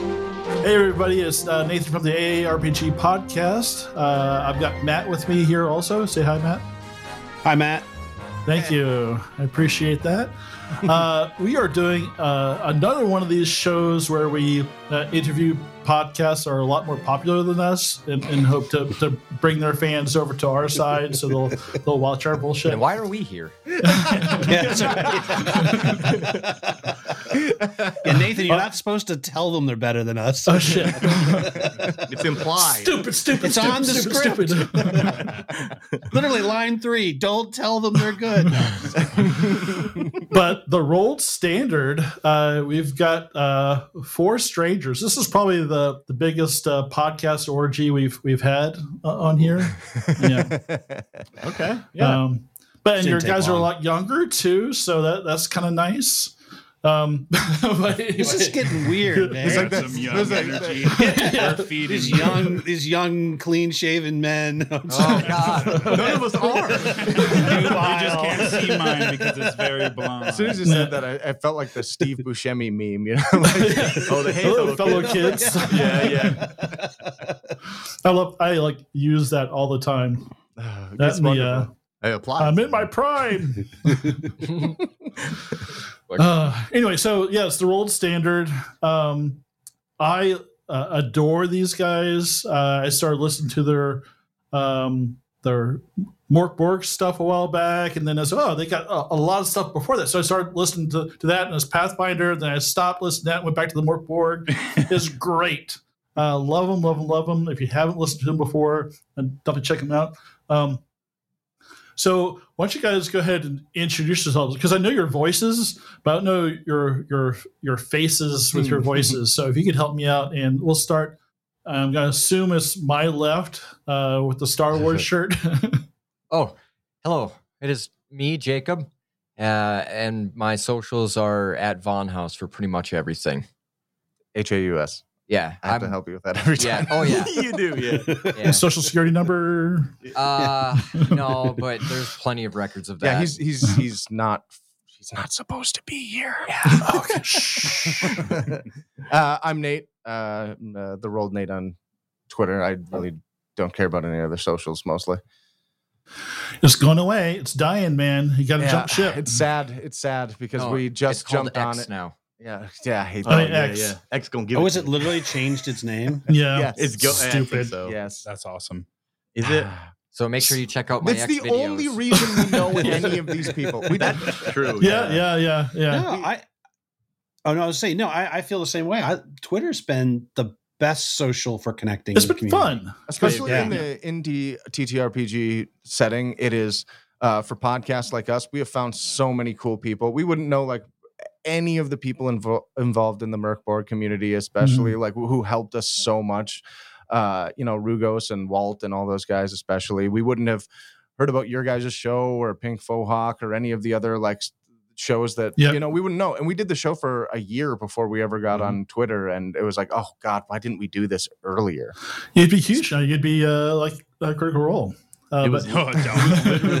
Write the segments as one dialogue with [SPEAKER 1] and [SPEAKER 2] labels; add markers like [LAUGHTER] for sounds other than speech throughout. [SPEAKER 1] Hey, everybody, it's uh, Nathan from the AARPG podcast. Uh, I've got Matt with me here also. Say hi, Matt.
[SPEAKER 2] Hi, Matt.
[SPEAKER 1] Thank you. I appreciate
[SPEAKER 2] [LAUGHS]
[SPEAKER 1] that. Uh, we are doing uh, another one of these shows where we uh, interview podcasts that are a lot more popular than us and, and hope to, to bring their fans over to our side so they'll, they'll watch our bullshit.
[SPEAKER 3] [LAUGHS] And why are we here?
[SPEAKER 2] And Nathan, you're not supposed to tell them they're better than us.
[SPEAKER 1] Oh, shit.
[SPEAKER 3] It's implied.
[SPEAKER 1] [LAUGHS] stupid, stupid.
[SPEAKER 2] It's on the
[SPEAKER 1] stupid, Stupid.
[SPEAKER 2] Literally, line three. Don't tell them they're good.
[SPEAKER 1] but the rolled standard, uh, we've got uh, four strangers. This is probably the the biggest uh, podcast orgy we've we've had uh, on here. Yeah.
[SPEAKER 4] Okay.
[SPEAKER 1] Um, but and
[SPEAKER 2] Didn't
[SPEAKER 1] your
[SPEAKER 2] take
[SPEAKER 1] guys are a
[SPEAKER 2] long.
[SPEAKER 1] lot younger too, so that that's kind of nice. Um, [LAUGHS] but
[SPEAKER 2] This is
[SPEAKER 1] anyway,
[SPEAKER 2] getting weird, man.
[SPEAKER 4] It's like
[SPEAKER 5] Got
[SPEAKER 4] that-
[SPEAKER 5] some young
[SPEAKER 4] there's that- [LAUGHS]
[SPEAKER 1] [LAUGHS]
[SPEAKER 5] energy. We're feeding
[SPEAKER 2] these [LAUGHS]
[SPEAKER 5] you.
[SPEAKER 2] young, these young, clean-shaven men. [LAUGHS]
[SPEAKER 3] Oh God!
[SPEAKER 4] None of us are. As
[SPEAKER 5] You just can't see mine because it's very blonde.
[SPEAKER 4] soon as you said that, I, I felt like the Steve Buscemi meme. You know, like, oh, the hey,
[SPEAKER 1] hello,
[SPEAKER 4] fellow.
[SPEAKER 1] fellow kids.
[SPEAKER 4] [LAUGHS] Yeah, yeah.
[SPEAKER 1] I love. I like use that all the time.
[SPEAKER 4] Oh, it's
[SPEAKER 1] That's me. Uh,
[SPEAKER 4] wonderful. I applied.
[SPEAKER 1] I'm in my prime.
[SPEAKER 3] Like-
[SPEAKER 1] uh, anyway, so yeah, it's the rolled standard. Um, I uh, adore these guys. Uh, I started listening to their um, their Mork Bork stuff a while back, and then I said, oh, they got a, a lot of stuff before that. So I started listening to, to that and as Pathfinder. Then I stopped listening to that and went back to the Mork Borg. it's great. Uh, love them, love them, love them. If you haven't listened to them before, then definitely check them out. Um, so why don't you guys go ahead and introduce yourselves? Because I know your voices, but I don't know your your your faces with your voices. So if you could help me out, and we'll start. I'm gonna assume it's my left uh, with the Star Wars shirt.
[SPEAKER 3] Oh, hello. It is me, Jacob, uh, and my socials are at Von House for pretty much everything.
[SPEAKER 4] H A U S.
[SPEAKER 3] Yeah,
[SPEAKER 4] I have to
[SPEAKER 3] I'm-
[SPEAKER 4] help you with that every
[SPEAKER 3] Yeah,
[SPEAKER 4] time.
[SPEAKER 3] oh, yeah.
[SPEAKER 4] you do. Yeah.
[SPEAKER 3] yeah.
[SPEAKER 1] Social security number.
[SPEAKER 3] Uh, no, but there's plenty of records of that.
[SPEAKER 4] Yeah. He's he's he's not. He's not supposed to be here. [LAUGHS]
[SPEAKER 1] Okay. shh.
[SPEAKER 4] uh, I'm Nate. Uh, I'm, uh, the rolled Nate on Twitter. I really don't care about any other socials mostly.
[SPEAKER 1] it's going away. It's dying, man. You got to
[SPEAKER 4] Yeah,
[SPEAKER 1] jump ship.
[SPEAKER 4] It's sad. It's sad because
[SPEAKER 3] No,
[SPEAKER 4] we
[SPEAKER 3] it's
[SPEAKER 4] just
[SPEAKER 3] called
[SPEAKER 4] jumped on
[SPEAKER 3] X
[SPEAKER 4] it.
[SPEAKER 3] now.
[SPEAKER 4] Yeah, yeah, I hate
[SPEAKER 5] Oh,
[SPEAKER 1] I mean,
[SPEAKER 4] Oh, yeah,
[SPEAKER 1] X.
[SPEAKER 4] Yeah. X gonna give.
[SPEAKER 2] Oh,
[SPEAKER 4] it
[SPEAKER 2] is
[SPEAKER 4] to
[SPEAKER 2] it
[SPEAKER 4] me.
[SPEAKER 2] literally changed its name?
[SPEAKER 1] yeah.
[SPEAKER 4] Yes.
[SPEAKER 5] it's go- I think
[SPEAKER 1] Stupid.
[SPEAKER 5] So.
[SPEAKER 4] Yes. Ah,
[SPEAKER 5] that's awesome.
[SPEAKER 4] Is [LAUGHS] it?
[SPEAKER 3] So make sure you check out my
[SPEAKER 4] That's
[SPEAKER 3] X
[SPEAKER 4] the
[SPEAKER 3] videos.
[SPEAKER 4] only reason we [LAUGHS] know any of these people. [LAUGHS] We don't.
[SPEAKER 5] True. [LAUGHS]
[SPEAKER 1] Yeah, yeah, yeah, yeah.
[SPEAKER 2] No, I. Oh no, I was saying no. I, I feel the same way. I, Twitter's been the best social for connecting.
[SPEAKER 1] It's
[SPEAKER 2] with
[SPEAKER 1] been
[SPEAKER 2] community.
[SPEAKER 1] fun.
[SPEAKER 4] especially
[SPEAKER 2] Yeah.
[SPEAKER 4] in the indie TTRPG setting. It is uh, for podcasts like us. We have found so many cool people. We wouldn't know like any of the people invo- involved in the Merkborg community, especially like who helped us so much. Uh, you know, Rugos and Walt and all those guys, especially. We wouldn't have heard about your guys' show or Pink Fohawk or any of the other like s- shows that
[SPEAKER 1] Yep.
[SPEAKER 4] you know we wouldn't know and we did the show for a year before we ever got on twitter and it was like oh god why didn't we do this earlier
[SPEAKER 1] You'd be huge. Now. You'd be uh, like a critical role. Uh, but-
[SPEAKER 6] It was
[SPEAKER 5] Oh,
[SPEAKER 6] no,
[SPEAKER 4] [LAUGHS]
[SPEAKER 6] don't. Literally. [LAUGHS]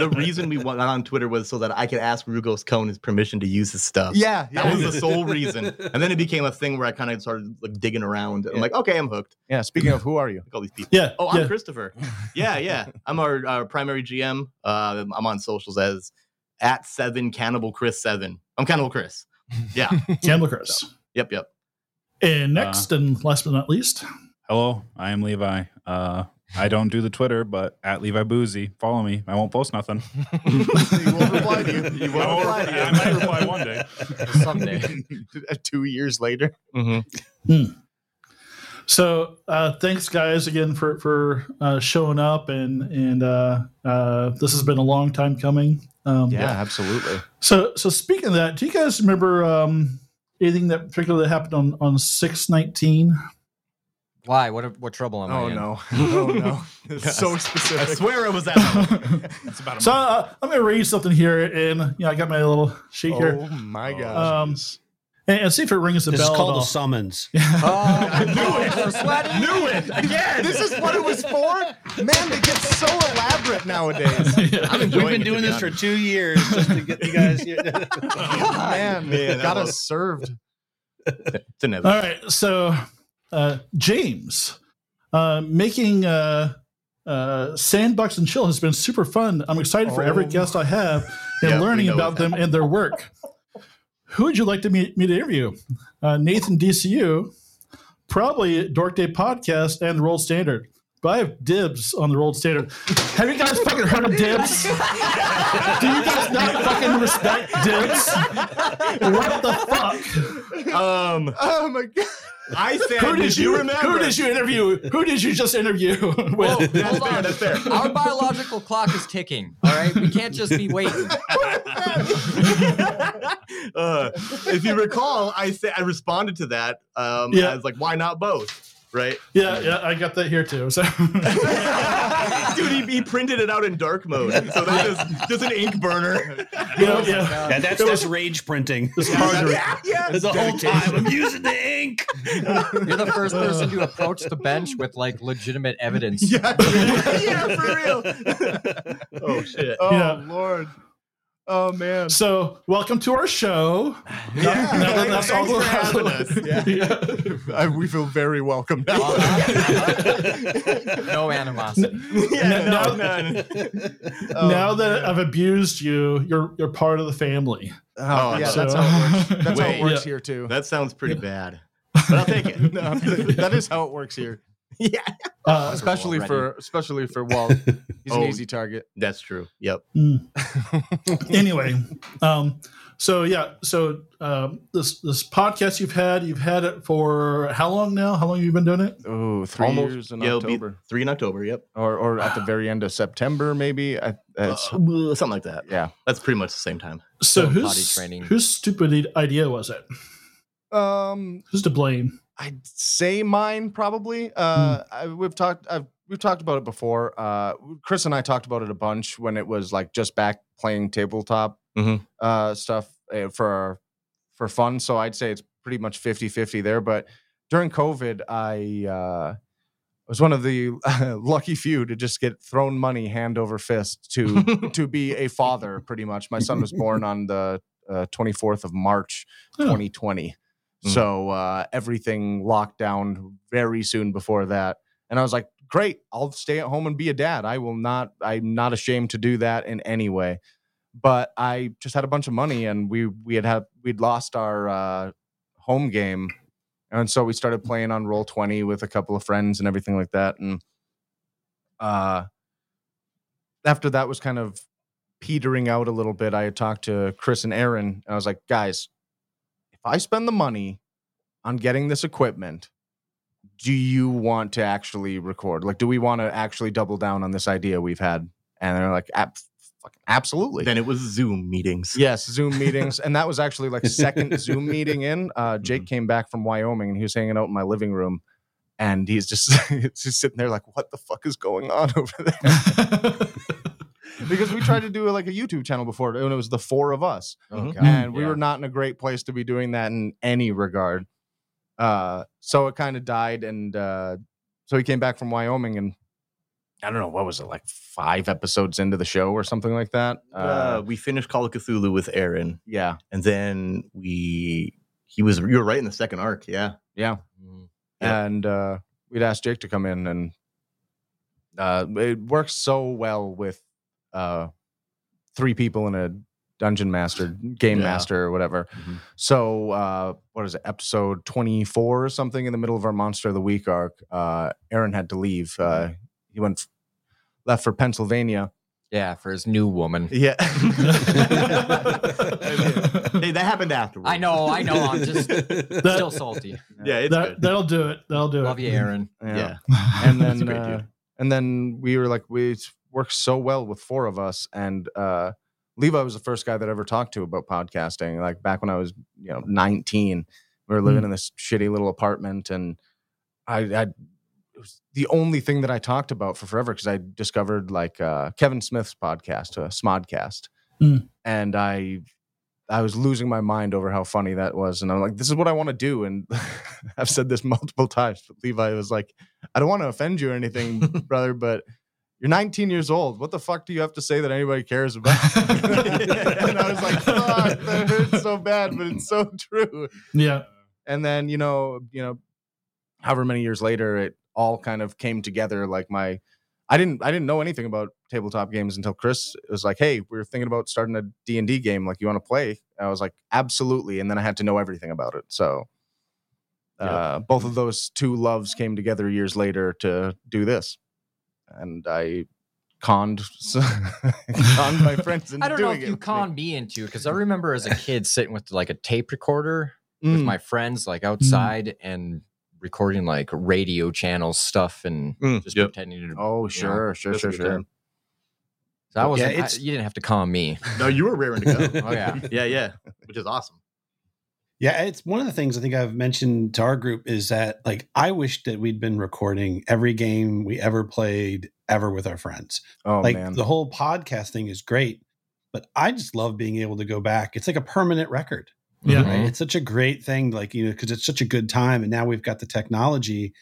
[SPEAKER 6] the reason we went on Twitter was so that I could ask Rugos Cone his permission to use his stuff.
[SPEAKER 4] yeah
[SPEAKER 6] That was the sole reason. And then it became a thing where I kind of started like digging around. I'm
[SPEAKER 4] Yeah.
[SPEAKER 6] like, okay, I'm hooked.
[SPEAKER 4] Yeah. Speaking of, who are you?
[SPEAKER 6] Like all these people.
[SPEAKER 1] yeah.
[SPEAKER 6] Oh, I'm
[SPEAKER 1] yeah.
[SPEAKER 6] Christopher. Yeah, yeah. I'm our, our primary GM. Uh, I'm on socials as at seven Cannibal Chris seven. I'm Cannibal Chris.
[SPEAKER 1] Gamble Chris.
[SPEAKER 6] Yep, yep.
[SPEAKER 1] And next, and last but not least,
[SPEAKER 5] Hello, I am Levi. Uh, I don't do the Twitter, but at Levi Boozy, follow me. I won't post
[SPEAKER 4] [LAUGHS]
[SPEAKER 5] nothing.
[SPEAKER 4] You won't reply to [LAUGHS] you. You won't
[SPEAKER 5] I,
[SPEAKER 4] reply to you.
[SPEAKER 5] I might reply one day.
[SPEAKER 3] Someday.
[SPEAKER 4] [LAUGHS] Two years later.
[SPEAKER 1] So uh, thanks, guys, again for for uh, showing up, and and uh, uh, this has been a long time coming. Um,
[SPEAKER 4] absolutely.
[SPEAKER 1] So so speaking of that, do you guys remember um, anything that particularly happened on on six nineteen? [LAUGHS]
[SPEAKER 3] Why? What? What trouble am I
[SPEAKER 4] Oh
[SPEAKER 3] in?
[SPEAKER 4] no. [LAUGHS] Oh no. It's so
[SPEAKER 6] I
[SPEAKER 4] specific.
[SPEAKER 6] swear it was that.
[SPEAKER 5] It's about a
[SPEAKER 1] So
[SPEAKER 5] month.
[SPEAKER 1] uh, I'm gonna read something here, and you know I got my little sheet here,
[SPEAKER 4] Oh my god.
[SPEAKER 1] um, and, and see if it rings the
[SPEAKER 2] This is
[SPEAKER 1] bell. at
[SPEAKER 2] called
[SPEAKER 1] all.
[SPEAKER 2] a summons.
[SPEAKER 1] [LAUGHS]
[SPEAKER 3] Oh,
[SPEAKER 4] [LAUGHS]
[SPEAKER 3] I
[SPEAKER 6] knew
[SPEAKER 3] Sweating.
[SPEAKER 6] Knew it again.
[SPEAKER 4] this is what it was for? Man, they get so
[SPEAKER 1] [LAUGHS]
[SPEAKER 4] elaborate nowadays.
[SPEAKER 6] I'm
[SPEAKER 2] We've
[SPEAKER 6] enjoying
[SPEAKER 2] been
[SPEAKER 6] it, to
[SPEAKER 2] doing
[SPEAKER 6] be
[SPEAKER 2] this for [LAUGHS]
[SPEAKER 6] honest.
[SPEAKER 2] two years just to get you guys here.
[SPEAKER 4] Man,
[SPEAKER 6] [LAUGHS] Man, that
[SPEAKER 4] got
[SPEAKER 6] was-
[SPEAKER 4] us served.
[SPEAKER 6] It's another.
[SPEAKER 1] All right. So, uh, James, uh, making uh, uh, Sandbox and Chill has been super fun. I'm excited for every
[SPEAKER 4] Oh.
[SPEAKER 1] guest I
[SPEAKER 6] [LAUGHS]
[SPEAKER 1] have and
[SPEAKER 6] Yeah, we
[SPEAKER 1] learning
[SPEAKER 6] know
[SPEAKER 1] about
[SPEAKER 6] that.
[SPEAKER 1] them and their work. Who would you like to meet, meet and interview? Uh, Nathan DCU, probably Dork Day Podcast and the Rolled Standard. But I have dibs on the Rolled Standard. Have you guys fucking heard of
[SPEAKER 6] [LAUGHS]
[SPEAKER 1] dibs? Do you guys not fucking respect dibs? What the fuck?
[SPEAKER 6] Um,
[SPEAKER 4] Oh my god.
[SPEAKER 6] I said,
[SPEAKER 1] who did
[SPEAKER 6] did you
[SPEAKER 1] you
[SPEAKER 6] remember?
[SPEAKER 1] who did you interview who did you just interview [LAUGHS] with
[SPEAKER 6] That's fair. That's fair.
[SPEAKER 3] Our biological clock is ticking. All right, we can't just be waiting.
[SPEAKER 6] [LAUGHS] uh, if you recall, I said I responded to that. Um,
[SPEAKER 1] Yeah.
[SPEAKER 6] I was like, why not both?
[SPEAKER 4] [LAUGHS]
[SPEAKER 6] Right,
[SPEAKER 1] yeah yeah i got that here too so [LAUGHS]
[SPEAKER 6] dude. He, he printed it out in dark mode, so that is just an ink burner.
[SPEAKER 1] you know, yeah
[SPEAKER 2] Yeah, that's that's rage printing.
[SPEAKER 1] It's hard
[SPEAKER 2] [LAUGHS]
[SPEAKER 1] to-
[SPEAKER 6] yeah, yeah.
[SPEAKER 2] the whole time I'm using the ink.
[SPEAKER 3] You're the first person to approach the bench with like legitimate evidence.
[SPEAKER 6] Yeah, yeah,
[SPEAKER 4] [LAUGHS]
[SPEAKER 6] for real. oh shit.
[SPEAKER 4] Oh
[SPEAKER 1] Yeah.
[SPEAKER 4] lord. Oh man.
[SPEAKER 1] so welcome to our show
[SPEAKER 4] Yeah.
[SPEAKER 1] Now that
[SPEAKER 6] Thanks
[SPEAKER 1] that's all
[SPEAKER 6] for
[SPEAKER 1] the-
[SPEAKER 6] having
[SPEAKER 1] [LAUGHS]
[SPEAKER 6] us. Yeah.
[SPEAKER 4] I, we feel very welcome now.
[SPEAKER 3] [LAUGHS] No animosity.
[SPEAKER 6] Yeah,
[SPEAKER 1] No,
[SPEAKER 6] no,
[SPEAKER 1] no.
[SPEAKER 6] none.
[SPEAKER 4] Oh,
[SPEAKER 1] now that i've abused you you're you're part of the family
[SPEAKER 4] Oh, yeah,
[SPEAKER 1] so-
[SPEAKER 4] that's how it
[SPEAKER 6] [LAUGHS]
[SPEAKER 4] works. That's how
[SPEAKER 6] Wait.
[SPEAKER 4] it works
[SPEAKER 1] Yeah.
[SPEAKER 4] here too.
[SPEAKER 6] That sounds pretty
[SPEAKER 4] [LAUGHS]
[SPEAKER 6] bad, but I'll take it.
[SPEAKER 4] No, that is how it works here.
[SPEAKER 6] yeah,
[SPEAKER 1] uh,
[SPEAKER 4] Especially
[SPEAKER 3] already.
[SPEAKER 4] for especially for Walt. He's
[SPEAKER 6] Oh.
[SPEAKER 4] an easy target.
[SPEAKER 6] that's true. Yep.
[SPEAKER 1] anyway, um, so yeah, so um, this this podcast you've had, you've had it for how long now? How long have you been doing it?
[SPEAKER 4] Oh, three
[SPEAKER 6] Almost-
[SPEAKER 4] years in
[SPEAKER 6] yeah, it'll be
[SPEAKER 4] October,
[SPEAKER 6] Three in October. Yep.
[SPEAKER 4] or or at the very end of September, maybe. I, it's,
[SPEAKER 6] Uh, something like that.
[SPEAKER 4] yeah.
[SPEAKER 6] That's pretty much the same time.
[SPEAKER 1] So
[SPEAKER 3] Body
[SPEAKER 1] whose
[SPEAKER 3] training.
[SPEAKER 1] whose stupid idea was it?
[SPEAKER 6] Uh,
[SPEAKER 4] Um,
[SPEAKER 1] Who's to
[SPEAKER 2] [LAUGHS]
[SPEAKER 1] blame?
[SPEAKER 4] I'd say mine probably. Uh, I, we've talked. I've we've talked about it before. Uh, Chris and I talked about it a bunch when it was like just back playing tabletop
[SPEAKER 6] Mhm.
[SPEAKER 4] uh, stuff uh, for for fun. So I'd say it's pretty much 50-50 there. But during COVID, I uh, was one of the [LAUGHS] lucky few to just get thrown money hand over fist to [LAUGHS] to be a father. Pretty much, my son was born on the twenty fourth of March,
[SPEAKER 1] Oh.
[SPEAKER 4] twenty twenty.
[SPEAKER 6] Mm.
[SPEAKER 4] So uh, everything locked down very soon before that, and I was like, "Great, I'll stay at home and be a dad. I will not. I'm not ashamed to do that in any way." But I just had a bunch of money, and we we had had we'd lost our uh, home game, and so we started playing on roll twenty with a couple of friends and everything like that, and uh, after that was kind of petering out a little bit, I had talked to Chris and Aaron, and I was like, guys, if I spend the money on getting this equipment, do you want to actually record? Like, do we want to actually double down on this idea we've had? And they're like, Ab- fucking absolutely.
[SPEAKER 6] [LAUGHS] Then it was Zoom meetings.
[SPEAKER 4] Yes, Zoom meetings, and that was actually like second Zoom meeting in. Uh, Jake came back from Wyoming, and he was hanging out in my living room, and he's just [LAUGHS] he's just sitting there like, "What the fuck is going on [LAUGHS] over there?" because we tried to do like a YouTube channel before, and it was the four of us,
[SPEAKER 3] Oh, God.
[SPEAKER 4] and we
[SPEAKER 3] Yeah.
[SPEAKER 4] were not in a great place to be doing that in any regard. Uh, so it kind of died, and uh, so he came back from Wyoming, and I don't know what was it like five episodes into the show or something like that.
[SPEAKER 6] Uh, we finished Call of Cthulhu with Aaron,
[SPEAKER 4] yeah.
[SPEAKER 6] and then we he was you were right in the second arc. Yeah.
[SPEAKER 4] Yeah.
[SPEAKER 6] Mm-hmm. Yeah.
[SPEAKER 4] And uh, we'd asked Jake to come in, and uh, it works so well with uh, three people and a dungeon master, game
[SPEAKER 6] Yeah.
[SPEAKER 4] master, or whatever.
[SPEAKER 6] Mhm.
[SPEAKER 4] So, uh, what is it, episode 24 or something in the middle of our Monster of the Week arc? Uh, Aaron had to leave. Uh, he went f- left for Pennsylvania.
[SPEAKER 3] Yeah, for his new woman.
[SPEAKER 4] Yeah.
[SPEAKER 6] Hey, that happened afterwards.
[SPEAKER 3] I know, I know. I'm just still salty.
[SPEAKER 6] [LAUGHS] Yeah, it's
[SPEAKER 1] That,
[SPEAKER 6] good.
[SPEAKER 1] that'll do it. That'll do
[SPEAKER 3] Love you,
[SPEAKER 1] it.
[SPEAKER 3] Aaron.
[SPEAKER 6] yeah.
[SPEAKER 4] [LAUGHS]
[SPEAKER 6] [LAUGHS]
[SPEAKER 4] and
[SPEAKER 6] That's a
[SPEAKER 4] then
[SPEAKER 6] great
[SPEAKER 4] uh,
[SPEAKER 6] dude.
[SPEAKER 4] and then we were like we it works so well with four of us and uh levi was the first guy that I ever talked to about podcasting like back when i was you know 19 we were
[SPEAKER 6] Hmm.
[SPEAKER 4] living in this shitty little apartment and i i it was the only thing that i talked about for forever because i discovered like uh kevin smith's podcast uh, smodcast
[SPEAKER 1] Mm.
[SPEAKER 4] and i I was losing my mind over how funny that was. And I'm like, this is what I want to do. And [LAUGHS] I've said this multiple times, but Levi was like, I don't want to offend you or anything, brother, but you're 19 years old. What the fuck do you have to say that anybody cares about? [LAUGHS] and I was like, fuck, that hurts so bad, but it's so true.
[SPEAKER 1] [LAUGHS] Yeah.
[SPEAKER 4] and then you know you know however many years later it all kind of came together like my i didn't i didn't know anything about tabletop games until chris was like hey we are thinking about starting a d&d game like you want to play And i was like absolutely and then i had to know everything about it so uh, both of those two loves came together years later to do this and i conned [LAUGHS] conned
[SPEAKER 6] [LAUGHS]
[SPEAKER 4] my friends into
[SPEAKER 3] I don't know
[SPEAKER 4] doing
[SPEAKER 3] if you
[SPEAKER 4] it.
[SPEAKER 3] con me into because I remember as a kid sitting with like a tape recorder with
[SPEAKER 4] Mm.
[SPEAKER 3] my friends like outside and recording like radio channel stuff and
[SPEAKER 4] Mm,
[SPEAKER 3] just
[SPEAKER 6] yep.
[SPEAKER 3] pretending to.
[SPEAKER 4] oh sure sure
[SPEAKER 6] that's
[SPEAKER 4] sure
[SPEAKER 6] a good
[SPEAKER 4] sure
[SPEAKER 6] time.
[SPEAKER 3] so I wasn't. I-
[SPEAKER 2] it's-
[SPEAKER 3] you didn't have to con me.
[SPEAKER 6] No, you were raring to go.
[SPEAKER 3] Oh yeah.
[SPEAKER 6] yeah, yeah, which is awesome.
[SPEAKER 2] Yeah, it's one of the things I think I've mentioned to our group is that like I wish that we'd been recording every game we ever played ever with our friends.
[SPEAKER 4] oh
[SPEAKER 2] like
[SPEAKER 4] man
[SPEAKER 2] the whole podcast thing is great, but I just love being able to go back. It's like a permanent record.
[SPEAKER 1] Yeah.
[SPEAKER 2] right? It's such a great thing, like you know, because it's such a good time, and now we've got the technology.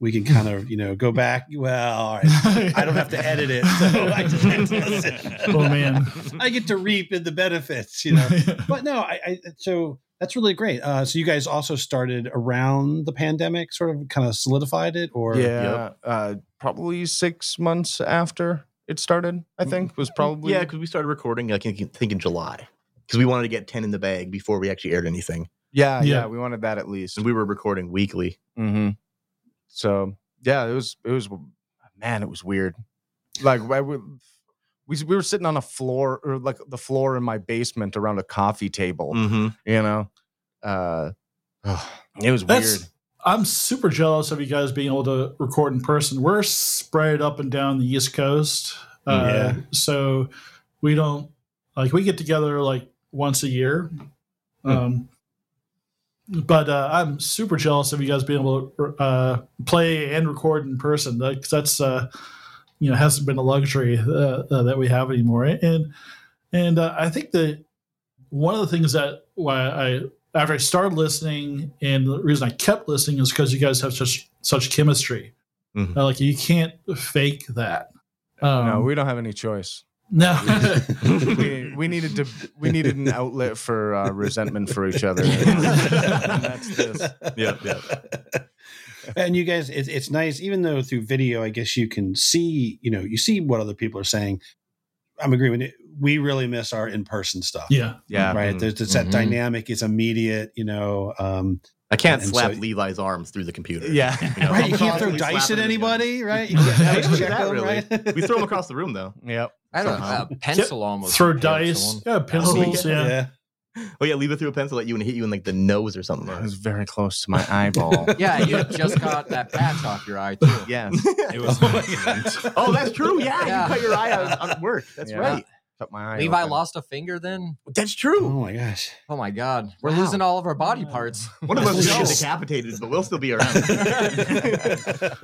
[SPEAKER 2] We can kind of you know go back. Well, all right. I don't have to edit it,
[SPEAKER 1] [LAUGHS]
[SPEAKER 2] so I just get to listen.
[SPEAKER 1] Oh man.
[SPEAKER 2] I get to reap in the benefits, [LAUGHS]
[SPEAKER 1] [LAUGHS]
[SPEAKER 2] you know. but no, I, I so that's really great. Uh, so you guys also started around the pandemic, sort of kind of solidified it, or [LAUGHS]
[SPEAKER 4] yeah uh probably six months after it started i think was probably
[SPEAKER 6] yeah, because we started recording, like, I think in July, because we wanted to get 10 in the bag before we actually aired anything.
[SPEAKER 4] yeah,
[SPEAKER 1] Yeah.
[SPEAKER 4] yeah, we wanted that at least
[SPEAKER 6] And we were recording weekly.
[SPEAKER 4] mm-hmm. so yeah it was it was man it was weird like I would- we, we were sitting on a floor or like the floor in my basement around a coffee table
[SPEAKER 6] Mm-hmm.
[SPEAKER 4] you know uh it was
[SPEAKER 1] That's-
[SPEAKER 4] weird
[SPEAKER 1] I'm super jealous of you guys being able to record in person. We're spread up and down the East Coast. Uh,
[SPEAKER 2] Yeah.
[SPEAKER 1] So we don't like we get together like once a year. Um, but uh, I'm super jealous of you guys being able to uh, play and record in person. Like, that's uh, you know hasn't been a luxury uh, uh, that we have anymore. And and uh, I think that one of the things that why I after I started listening, and the reason I kept listening is because you guys have such such chemistry.
[SPEAKER 6] Mhm.
[SPEAKER 1] Uh, like you can't fake that. Um,
[SPEAKER 4] no we don't have any choice
[SPEAKER 1] no.
[SPEAKER 4] we, we needed to we needed an outlet for uh, resentment for each
[SPEAKER 2] [LAUGHS]
[SPEAKER 4] other And that's this
[SPEAKER 6] Yep, yep.
[SPEAKER 2] And you guys, it's, it's nice, even though through video, I guess you can see, you know, you see what other people are saying. I'm agreeing with you. We really miss our in person stuff.
[SPEAKER 1] yeah.
[SPEAKER 4] yeah Mm.
[SPEAKER 2] Right. There's, there's that
[SPEAKER 3] Mhm.
[SPEAKER 2] dynamic. It's immediate, you know. Um,
[SPEAKER 6] I can't
[SPEAKER 2] And
[SPEAKER 6] slap
[SPEAKER 2] so-
[SPEAKER 6] Levi's arms through the computer.
[SPEAKER 4] Yeah.
[SPEAKER 2] [LAUGHS]
[SPEAKER 6] You know,
[SPEAKER 2] right. You
[SPEAKER 6] I'm
[SPEAKER 2] can't throw
[SPEAKER 6] constantly
[SPEAKER 2] dice at
[SPEAKER 6] slapping him again.
[SPEAKER 2] anybody, [LAUGHS] right? You
[SPEAKER 1] Yeah,
[SPEAKER 2] can't
[SPEAKER 1] we
[SPEAKER 6] do
[SPEAKER 2] check
[SPEAKER 6] that,
[SPEAKER 2] them,
[SPEAKER 6] really.
[SPEAKER 2] right?
[SPEAKER 6] We throw them across the room, though.
[SPEAKER 4] Yep.
[SPEAKER 3] I don't know.
[SPEAKER 6] Somehow.
[SPEAKER 3] A pencil almost
[SPEAKER 1] Throw
[SPEAKER 3] killed
[SPEAKER 1] dice.
[SPEAKER 3] someone.
[SPEAKER 2] [LAUGHS]
[SPEAKER 1] Yeah, pencils.
[SPEAKER 6] Oh,
[SPEAKER 1] yeah.
[SPEAKER 6] Oh, yeah, Levi threw a pencil at you and hit you in like the nose or something.
[SPEAKER 4] That was very close to my
[SPEAKER 6] [LAUGHS]
[SPEAKER 4] eyeball.
[SPEAKER 3] Yeah, you just got that patch off your eye too.
[SPEAKER 4] Yes.
[SPEAKER 5] It
[SPEAKER 4] [LAUGHS]
[SPEAKER 5] was
[SPEAKER 2] Oh
[SPEAKER 5] an [LAUGHS]
[SPEAKER 2] my God.
[SPEAKER 5] accident.
[SPEAKER 6] Oh, that's true. Yeah,
[SPEAKER 3] Yeah.
[SPEAKER 6] you cut your eye out at work. That's
[SPEAKER 4] Yeah.
[SPEAKER 6] right.
[SPEAKER 4] Cut my eye.
[SPEAKER 3] Levi
[SPEAKER 4] open.
[SPEAKER 3] lost a finger then.
[SPEAKER 6] That's
[SPEAKER 2] [LAUGHS] Oh
[SPEAKER 6] true.
[SPEAKER 2] my gosh.
[SPEAKER 3] Oh my god, we're
[SPEAKER 4] Wow.
[SPEAKER 3] losing all of our body parts.
[SPEAKER 6] One of us is
[SPEAKER 2] Holy
[SPEAKER 6] getting
[SPEAKER 2] shit.
[SPEAKER 6] decapitated, but we'll still be [LAUGHS] around.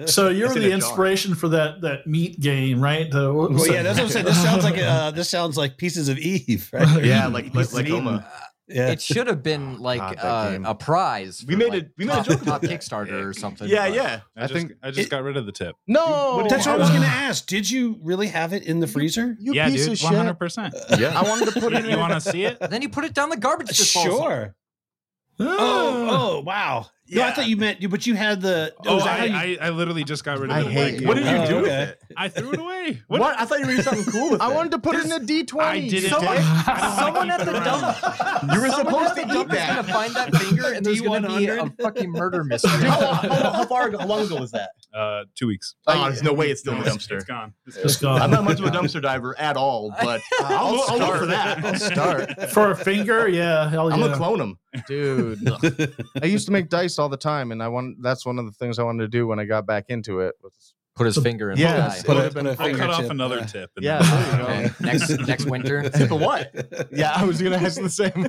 [SPEAKER 1] So you're
[SPEAKER 6] It's in
[SPEAKER 1] the
[SPEAKER 6] a jar.
[SPEAKER 1] inspiration for that that meat game, right? The- what was
[SPEAKER 2] [LAUGHS] Well, yeah,
[SPEAKER 1] that?
[SPEAKER 2] that's what I'm saying. This sounds like uh, this sounds like Pieces of Eve, right?
[SPEAKER 6] [LAUGHS] yeah, like like,
[SPEAKER 2] He's
[SPEAKER 6] like
[SPEAKER 2] eating.
[SPEAKER 6] Oma.
[SPEAKER 2] Yeah.
[SPEAKER 3] It should have been
[SPEAKER 4] Oh,
[SPEAKER 3] like
[SPEAKER 4] God, that
[SPEAKER 3] uh,
[SPEAKER 4] game.
[SPEAKER 3] a prize.
[SPEAKER 6] We
[SPEAKER 3] for,
[SPEAKER 6] made
[SPEAKER 3] like,
[SPEAKER 6] a- we made a
[SPEAKER 3] top-
[SPEAKER 6] joke
[SPEAKER 3] top
[SPEAKER 6] about that.
[SPEAKER 3] Kickstarter or something.
[SPEAKER 6] Yeah,
[SPEAKER 3] but-
[SPEAKER 6] [LAUGHS] yeah.
[SPEAKER 5] I, just,
[SPEAKER 4] think-
[SPEAKER 5] I just
[SPEAKER 2] it-
[SPEAKER 5] got rid of the tip.
[SPEAKER 4] No.
[SPEAKER 2] That's what I
[SPEAKER 4] I
[SPEAKER 2] was
[SPEAKER 4] wanted-
[SPEAKER 2] going to ask. Did you really have it in the freezer?
[SPEAKER 4] You
[SPEAKER 5] yeah,
[SPEAKER 4] piece
[SPEAKER 5] dude,
[SPEAKER 4] of
[SPEAKER 5] one hundred
[SPEAKER 4] shit. [LAUGHS]
[SPEAKER 5] percent.
[SPEAKER 6] [LAUGHS] Yeah.
[SPEAKER 4] I wanted to put it
[SPEAKER 5] You
[SPEAKER 4] in.
[SPEAKER 5] want to see
[SPEAKER 4] [GASPS]
[SPEAKER 5] it?
[SPEAKER 3] [LAUGHS] Then you put it down the garbage disposal.
[SPEAKER 2] Uh, Sure. [GASPS]
[SPEAKER 1] Ah.
[SPEAKER 2] Oh, oh, wow. No, I
[SPEAKER 6] Yeah.
[SPEAKER 2] thought you meant, but you had the.
[SPEAKER 5] Oh,
[SPEAKER 2] is that how
[SPEAKER 5] I,
[SPEAKER 2] you-
[SPEAKER 5] I, I literally just got rid of
[SPEAKER 4] I
[SPEAKER 5] it.
[SPEAKER 4] hate you.
[SPEAKER 5] what did you
[SPEAKER 2] Oh,
[SPEAKER 5] do
[SPEAKER 2] [LAUGHS]
[SPEAKER 5] with
[SPEAKER 2] okay.
[SPEAKER 5] it? I threw it away.
[SPEAKER 6] What? I thought you were doing something cool with
[SPEAKER 4] I
[SPEAKER 6] it.
[SPEAKER 4] wanted to put it in a D twenty.
[SPEAKER 5] I did it.
[SPEAKER 4] Someone,
[SPEAKER 2] uh,
[SPEAKER 1] [LAUGHS]
[SPEAKER 3] Someone at the dump.
[SPEAKER 6] You were
[SPEAKER 3] someone
[SPEAKER 6] supposed
[SPEAKER 3] at the
[SPEAKER 6] to
[SPEAKER 3] dump
[SPEAKER 6] eat
[SPEAKER 3] is
[SPEAKER 6] that.
[SPEAKER 3] gonna find that finger, and there's going to be a
[SPEAKER 2] D100?
[SPEAKER 3] fucking murder mystery.
[SPEAKER 6] [LAUGHS] how, how, how far? How long ago was that?
[SPEAKER 5] Uh, two weeks.
[SPEAKER 6] Oh, there's no way it's still in
[SPEAKER 5] No,
[SPEAKER 6] the
[SPEAKER 5] it's-
[SPEAKER 6] dumpster. [LAUGHS]
[SPEAKER 5] It's gone. It's
[SPEAKER 1] It's gone.
[SPEAKER 6] I'm not much of a dumpster diver at all, [LAUGHS] but I'll, I'll look
[SPEAKER 5] [LAUGHS]
[SPEAKER 6] for that.
[SPEAKER 4] I'll start,
[SPEAKER 1] For a finger, yeah, hell
[SPEAKER 6] I'm gonna
[SPEAKER 1] yeah.
[SPEAKER 6] clone him.
[SPEAKER 4] Oh, dude. I used to make dice all the time, and I want. That's one of the things I wanted to do when I got back into it. Was,
[SPEAKER 3] Put his finger in
[SPEAKER 4] yes,
[SPEAKER 3] the
[SPEAKER 4] it
[SPEAKER 3] eye.
[SPEAKER 4] would have been a uh,
[SPEAKER 5] I'll
[SPEAKER 4] finger.
[SPEAKER 5] cut off
[SPEAKER 2] Fingertip,
[SPEAKER 5] another
[SPEAKER 4] [LAUGHS]
[SPEAKER 2] yeah.
[SPEAKER 5] tip.
[SPEAKER 4] Yeah,
[SPEAKER 5] then-
[SPEAKER 4] there you [LAUGHS]
[SPEAKER 3] Okay, Next next winter.
[SPEAKER 6] For what?
[SPEAKER 4] Yeah, I was [LAUGHS] gonna ask the same.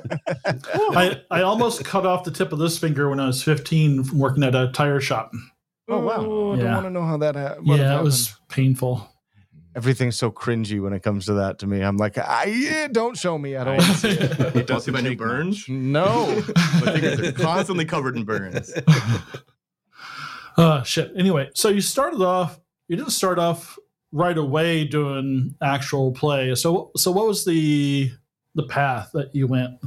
[SPEAKER 4] Oh,
[SPEAKER 1] I, I almost cut off the tip of this finger when I was 15 from working at a tire shop.
[SPEAKER 4] Oh wow! I don't
[SPEAKER 1] Yeah.
[SPEAKER 4] want to know how that ha- what
[SPEAKER 1] Yeah, it
[SPEAKER 4] happened.
[SPEAKER 1] was painful.
[SPEAKER 4] Everything's so cringy when it comes to that to me. I'm like, I yeah, don't show me. I don't. want to see it.
[SPEAKER 5] It
[SPEAKER 6] Don't see
[SPEAKER 5] doesn't
[SPEAKER 6] my new
[SPEAKER 5] take
[SPEAKER 6] burns.
[SPEAKER 4] [LAUGHS] No.
[SPEAKER 6] [LAUGHS] My fingers are constantly covered in burns.
[SPEAKER 1] Uh, shit. Anyway, so you started off. You didn't start off right away doing actual play. So so what was the the path that you went?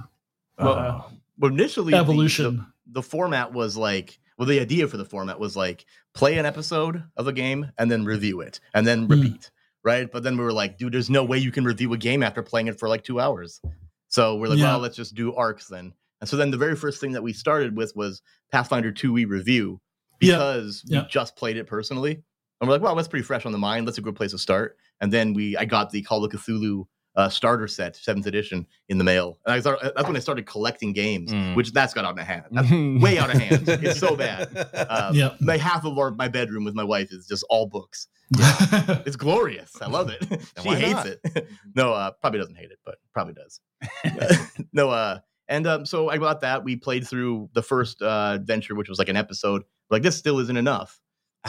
[SPEAKER 1] Uh,
[SPEAKER 4] Well,
[SPEAKER 6] Well, initially the-
[SPEAKER 1] Evolution.
[SPEAKER 6] the format was like, well, the idea for the format was like play an episode of a game and then review it and then
[SPEAKER 1] Hmm.
[SPEAKER 6] repeat, right? But then we were like, dude, there's no way you can review a game after playing it for like two hours. So we're like,
[SPEAKER 1] Yeah.
[SPEAKER 6] well, let's just do arcs then. And so then the very first thing that we started with was Pathfinder 2E review
[SPEAKER 1] Yeah.
[SPEAKER 6] because
[SPEAKER 1] Yeah.
[SPEAKER 6] we just played it personally. And we're like, well, that's pretty fresh on the mind. That's a good place to start. And then we, I got the Call of Cthulhu uh, starter set, seventh edition, in the mail. And I started, that's when I started collecting games,
[SPEAKER 1] Hmm.
[SPEAKER 3] Mm.
[SPEAKER 6] which that's got out of hand.
[SPEAKER 4] [LAUGHS]
[SPEAKER 6] That's way out of hand. It's so bad. Uh,
[SPEAKER 1] Yeah.
[SPEAKER 6] My half of our, my bedroom with my wife is just all books. It's glorious. I love it. she
[SPEAKER 3] why
[SPEAKER 6] hates
[SPEAKER 3] not?
[SPEAKER 6] it. no, uh, probably doesn't hate it, but probably does. [LAUGHS] no, uh, and um, so I got that. We played through the first uh, adventure, which was like an episode. Like this still isn't enough.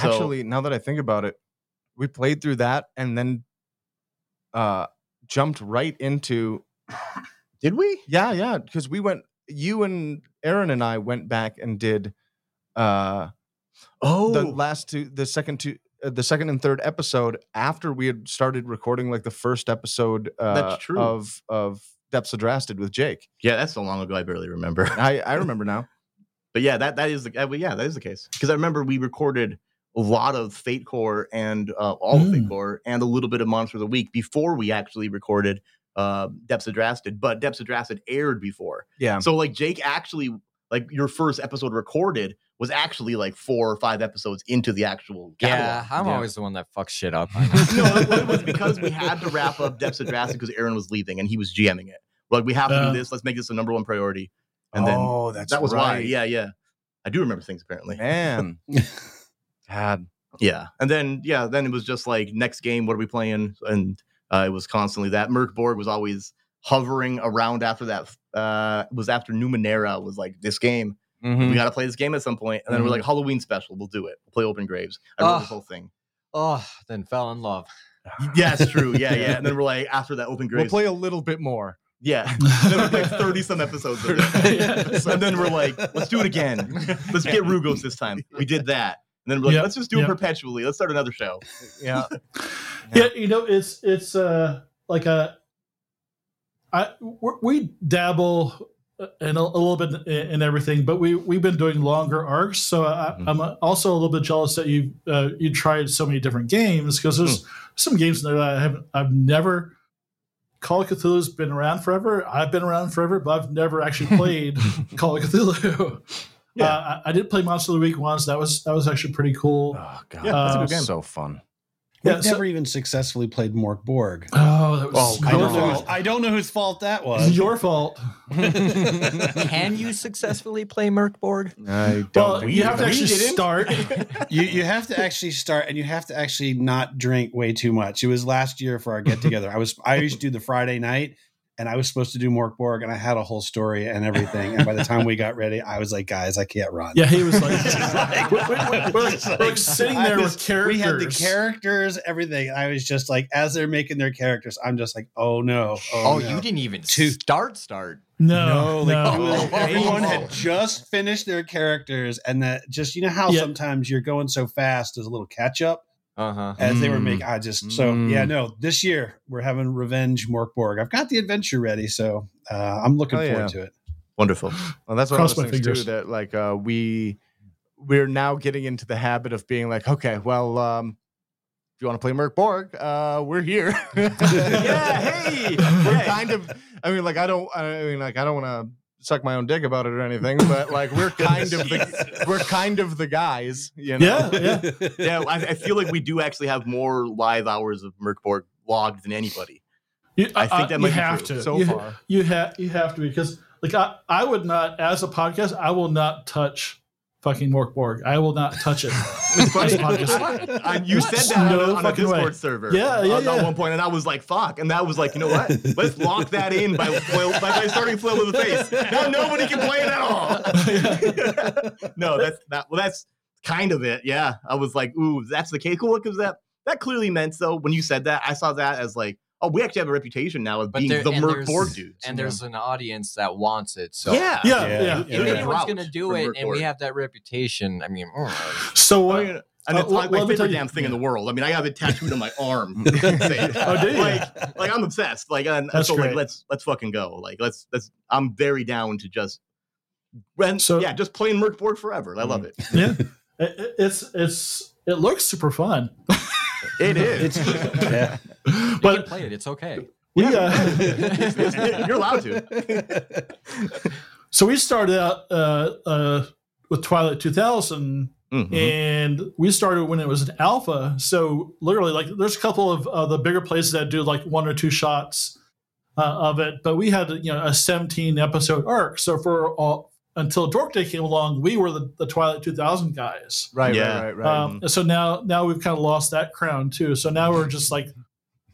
[SPEAKER 6] So-
[SPEAKER 4] Actually, now that I think about it, we played through that and then uh jumped right into
[SPEAKER 6] Did we?
[SPEAKER 4] yeah, yeah, because we went you and Aaron and I went back and did uh
[SPEAKER 6] Oh,
[SPEAKER 4] the last two the second two uh, the second and third episode after we had started recording like the first episode uh,
[SPEAKER 6] That's true.
[SPEAKER 4] of of Depths of Drasted with Jake.
[SPEAKER 6] yeah, that's so long ago. I barely remember.
[SPEAKER 4] I I remember now.
[SPEAKER 6] But yeah, that that is the uh, well, yeah that is the case because I remember we recorded a lot of Fate Core and uh, all of
[SPEAKER 1] Mm.
[SPEAKER 6] Fate Core and a little bit of Monster of the Week before we actually recorded uh, Depths of Drasted, but Depths of Drasted aired before.
[SPEAKER 4] Yeah.
[SPEAKER 6] So like Jake actually like your first episode recorded was actually like four or five episodes into the actual
[SPEAKER 3] Yeah,
[SPEAKER 6] catalog.
[SPEAKER 3] I'm
[SPEAKER 4] Yeah. [LAUGHS]
[SPEAKER 3] always the one that fucks shit up.
[SPEAKER 6] no, it, it was because we had to wrap up Depths of Drasted because Aaron was leaving and he was GMing it. Like we have to
[SPEAKER 1] Uh.
[SPEAKER 6] do this. Let's make this the number one priority. And then
[SPEAKER 4] oh, that's
[SPEAKER 6] that was why.
[SPEAKER 4] right.
[SPEAKER 6] Yeah, yeah. I do remember things apparently. [LAUGHS]
[SPEAKER 4] Man. God.
[SPEAKER 6] Yeah. And then yeah, then it was just like next game, what are we playing? And uh, it was constantly that. Merc Borg was always hovering around after that. Uh, it was after Numenera was like this game.
[SPEAKER 4] Mhm.
[SPEAKER 6] We got to play this game at some point. And then we're like Halloween special. We'll do it. We'll play Open Graves. I wrote this
[SPEAKER 3] Ah.
[SPEAKER 6] whole thing.
[SPEAKER 3] [LAUGHS] oh, then fell in love.
[SPEAKER 6] Yeah, it's true. Yeah, yeah. And then we're like after that Open
[SPEAKER 4] We'll
[SPEAKER 6] Graves.
[SPEAKER 4] play a little bit more.
[SPEAKER 6] yeah.
[SPEAKER 1] [LAUGHS]
[SPEAKER 6] There were like 30 some episodes of it. and then we're like, let's do it again. Let's get Rugos this time. We did that. And then we're like,
[SPEAKER 1] Yep,
[SPEAKER 6] let's just do
[SPEAKER 1] yep.
[SPEAKER 6] it perpetually. Let's start another show.
[SPEAKER 4] Yeah.
[SPEAKER 1] yeah you know it's it's uh like a i we're- we dabble uh, in a, a little bit in, in everything but we we've been doing longer arcs so I, i'm uh, also a little bit jealous that you uh, you tried so many different games because there's some games in there that i haven't i've never Call of Cthulhu's been around forever. I've been around forever, but I've never actually played Call of Cthulhu.
[SPEAKER 6] Yeah.
[SPEAKER 1] Uh, I, I did play Monster of the Week once. That was that was actually pretty cool.
[SPEAKER 4] Oh god.
[SPEAKER 1] Yeah, that's a good
[SPEAKER 4] That was
[SPEAKER 1] game.
[SPEAKER 4] so fun.
[SPEAKER 1] Yeah,
[SPEAKER 2] We've
[SPEAKER 1] so-
[SPEAKER 2] never even successfully played Mork Borg.
[SPEAKER 1] oh, that was
[SPEAKER 2] I
[SPEAKER 1] your
[SPEAKER 2] don't, know whose,
[SPEAKER 1] fault.
[SPEAKER 2] I don't know whose fault that was.
[SPEAKER 1] Your fault.
[SPEAKER 3] Can you successfully play Merkborg?
[SPEAKER 4] I don't
[SPEAKER 1] Well,
[SPEAKER 4] think
[SPEAKER 1] you have to
[SPEAKER 4] did.
[SPEAKER 1] actually
[SPEAKER 2] [LAUGHS]
[SPEAKER 1] start.
[SPEAKER 2] you you have to actually start and you have to actually not drink way too much. It was last year for our get together. I was I used to do the Friday night and I was supposed to do Mork Borg and I had a whole story and everything. And by the time we got ready, I was like, guys, I can't run.
[SPEAKER 1] [LAUGHS] yeah, he was like,
[SPEAKER 2] Just like-
[SPEAKER 1] [LAUGHS] we're, we're- we're-
[SPEAKER 2] just like-
[SPEAKER 1] we're sitting there
[SPEAKER 2] I
[SPEAKER 1] with characters.
[SPEAKER 2] We had the characters, everything. I was just like, as they're making their characters, I'm just like, oh no.
[SPEAKER 3] Oh,
[SPEAKER 2] no.
[SPEAKER 3] you didn't even
[SPEAKER 2] Two.
[SPEAKER 3] start start.
[SPEAKER 1] No, no,
[SPEAKER 2] like it was-
[SPEAKER 3] Oh.
[SPEAKER 1] [LAUGHS]
[SPEAKER 2] everyone had just finished their characters, and that just you know how
[SPEAKER 1] Yeah.
[SPEAKER 2] sometimes you're going so fast there's a little catch up
[SPEAKER 3] Uh huh.
[SPEAKER 2] as they were
[SPEAKER 4] Mm.
[SPEAKER 2] making. I just so
[SPEAKER 4] Mm.
[SPEAKER 2] yeah no. This year we're having revenge Morkborg. I've got the adventure ready, so uh, I'm looking
[SPEAKER 4] Oh,
[SPEAKER 2] forward
[SPEAKER 4] yeah.
[SPEAKER 2] to it.
[SPEAKER 6] Wonderful.
[SPEAKER 4] Well, that's one
[SPEAKER 1] Cross
[SPEAKER 4] of those
[SPEAKER 1] my
[SPEAKER 4] things
[SPEAKER 1] fingers.
[SPEAKER 4] too. That like uh, we we're now getting into the habit of being like, okay, well, um, if you want to play Merc Borg, uh, we're [LAUGHS] here. yeah, hey, we're kind of. I mean, like, I don't. I mean, like, I don't want to suck my own dick about it or anything, but like, [LAUGHS] we're kind of the we're kind of the guys. You know?
[SPEAKER 1] Yeah, yeah.
[SPEAKER 6] yeah, I, I feel like we do actually have more live hours of Merkborg logged than anybody.
[SPEAKER 1] You,
[SPEAKER 6] I think that
[SPEAKER 1] you
[SPEAKER 6] might be
[SPEAKER 1] have
[SPEAKER 6] true. [LAUGHS]
[SPEAKER 1] to.
[SPEAKER 4] So
[SPEAKER 1] you,
[SPEAKER 4] far,
[SPEAKER 1] you have you have to because like I, I would not as a podcast I will not touch fucking Morkborg. I will not touch
[SPEAKER 2] [LAUGHS]
[SPEAKER 1] it.
[SPEAKER 6] It's
[SPEAKER 1] As
[SPEAKER 6] funny.
[SPEAKER 1] a [LAUGHS] podcast.
[SPEAKER 6] I, you said
[SPEAKER 1] What?
[SPEAKER 6] that on a-
[SPEAKER 1] No
[SPEAKER 6] on, a
[SPEAKER 1] fucking way.
[SPEAKER 6] Discord server. uh,
[SPEAKER 1] Yeah, yeah,
[SPEAKER 6] At
[SPEAKER 1] yeah.
[SPEAKER 6] one point, and I was like, "Fuck!" And that was like, you know what? Let's lock that in by foil, by, by starting foil in the face. Now nobody can play it at all. [LAUGHS] no, that's that. Well, that's kind of it. Yeah, I was like, "Ooh, that's the case." Cool, because that that clearly meant so. When you said that, I saw that as like, "Oh, we actually have a reputation now of
[SPEAKER 3] But
[SPEAKER 6] being
[SPEAKER 3] there-
[SPEAKER 6] the
[SPEAKER 3] and
[SPEAKER 6] Merc
[SPEAKER 3] there's-
[SPEAKER 6] Borg dudes."
[SPEAKER 3] And there's an audience that wants it. So
[SPEAKER 6] yeah.
[SPEAKER 1] yeah,
[SPEAKER 2] Yeah.
[SPEAKER 1] yeah.
[SPEAKER 3] If
[SPEAKER 2] Yeah.
[SPEAKER 3] anyone's
[SPEAKER 6] Route
[SPEAKER 3] gonna do
[SPEAKER 6] from
[SPEAKER 3] it, and
[SPEAKER 6] Merkborg.
[SPEAKER 3] we have that reputation. I mean, mm,
[SPEAKER 1] So what?
[SPEAKER 6] Well, and
[SPEAKER 1] Uh,
[SPEAKER 6] it's
[SPEAKER 1] well,
[SPEAKER 6] like my
[SPEAKER 1] let me tell
[SPEAKER 6] favorite
[SPEAKER 1] you-
[SPEAKER 6] damn thing in the world. I mean, I have it tattooed on my
[SPEAKER 1] [LAUGHS]
[SPEAKER 6] arm. [LAUGHS]
[SPEAKER 1] Oh, do you?
[SPEAKER 6] Like, like I'm obsessed. Like, and, and
[SPEAKER 1] That's
[SPEAKER 6] so
[SPEAKER 1] great.
[SPEAKER 6] like, let's let's fucking go. Like, let's let's. I'm very down to just And
[SPEAKER 1] So- Mm.
[SPEAKER 6] yeah, just playing Merc Board forever. I love it.
[SPEAKER 1] yeah, It- it- it's it's it looks super fun.
[SPEAKER 6] It
[SPEAKER 2] It's
[SPEAKER 6] is. [LAUGHS]
[SPEAKER 2] yeah.
[SPEAKER 3] But you
[SPEAKER 1] But
[SPEAKER 3] can play it. It's okay.
[SPEAKER 1] we uh, [LAUGHS]
[SPEAKER 6] You're allowed to.
[SPEAKER 1] so we started out uh, uh, with Twilight 2000,
[SPEAKER 6] Mm-hmm.
[SPEAKER 4] Mhm.
[SPEAKER 1] and we started when it was an alpha. So literally, like, there's a couple of uh, the bigger places that do like one or two shots uh, of it, but we had you know a 17 episode arc. So for all, until Dork Day came along, we were the, the Twilight 2000 guys.
[SPEAKER 4] Right,
[SPEAKER 6] Yeah.
[SPEAKER 4] right, right, right. [LAUGHS]
[SPEAKER 1] Um, so now, now we've kind of lost that crown too. So now we're just like,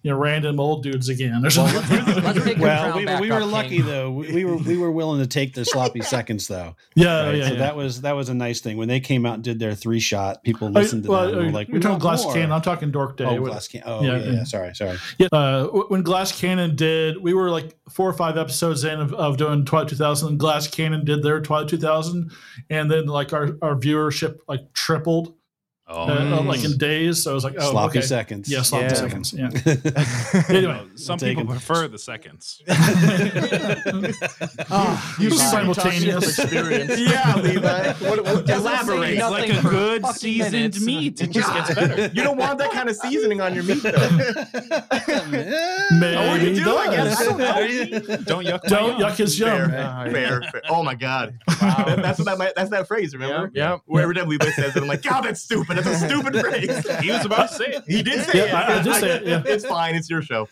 [SPEAKER 1] you know, random old dudes again or something.
[SPEAKER 3] Let's take your
[SPEAKER 2] Well,
[SPEAKER 3] crown
[SPEAKER 2] we,
[SPEAKER 3] back
[SPEAKER 2] we were
[SPEAKER 3] up,
[SPEAKER 2] lucky
[SPEAKER 3] King.
[SPEAKER 2] though. We, we were we were willing to take the
[SPEAKER 1] [LAUGHS]
[SPEAKER 2] sloppy seconds
[SPEAKER 1] [LAUGHS] Oh,
[SPEAKER 2] though.
[SPEAKER 1] yeah,
[SPEAKER 2] right?
[SPEAKER 1] yeah,
[SPEAKER 2] so
[SPEAKER 1] yeah.
[SPEAKER 2] that was that was a nice thing when they came out and did their three shot. People listened to
[SPEAKER 1] well,
[SPEAKER 2] them. And
[SPEAKER 1] uh,
[SPEAKER 2] were like
[SPEAKER 1] you're
[SPEAKER 2] we
[SPEAKER 1] talking
[SPEAKER 2] want
[SPEAKER 1] Glass
[SPEAKER 2] more.
[SPEAKER 1] Cannon. I'm talking Dork Day.
[SPEAKER 2] Oh,
[SPEAKER 1] We're-
[SPEAKER 2] glass can. Oh,
[SPEAKER 1] Yeah.
[SPEAKER 2] yeah, yeah, Sorry, sorry.
[SPEAKER 1] Yeah, uh, w- when Glass Cannon did, we were like four or five episodes in of, of doing Twilight 2000. And Glass Cannon did their Twilight 2000, and then like our, our viewership like tripled
[SPEAKER 5] Oh,
[SPEAKER 1] uh, uh, like in days. So I was like, oh,
[SPEAKER 2] sloppy
[SPEAKER 1] okay.
[SPEAKER 2] seconds.
[SPEAKER 1] Yeah, sloppy
[SPEAKER 4] Yeah.
[SPEAKER 1] seconds. Yeah.
[SPEAKER 5] You
[SPEAKER 1] anyway,
[SPEAKER 5] know, some
[SPEAKER 2] Take
[SPEAKER 5] people
[SPEAKER 2] 'em.
[SPEAKER 5] prefer the seconds.
[SPEAKER 3] Ah,
[SPEAKER 1] [LAUGHS] you
[SPEAKER 3] Levi.
[SPEAKER 1] simultaneous.
[SPEAKER 3] experience.
[SPEAKER 6] [LAUGHS] Yeah, Levi. What,
[SPEAKER 3] Doesn't
[SPEAKER 6] what,
[SPEAKER 3] say
[SPEAKER 6] elaborate.
[SPEAKER 5] It's
[SPEAKER 3] nothing
[SPEAKER 5] like a
[SPEAKER 3] for
[SPEAKER 5] good
[SPEAKER 3] fucking
[SPEAKER 5] seasoned
[SPEAKER 3] minutes.
[SPEAKER 5] meat. It just
[SPEAKER 6] [LAUGHS]
[SPEAKER 5] gets better.
[SPEAKER 6] You don't want that kind of seasoning on your
[SPEAKER 5] [LAUGHS]
[SPEAKER 6] meat, though. Oh,
[SPEAKER 1] Maybe
[SPEAKER 6] you
[SPEAKER 1] he
[SPEAKER 6] do, I guess. I
[SPEAKER 1] does.
[SPEAKER 5] Don't
[SPEAKER 6] don't [LAUGHS] know.
[SPEAKER 5] yuck. my
[SPEAKER 1] Don't
[SPEAKER 5] yum.
[SPEAKER 1] yuck his
[SPEAKER 6] Fair,
[SPEAKER 1] yum.
[SPEAKER 6] fair, fair. Oh my god,
[SPEAKER 3] Wow.
[SPEAKER 6] That- that's what that might, that's that phrase. Remember?
[SPEAKER 4] Yeah, yeah.
[SPEAKER 6] Where every time Levi says it, I'm like, God, that's stupid. That's a stupid phrase.
[SPEAKER 5] He was about to say it.
[SPEAKER 6] He did say
[SPEAKER 1] Yeah,
[SPEAKER 6] it.
[SPEAKER 1] I- I did say it, yeah.
[SPEAKER 6] It's fine. It's your show.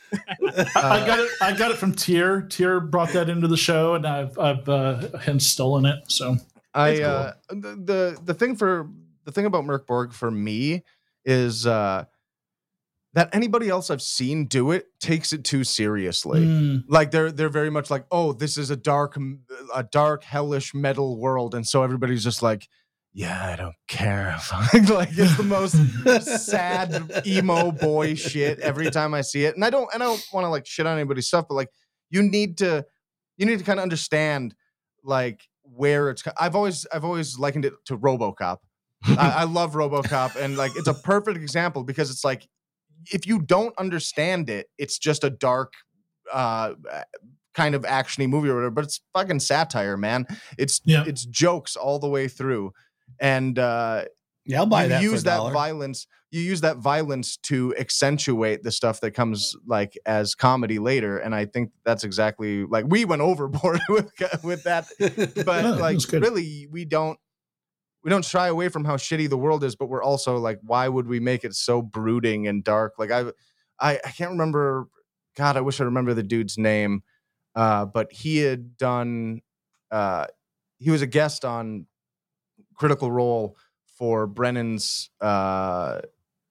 [SPEAKER 1] I got it. I got it from Tier. Tier brought that into the show, and I've I've uh, hence stolen it. So
[SPEAKER 4] I uh, the, the the thing for the thing about Merc Borg for me is uh, that anybody else I've seen do it takes it too seriously.
[SPEAKER 2] Hmm.
[SPEAKER 1] Mm,
[SPEAKER 4] Like they're they're very much like, oh, this is a dark m- a dark hellish metal world, and so everybody's just like, yeah, I don't care. [LAUGHS] like it's the most sad emo boy shit every time I see it. And I don't and I don't want to like shit on anybody's stuff, but like you need to you need to kind of understand like where it's co- I've always I've always likened it to RoboCop. I, I love RoboCop and like it's a perfect example because it's like if you don't understand it, it's just a dark uh kind of actiony movie or whatever, but it's fucking satire, man. It's
[SPEAKER 1] Yeah.
[SPEAKER 4] it's jokes all the way through. And uh
[SPEAKER 2] [LAUGHS] Yeah, I'll buy
[SPEAKER 4] you
[SPEAKER 2] that.
[SPEAKER 4] use
[SPEAKER 2] for a
[SPEAKER 4] that
[SPEAKER 2] dollar. [LAUGHS]
[SPEAKER 4] violence you use that violence to accentuate the stuff that comes like as comedy later and i think that's exactly like we went overboard [LAUGHS] with, with that [LAUGHS] but
[SPEAKER 1] Yeah,
[SPEAKER 4] like
[SPEAKER 1] that's good.
[SPEAKER 4] really we don't we don't shy away from how shitty the world is but we're also like why would we make it so brooding and dark like i i, I can't remember god i wish i remember the dude's name uh but he had done uh he was a guest on critical role for brennan's uh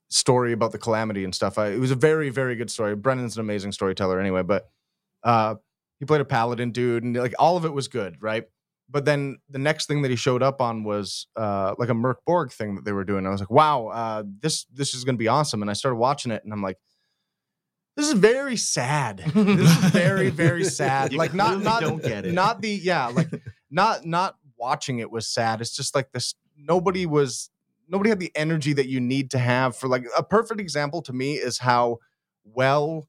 [SPEAKER 4] story about the calamity and stuff I, it was a very very good story brennan's an amazing storyteller anyway but uh he played a paladin dude and like all of it was good right but then the next thing that he showed up on was uh, like a Merc Borg thing that they were doing. I was like, wow, uh, this this is going to be awesome. And I started watching it, and I'm like, this is very
[SPEAKER 6] [LAUGHS]
[SPEAKER 4] sad. This is very very sad.
[SPEAKER 6] You
[SPEAKER 4] like not
[SPEAKER 6] clearly
[SPEAKER 4] not
[SPEAKER 6] don't get it.
[SPEAKER 4] not the yeah like not not watching it was sad. It's just like this. Nobody was nobody had the energy that you need to have for like a perfect example to me is how well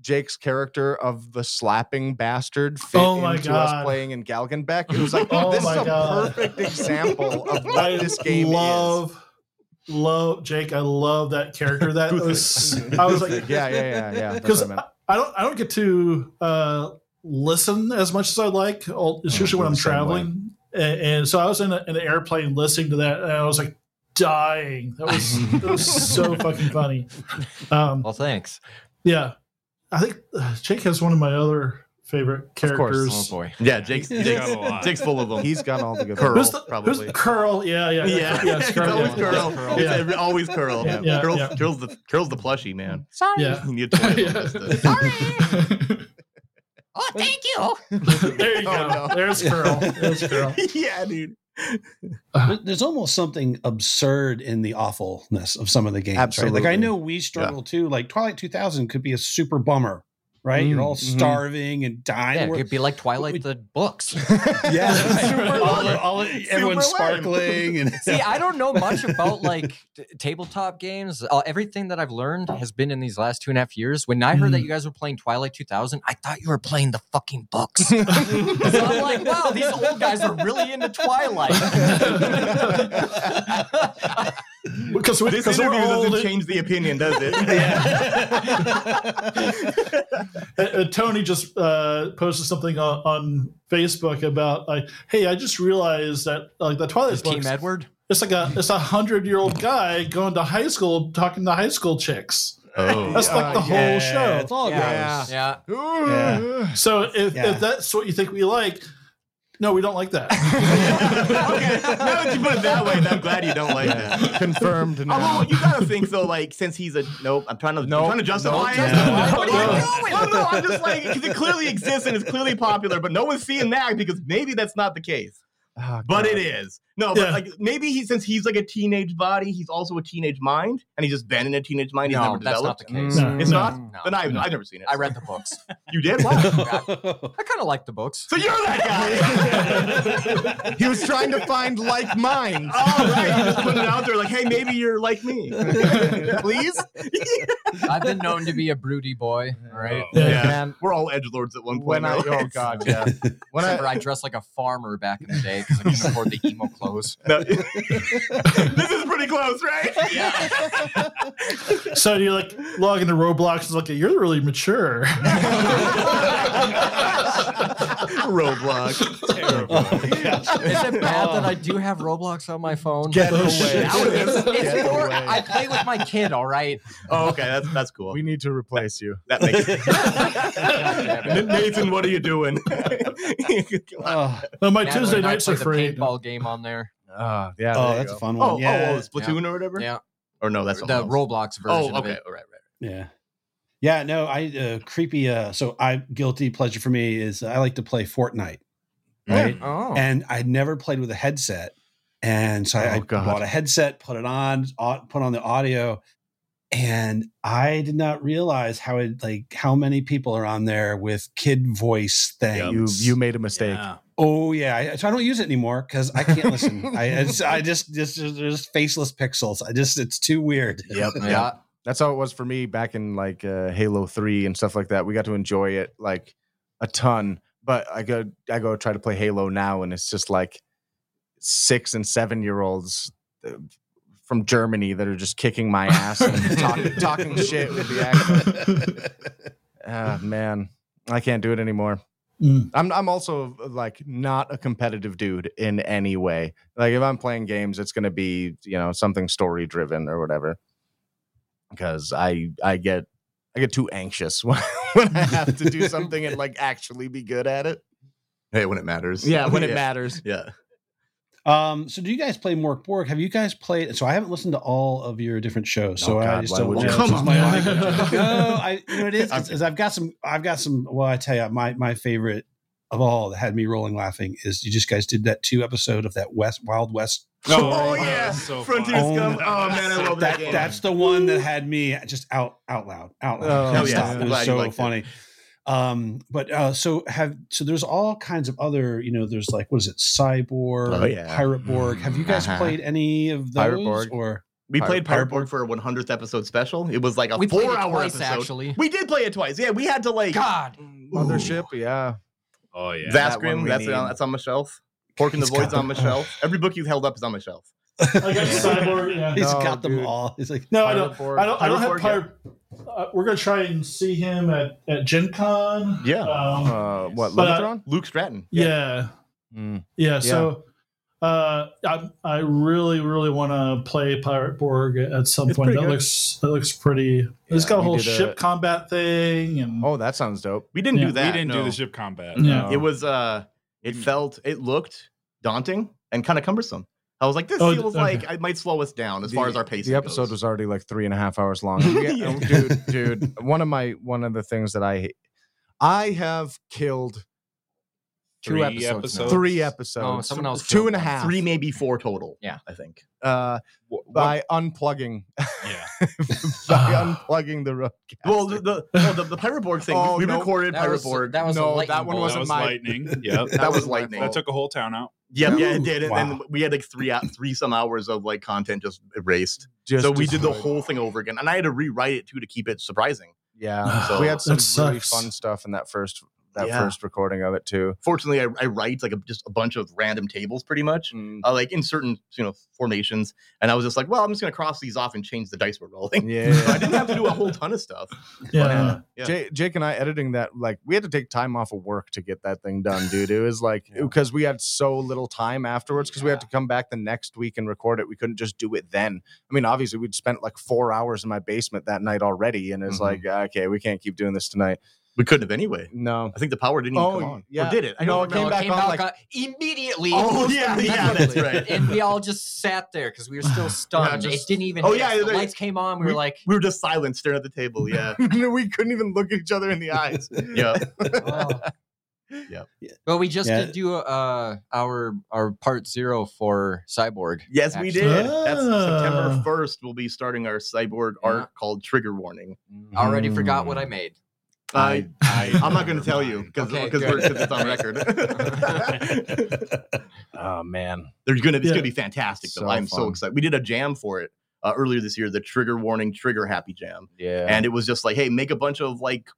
[SPEAKER 4] Jake's character of the slapping bastard fit
[SPEAKER 1] Oh my
[SPEAKER 4] into
[SPEAKER 1] God.
[SPEAKER 4] us playing in Galgenbeck. It
[SPEAKER 1] [LAUGHS]
[SPEAKER 4] was like
[SPEAKER 1] Oh
[SPEAKER 4] this is
[SPEAKER 1] my
[SPEAKER 4] a
[SPEAKER 1] God.
[SPEAKER 4] perfect example of
[SPEAKER 1] [LAUGHS]
[SPEAKER 4] what
[SPEAKER 1] I
[SPEAKER 4] this game
[SPEAKER 1] love, love Jake. I love that character.
[SPEAKER 4] [LAUGHS]
[SPEAKER 1] That was. I was like,
[SPEAKER 4] is. [LAUGHS] Yeah, yeah, yeah, yeah. that's
[SPEAKER 1] because
[SPEAKER 4] what I meant.
[SPEAKER 1] I, I don't I don't get to uh, listen as much as I like. I'll- It's
[SPEAKER 4] Oh,
[SPEAKER 1] usually when
[SPEAKER 4] we're
[SPEAKER 1] I'm
[SPEAKER 4] the same way.
[SPEAKER 1] traveling, and, and so I was in, a, in an airplane listening to that, and I was like dying. That was that was
[SPEAKER 4] [LAUGHS]
[SPEAKER 1] so fucking funny. Um,
[SPEAKER 3] Well, thanks.
[SPEAKER 1] yeah, I think uh, Jake has one of my other favorite
[SPEAKER 4] Of course.
[SPEAKER 1] characters.
[SPEAKER 3] Oh boy.
[SPEAKER 6] Yeah, Jake's
[SPEAKER 2] He's
[SPEAKER 6] Jake's,
[SPEAKER 5] got a lot.
[SPEAKER 6] Jake's full of them.
[SPEAKER 4] He's got all the good
[SPEAKER 6] Curl.
[SPEAKER 1] Who's
[SPEAKER 4] ones.
[SPEAKER 1] the, who's
[SPEAKER 6] probably.
[SPEAKER 1] the curl? Yeah, yeah,
[SPEAKER 6] yeah,
[SPEAKER 1] yeah. it's
[SPEAKER 6] it's
[SPEAKER 1] curl,
[SPEAKER 6] always
[SPEAKER 1] yeah.
[SPEAKER 6] [LAUGHS] curl.
[SPEAKER 3] Curl.
[SPEAKER 6] It's
[SPEAKER 1] Yeah.
[SPEAKER 6] every- always curl.
[SPEAKER 1] Yeah, yeah,
[SPEAKER 6] curl's,
[SPEAKER 1] yeah.
[SPEAKER 6] curl's the curl's the plushie man.
[SPEAKER 7] Sorry.
[SPEAKER 1] [LAUGHS] Yeah.
[SPEAKER 6] You
[SPEAKER 1] [LAUGHS]
[SPEAKER 6] toy with
[SPEAKER 1] Yeah.
[SPEAKER 6] this.
[SPEAKER 7] Oh, thank you.
[SPEAKER 1] [LAUGHS] there you go.
[SPEAKER 4] Oh, no.
[SPEAKER 1] There's curl. There's curl.
[SPEAKER 6] [LAUGHS] yeah, dude.
[SPEAKER 2] There- There's almost something absurd in the awfulness of some of the games. right? Like I
[SPEAKER 4] Absolutely.
[SPEAKER 2] know we struggle too. Like Twilight 2000 could be a super bummer, right? You're all
[SPEAKER 4] Mhm.
[SPEAKER 2] starving and dying.
[SPEAKER 3] Yeah,
[SPEAKER 2] We're-
[SPEAKER 3] it'd be like Twilight
[SPEAKER 2] we-
[SPEAKER 3] the books.
[SPEAKER 2] yeah,
[SPEAKER 6] Super
[SPEAKER 2] all,
[SPEAKER 6] lame.
[SPEAKER 2] all, everyone's
[SPEAKER 6] Super lame.
[SPEAKER 2] sparkling
[SPEAKER 6] [LAUGHS]
[SPEAKER 2] and
[SPEAKER 1] [LAUGHS]
[SPEAKER 3] See, I don't know [LAUGHS] much about like t- tabletop games. Uh, everything that I've learned has been in these last two and a half years. When I heard that you guys were playing Twilight 2000, I thought you were playing the fucking books. [LAUGHS] so I'm like, wow, these old guys are really into Twilight.
[SPEAKER 1] Because we,
[SPEAKER 6] This
[SPEAKER 1] because we're
[SPEAKER 6] interview
[SPEAKER 1] old.
[SPEAKER 6] doesn't change the opinion, does
[SPEAKER 1] [LAUGHS]
[SPEAKER 6] it?
[SPEAKER 1] Uh, uh, Tony just uh, posted something on, on Facebook about like, hey, I just realized that like the Twilight
[SPEAKER 3] Team
[SPEAKER 1] books,
[SPEAKER 3] Edward.
[SPEAKER 1] it's like a it's a hundred year old guy going to high school talking to high school chicks.
[SPEAKER 6] [LAUGHS] Oh.
[SPEAKER 1] That's like the
[SPEAKER 4] Yeah,
[SPEAKER 1] whole
[SPEAKER 2] Yeah,
[SPEAKER 1] show.
[SPEAKER 2] It's all
[SPEAKER 4] Yeah.
[SPEAKER 2] gross.
[SPEAKER 3] Yeah.
[SPEAKER 2] Yeah.
[SPEAKER 1] So if,
[SPEAKER 2] Yeah.
[SPEAKER 1] if that's what you think we like, no, we don't like that. [LAUGHS]
[SPEAKER 4] [LAUGHS]
[SPEAKER 6] [LAUGHS] okay. Now that you put it that way, then I'm glad you don't like that. [LAUGHS] Oh,
[SPEAKER 4] Confirmed. now.
[SPEAKER 6] Although you gotta think though, like since he's a nope, I'm trying to
[SPEAKER 4] Nope.
[SPEAKER 6] I'm trying to justify
[SPEAKER 4] Nope.
[SPEAKER 6] it.
[SPEAKER 4] Yeah.
[SPEAKER 6] What are
[SPEAKER 1] Nope.
[SPEAKER 6] you doing? Well, Oh, no, I'm just like because it clearly exists and it's clearly popular, but no one's seeing that because maybe that's not the case.
[SPEAKER 4] Ah,
[SPEAKER 6] But
[SPEAKER 4] God.
[SPEAKER 6] it is no, but
[SPEAKER 1] Yeah.
[SPEAKER 6] like maybe he since he's like a teenage body, he's also a teenage mind, and he's just been in a teenage mind. He's
[SPEAKER 3] No,
[SPEAKER 6] never
[SPEAKER 3] that's not
[SPEAKER 6] developed.
[SPEAKER 3] the case.
[SPEAKER 1] No.
[SPEAKER 6] It's
[SPEAKER 1] No.
[SPEAKER 6] not.
[SPEAKER 3] No.
[SPEAKER 6] Then I've I've never seen it.
[SPEAKER 3] I read the books.
[SPEAKER 6] You did? [LAUGHS] Wow.
[SPEAKER 3] I kind of like the books.
[SPEAKER 6] So you're [LAUGHS] that guy.
[SPEAKER 4] he was trying to find like
[SPEAKER 1] [LAUGHS]
[SPEAKER 4] minds.
[SPEAKER 6] All right, you just put it out there like, hey, maybe you're like [LAUGHS] me. Please?
[SPEAKER 3] [LAUGHS] I've been known to be a broody boy. All right.
[SPEAKER 1] Yeah.
[SPEAKER 3] Man,
[SPEAKER 6] We're all edge lords at one point.
[SPEAKER 4] When
[SPEAKER 6] in our
[SPEAKER 4] I oh
[SPEAKER 6] lives.
[SPEAKER 4] god yeah when
[SPEAKER 3] Remember,
[SPEAKER 4] I
[SPEAKER 3] I dressed like a farmer back in the day because I [LAUGHS] couldn't afford the emo clothes.
[SPEAKER 6] No. [LAUGHS] this is pretty close, right? Yeah.
[SPEAKER 1] so you like log into Roblox and like you're really
[SPEAKER 3] [LAUGHS]
[SPEAKER 1] mature.
[SPEAKER 6] Roblox.
[SPEAKER 3] [LAUGHS] Is it bad that I do have Roblox on my phone?
[SPEAKER 4] get
[SPEAKER 1] Oh,
[SPEAKER 3] [LAUGHS]
[SPEAKER 4] away.
[SPEAKER 1] shit.
[SPEAKER 6] Now it is.
[SPEAKER 3] It's
[SPEAKER 4] Get
[SPEAKER 3] for,
[SPEAKER 4] away.
[SPEAKER 3] I play with my kid, all right?
[SPEAKER 6] Oh, okay. That's that's cool.
[SPEAKER 4] We need to replace you.
[SPEAKER 6] that makes sense. Nathan, what are you [LAUGHS] doing?
[SPEAKER 2] Oh,
[SPEAKER 1] [LAUGHS] No, my
[SPEAKER 3] Madeline
[SPEAKER 1] Tuesday
[SPEAKER 3] and I
[SPEAKER 1] nights
[SPEAKER 3] play
[SPEAKER 1] are free.
[SPEAKER 3] The paintball game on there.
[SPEAKER 1] Uh,
[SPEAKER 4] Ah, yeah. there
[SPEAKER 2] oh
[SPEAKER 4] you
[SPEAKER 2] that's a
[SPEAKER 4] go.
[SPEAKER 2] fun one.
[SPEAKER 6] oh,
[SPEAKER 2] yeah.
[SPEAKER 6] oh, oh, Splatoon or whatever?
[SPEAKER 3] Yeah.
[SPEAKER 6] Or no, that's
[SPEAKER 3] the
[SPEAKER 6] something else.
[SPEAKER 3] Roblox
[SPEAKER 6] Oh,
[SPEAKER 3] version
[SPEAKER 6] okay. All
[SPEAKER 3] of
[SPEAKER 6] right,
[SPEAKER 3] it.
[SPEAKER 6] right, right.
[SPEAKER 2] Yeah. Yeah, no, I uh, creepy uh so I guilty pleasure for me is I like to play Fortnite. Right?
[SPEAKER 3] Oh.
[SPEAKER 2] And I never played with a headset. And so I,
[SPEAKER 4] Oh,
[SPEAKER 2] I
[SPEAKER 4] God.
[SPEAKER 2] bought a headset, put it on, au- put on the audio, and I did not realize how it like how many people are on there with kid voice
[SPEAKER 5] Yeah.
[SPEAKER 4] You
[SPEAKER 2] things.
[SPEAKER 4] you made a mistake.
[SPEAKER 5] Yeah.
[SPEAKER 2] Oh yeah, I, so I don't use it anymore because I can't listen. I it's,
[SPEAKER 4] [LAUGHS]
[SPEAKER 2] I just just just just faceless pixels. I just it's too weird.
[SPEAKER 6] Yep.
[SPEAKER 3] yeah.
[SPEAKER 4] That's how it was for me back in like uh, Halo Three and stuff like that. We got to enjoy it like a ton. But I go I go try to play Halo now, and it's just like six and seven year olds uh, from Germany that are just kicking my ass and talk, talking shit
[SPEAKER 1] [LAUGHS]
[SPEAKER 4] with the accent. Ah, man, I can't do it anymore.
[SPEAKER 1] Mm.
[SPEAKER 4] I'm I'm also like not a competitive dude in any way. Like if I'm playing games, it's gonna be you know something story driven or whatever. Because I I get I get too anxious [LAUGHS] when, when I have to do something and like actually be good at it.
[SPEAKER 6] Hey, when it matters.
[SPEAKER 4] Yeah, when it matters.
[SPEAKER 6] Yeah.
[SPEAKER 2] Um, so do you guys play Mork Borg? Have you guys played? So I haven't listened to all of your different shows, so
[SPEAKER 4] Oh,
[SPEAKER 2] I
[SPEAKER 4] God,
[SPEAKER 2] just
[SPEAKER 4] why
[SPEAKER 2] don't.
[SPEAKER 4] would
[SPEAKER 2] know.
[SPEAKER 4] you?
[SPEAKER 2] It's
[SPEAKER 1] Come
[SPEAKER 2] just
[SPEAKER 1] on,
[SPEAKER 2] my
[SPEAKER 1] man.
[SPEAKER 2] language. [LAUGHS] no, I you know it is is, is I've got some I've got some. Well, I tell you, my my favorite of all that had me rolling laughing is you just guys did that two episode of that West Wild West.
[SPEAKER 6] Oh,
[SPEAKER 5] that
[SPEAKER 6] yeah.
[SPEAKER 5] was so
[SPEAKER 6] Frontier
[SPEAKER 5] fun.
[SPEAKER 2] Oh,
[SPEAKER 6] Scum.
[SPEAKER 2] my-
[SPEAKER 6] Oh, man, I love
[SPEAKER 2] That,
[SPEAKER 6] that, game.
[SPEAKER 2] that's the one that had me just out out loud out loud.
[SPEAKER 4] Oh,
[SPEAKER 2] Couldn't
[SPEAKER 4] yeah.
[SPEAKER 2] stop.
[SPEAKER 4] I'm
[SPEAKER 2] It was
[SPEAKER 6] glad you
[SPEAKER 2] so
[SPEAKER 6] liked it.
[SPEAKER 2] funny. Um, but uh, so have so there's all kinds of other you know there's like what is it Cyborg,
[SPEAKER 6] Oh, yeah.
[SPEAKER 2] Pirate Borg. Have you guys
[SPEAKER 6] Uh-huh.
[SPEAKER 2] played any of those
[SPEAKER 4] Pirate Borg.
[SPEAKER 2] or? [LAUGHS]
[SPEAKER 6] we played Pirate
[SPEAKER 2] Pirate
[SPEAKER 6] Board for a 100th episode special. It was like a
[SPEAKER 3] We played it
[SPEAKER 6] four hour
[SPEAKER 3] twice,
[SPEAKER 6] episode.
[SPEAKER 3] actually.
[SPEAKER 6] We did play it twice. Yeah, we had to like.
[SPEAKER 3] God.
[SPEAKER 4] Mothership, yeah.
[SPEAKER 5] Oh yeah.
[SPEAKER 4] That one
[SPEAKER 6] Zaskrim,
[SPEAKER 4] we
[SPEAKER 6] that's
[SPEAKER 4] need.
[SPEAKER 6] on, that's on my shelf. Pork in the
[SPEAKER 2] He's
[SPEAKER 6] Void's
[SPEAKER 2] got
[SPEAKER 6] on my
[SPEAKER 2] them.
[SPEAKER 6] shelf. Every book you've held up is on my shelf.
[SPEAKER 1] I [LAUGHS] got cyborg. Yeah.
[SPEAKER 2] He's
[SPEAKER 4] No,
[SPEAKER 2] got them
[SPEAKER 4] dude.
[SPEAKER 2] all. He's like,
[SPEAKER 1] No, I
[SPEAKER 4] Pirate
[SPEAKER 1] don't.
[SPEAKER 4] Borg.
[SPEAKER 1] I don't. I don't have
[SPEAKER 6] Pirate
[SPEAKER 1] pirate. Uh, we're gonna try and see him at at Gen Con.
[SPEAKER 6] Yeah.
[SPEAKER 1] Um,
[SPEAKER 4] Uh, what
[SPEAKER 1] But, uh,
[SPEAKER 4] Lumitron?
[SPEAKER 6] Luke Stratton.
[SPEAKER 1] yeah.
[SPEAKER 4] Mm.
[SPEAKER 1] Yeah. So. Uh, I, I really, really want to play Pirate Borg at some
[SPEAKER 4] It's
[SPEAKER 1] point.
[SPEAKER 4] pretty
[SPEAKER 1] That
[SPEAKER 4] good.
[SPEAKER 1] looks that looks pretty. it's
[SPEAKER 4] Yeah,
[SPEAKER 1] got a
[SPEAKER 4] we
[SPEAKER 1] whole
[SPEAKER 4] did a-
[SPEAKER 1] ship combat thing, and
[SPEAKER 4] Oh, that sounds dope.
[SPEAKER 6] We didn't
[SPEAKER 1] Yeah.
[SPEAKER 6] do that.
[SPEAKER 5] we didn't do
[SPEAKER 6] no.
[SPEAKER 5] the ship combat.
[SPEAKER 1] Yeah.
[SPEAKER 6] It was uh it felt it looked daunting and kind of cumbersome. I was like, this
[SPEAKER 1] Oh,
[SPEAKER 6] feels
[SPEAKER 1] okay.
[SPEAKER 6] like it might slow us down as far as our pacing.
[SPEAKER 4] The episode
[SPEAKER 6] goes.
[SPEAKER 4] was already like three and a half hours
[SPEAKER 6] [LAUGHS]
[SPEAKER 4] long. Yeah,
[SPEAKER 6] Yeah.
[SPEAKER 4] oh, dude, dude, one of my one of the things that I hate, I have killed
[SPEAKER 3] Two
[SPEAKER 5] Three
[SPEAKER 3] episodes. now.
[SPEAKER 5] episodes.
[SPEAKER 4] Three episodes.
[SPEAKER 3] No, someone else
[SPEAKER 4] Two
[SPEAKER 3] filmed
[SPEAKER 4] and a
[SPEAKER 3] one.
[SPEAKER 4] half.
[SPEAKER 6] Three, maybe four total.
[SPEAKER 3] Yeah.
[SPEAKER 6] I think.
[SPEAKER 4] Uh,
[SPEAKER 5] Wh- what-
[SPEAKER 4] by unplugging, [LAUGHS]
[SPEAKER 5] yeah.
[SPEAKER 6] [LAUGHS]
[SPEAKER 4] by unplugging the roadcast.
[SPEAKER 6] Well, the the, well, the, the Pirate Borg thing.
[SPEAKER 4] Oh,
[SPEAKER 6] we
[SPEAKER 4] no.
[SPEAKER 6] recorded
[SPEAKER 3] That
[SPEAKER 6] Pirate
[SPEAKER 3] was,
[SPEAKER 6] Borg.
[SPEAKER 3] that was a
[SPEAKER 4] No,
[SPEAKER 3] lightning
[SPEAKER 4] that
[SPEAKER 3] bolt.
[SPEAKER 4] one
[SPEAKER 5] Oh, That
[SPEAKER 4] wasn't
[SPEAKER 5] was
[SPEAKER 4] my-
[SPEAKER 5] lightning. Yep.
[SPEAKER 6] That
[SPEAKER 4] wasn't
[SPEAKER 6] was
[SPEAKER 4] my
[SPEAKER 6] lightning.
[SPEAKER 4] fault.
[SPEAKER 5] That took a whole town out.
[SPEAKER 6] Yep, yeah,
[SPEAKER 4] Ooh,
[SPEAKER 6] it did. And then
[SPEAKER 2] wow.
[SPEAKER 6] we had like three three some hours of like content just erased.
[SPEAKER 4] Just
[SPEAKER 6] so we did the
[SPEAKER 4] destroyed.
[SPEAKER 6] whole thing over again, and I had to rewrite it too to keep it surprising.
[SPEAKER 4] Yeah,
[SPEAKER 6] So-
[SPEAKER 1] [SIGHS]
[SPEAKER 4] we had some
[SPEAKER 1] That
[SPEAKER 4] really
[SPEAKER 1] sucks.
[SPEAKER 4] fun stuff in that first that
[SPEAKER 6] Yeah.
[SPEAKER 4] first recording of it too.
[SPEAKER 6] Fortunately, I, I write like a, just a bunch of random tables, pretty much, [LAUGHS] uh, like in certain you know formations. And I was just like, well, I'm just gonna cross these off and change the dice
[SPEAKER 4] [LAUGHS]
[SPEAKER 6] we're rolling. So I
[SPEAKER 4] Yeah.
[SPEAKER 6] didn't have to do a whole ton of stuff. But,
[SPEAKER 1] Yeah.
[SPEAKER 6] uh, yeah.
[SPEAKER 4] Jake, Jake and I editing that, like we had to take time off of work to get that thing done, dude. It was
[SPEAKER 6] [LAUGHS]
[SPEAKER 4] like because we had so little time afterwards because we had to come back the next week and record it. We couldn't just do it then. I mean, obviously we'd spent like four hours in my basement that night already, and it's
[SPEAKER 6] Mhm.
[SPEAKER 4] like, "Ah, okay, we can't keep doing this tonight.
[SPEAKER 6] we couldn't have anyway.
[SPEAKER 4] No.
[SPEAKER 6] I think the power didn't even
[SPEAKER 4] Oh,
[SPEAKER 6] come on.
[SPEAKER 4] yeah.
[SPEAKER 6] Or did it? I
[SPEAKER 4] No,
[SPEAKER 6] don't
[SPEAKER 4] it came
[SPEAKER 3] No,
[SPEAKER 6] remember.
[SPEAKER 3] it
[SPEAKER 4] back
[SPEAKER 3] came
[SPEAKER 4] on,
[SPEAKER 3] out
[SPEAKER 4] like-
[SPEAKER 3] on- immediately. [LAUGHS]
[SPEAKER 6] Oh,
[SPEAKER 3] almost
[SPEAKER 6] yeah, yeah,
[SPEAKER 3] immediately.
[SPEAKER 6] that's
[SPEAKER 3] [LAUGHS]
[SPEAKER 6] right.
[SPEAKER 3] And we all just sat there because we were
[SPEAKER 4] [SIGHS]
[SPEAKER 3] still stunned.
[SPEAKER 6] just-
[SPEAKER 3] it didn't even.
[SPEAKER 6] Oh,
[SPEAKER 3] hit
[SPEAKER 6] yeah,
[SPEAKER 3] us. the
[SPEAKER 6] they-
[SPEAKER 3] lights came on. We, were like,
[SPEAKER 4] [LAUGHS]
[SPEAKER 6] we were just silent, staring at the table. Yeah,
[SPEAKER 4] we couldn't even look at each other
[SPEAKER 6] [LAUGHS]
[SPEAKER 4] in the eyes.
[SPEAKER 6] yeah.
[SPEAKER 3] oh.
[SPEAKER 6] Yep.
[SPEAKER 3] But we just
[SPEAKER 2] Yeah.
[SPEAKER 3] did do uh, our our part zero for Cyborg.
[SPEAKER 6] Yes, we
[SPEAKER 3] Actually.
[SPEAKER 6] did. That's September
[SPEAKER 1] Ah.
[SPEAKER 6] first. We'll be starting our cyborg
[SPEAKER 3] Yeah.
[SPEAKER 6] arc called Trigger Warning.
[SPEAKER 3] Already forgot what I made.
[SPEAKER 6] I,
[SPEAKER 5] I,
[SPEAKER 6] [LAUGHS] I'm not going to tell you because
[SPEAKER 3] Okay,
[SPEAKER 6] because
[SPEAKER 3] good.
[SPEAKER 6] it's on record.
[SPEAKER 1] [LAUGHS]
[SPEAKER 4] Oh man.
[SPEAKER 6] There's going to it's
[SPEAKER 1] Yeah.
[SPEAKER 6] going to be fantastic though.
[SPEAKER 4] So
[SPEAKER 6] I'm so
[SPEAKER 4] fun.
[SPEAKER 6] excited. We did a jam for it uh, earlier this year, the Trigger Warning Trigger Happy Jam,
[SPEAKER 4] Yeah.
[SPEAKER 6] and it was just like, hey, make a bunch of like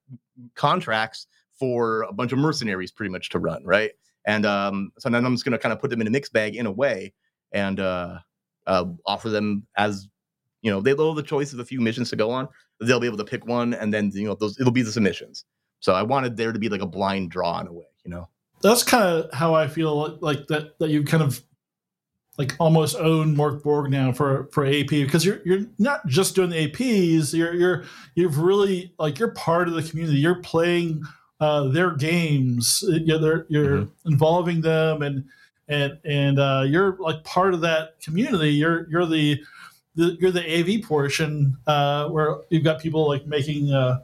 [SPEAKER 6] contracts for a bunch of mercenaries, pretty much to run right. And um, so then I'm just going to kind of put them in a mixed bag in a way, and uh, uh, offer them as you know they'll have the choice of a few missions to go on. They'll be able to pick one, and then you know those it'll be the submissions. So I wanted there to be like a blind draw in a way, you know.
[SPEAKER 1] That's kind of how I feel like, like that that you kind of like almost own Mark Borg now for for AP because you're you're not just doing the APs. You're you're you've really like you're part of the community. You're playing uh, their games. You're they're- you're
[SPEAKER 3] Mm-hmm.
[SPEAKER 1] involving them and and and uh, you're like part of that community. You're you're the, the you're the AV portion uh, where you've got people like making uh,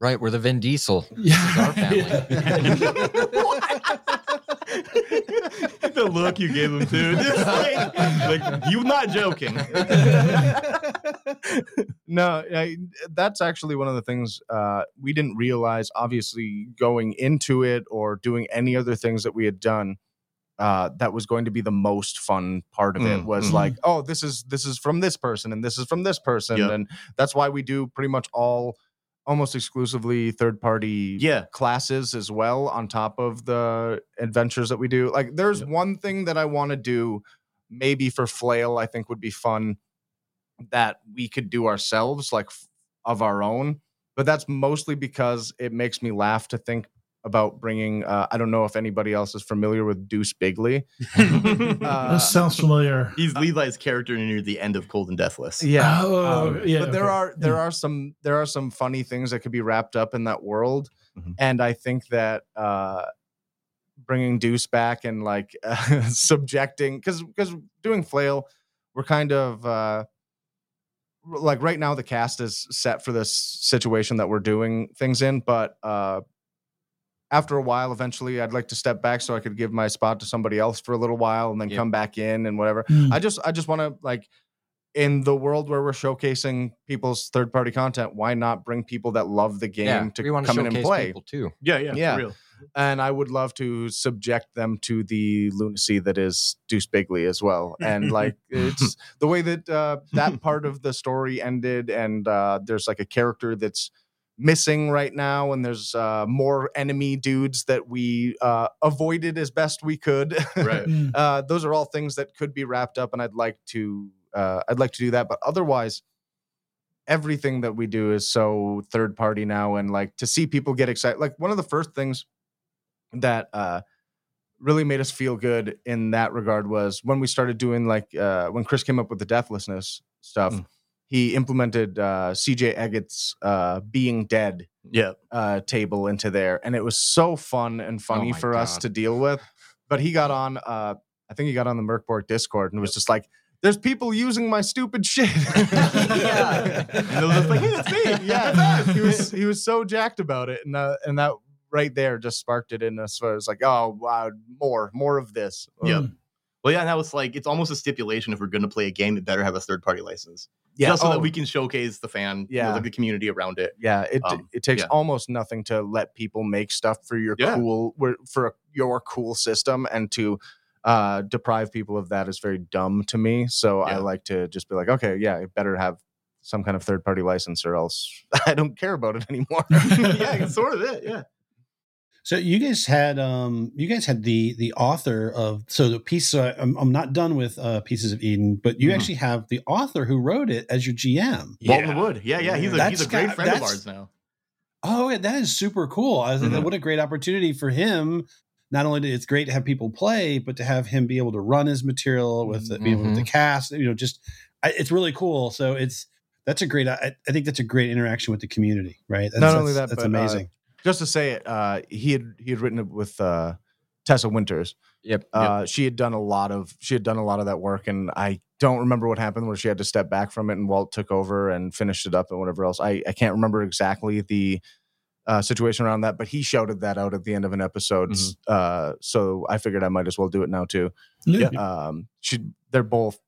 [SPEAKER 3] Right, we're the Vin Diesel.
[SPEAKER 1] yeah,
[SPEAKER 3] our family.
[SPEAKER 6] the look you gave him, dude. [LAUGHS] Just like, like, you're not joking.
[SPEAKER 4] [LAUGHS] No, I, that's actually one of the things uh, we didn't realize, obviously, going into it or doing any other things that we had done. Uh, that was going to be the most fun part of it
[SPEAKER 6] Mm,
[SPEAKER 4] was
[SPEAKER 1] mm.
[SPEAKER 4] like oh this is this is from this person and this is from this person
[SPEAKER 6] Yep.
[SPEAKER 4] and that's why we do pretty much all almost exclusively third party
[SPEAKER 6] yeah.
[SPEAKER 4] classes as well on top of the adventures that we do. Like there's
[SPEAKER 6] Yep.
[SPEAKER 4] one thing that I want to do maybe for flail I think would be fun that we could do ourselves like f- of our own, but that's mostly because it makes me laugh to think about bringing uh, I don't know if anybody else is familiar with Deuce Bigley.
[SPEAKER 1] [LAUGHS] [LAUGHS]
[SPEAKER 4] Uh,
[SPEAKER 1] that sounds familiar.
[SPEAKER 6] He's Levi's character near the end of Cold and Deathless.
[SPEAKER 4] Yeah.
[SPEAKER 1] Oh,
[SPEAKER 4] Um,
[SPEAKER 1] yeah,
[SPEAKER 4] but
[SPEAKER 1] okay. Mm. Hmm.
[SPEAKER 4] there are there
[SPEAKER 1] Yeah.
[SPEAKER 4] are some there are some funny things that could be wrapped up in that world,
[SPEAKER 1] Mm-hmm.
[SPEAKER 6] Mhm.
[SPEAKER 4] and I think that uh, bringing Deuce back and like [LAUGHS] subjecting because because doing Flail, we're kind of uh, r- like right now the cast is set for this situation that we're doing things in, but uh, after a while, eventually I'd like to step back so I could give my spot to somebody else for a little while and then
[SPEAKER 6] Yep.
[SPEAKER 4] come back in and whatever.
[SPEAKER 1] Hmm.
[SPEAKER 4] I just I just want to like in the world where we're showcasing people's third party content, why not bring people that love the game
[SPEAKER 3] Yeah,
[SPEAKER 4] to
[SPEAKER 3] we want to
[SPEAKER 4] come in and
[SPEAKER 3] showcase
[SPEAKER 4] play?
[SPEAKER 3] people too.
[SPEAKER 6] Yeah, yeah,
[SPEAKER 4] Yeah.
[SPEAKER 6] For real.
[SPEAKER 4] And I would love to subject them to the lunacy that is Deuce Bigley as well. And like it's the way that uh, that part of the story ended, and uh, there's like a character that's missing right now and there's uh more enemy dudes that we uh avoided as best we could
[SPEAKER 6] Right.
[SPEAKER 1] Mm.
[SPEAKER 4] uh, those are all things that could be wrapped up, and I'd like to uh, I'd like to do that. But otherwise, everything that we do is so third party now, and like to see people get excited. Like one of the first things that uh, really made us feel good in that regard was when we started doing like uh, when Chris came up with the deathlessness stuff.
[SPEAKER 6] Mm.
[SPEAKER 4] He implemented uh, C.J. Eggett's uh, "Being Dead"
[SPEAKER 6] Yeah.
[SPEAKER 4] uh, table into there, and it was so fun and funny
[SPEAKER 3] my
[SPEAKER 4] for us
[SPEAKER 3] God.
[SPEAKER 4] to deal with. But he got on, uh, I think he got on the Merkborg Discord and was just like, "There's people using my stupid shit."
[SPEAKER 3] Yeah.
[SPEAKER 4] [LAUGHS]
[SPEAKER 6] And they're just like, hey, that's me.
[SPEAKER 4] yeah, he was he was so jacked about it, and uh, and that right there just sparked it in us. So it was like, oh wow, more, more of this.
[SPEAKER 6] Yeah. Well, yeah, that was like it's almost a stipulation if we're going to play a game, it better have a third party license.
[SPEAKER 4] yeah.
[SPEAKER 6] just so
[SPEAKER 4] oh,
[SPEAKER 6] that we can showcase the fan, you know,
[SPEAKER 4] Yeah.
[SPEAKER 6] like the community around [LAUGHS] it.
[SPEAKER 4] yeah, it
[SPEAKER 6] um,
[SPEAKER 4] it takes
[SPEAKER 6] yeah.
[SPEAKER 4] almost nothing to let people make stuff for your
[SPEAKER 6] Yeah.
[SPEAKER 4] cool wor- for your cool system, and to uh, deprive people of that is very dumb to me. So I
[SPEAKER 6] Yeah.
[SPEAKER 4] like to just be like, okay, yeah, it better have some kind of third party license, or else [LAUGHS] I don't care about it
[SPEAKER 6] [LAUGHS]
[SPEAKER 4] anymore.
[SPEAKER 6] yeah, it's sort of it. Yeah.
[SPEAKER 2] So you guys had um you guys had the the author of so the piece so I, am I'm not done with uh Pieces of Eden but you
[SPEAKER 6] Mhm.
[SPEAKER 2] actually have the author who wrote it as your GM.
[SPEAKER 6] Walton Wood. Yeah, yeah. He's a
[SPEAKER 2] That's
[SPEAKER 6] he's a
[SPEAKER 2] got-
[SPEAKER 6] great friend of
[SPEAKER 2] that's-
[SPEAKER 4] [LAUGHS]
[SPEAKER 6] ours now.
[SPEAKER 2] Oh yeah, that is super cool. I was like,
[SPEAKER 4] Mm-hmm.
[SPEAKER 6] Mhm.
[SPEAKER 2] what a great opportunity for him. Not only did it's great to have people play, but to have him be able to run his material with the, be able
[SPEAKER 4] Mm-hmm.
[SPEAKER 2] with the cast, you know, just I, it's really cool. So it's that's a great. I, I think that's a great interaction with the community, right? That's,
[SPEAKER 4] only
[SPEAKER 2] that's-
[SPEAKER 4] that,
[SPEAKER 2] that's
[SPEAKER 4] but, uh,
[SPEAKER 2] amazing.
[SPEAKER 4] just to say it, uh, he had he had written it with uh, Tessa Winters.
[SPEAKER 3] Yep.
[SPEAKER 4] Uh, She had done a lot of she had done a lot of that work, and I don't remember what happened where she had to step back from it, and Walt took over and finished it up and whatever else. I I can't remember exactly the. Uh, situation around that, but he shouted that out at the end of an episode. s- Uh, so I figured I might as well do it now too.
[SPEAKER 1] Yeah.
[SPEAKER 4] Um, she, they're both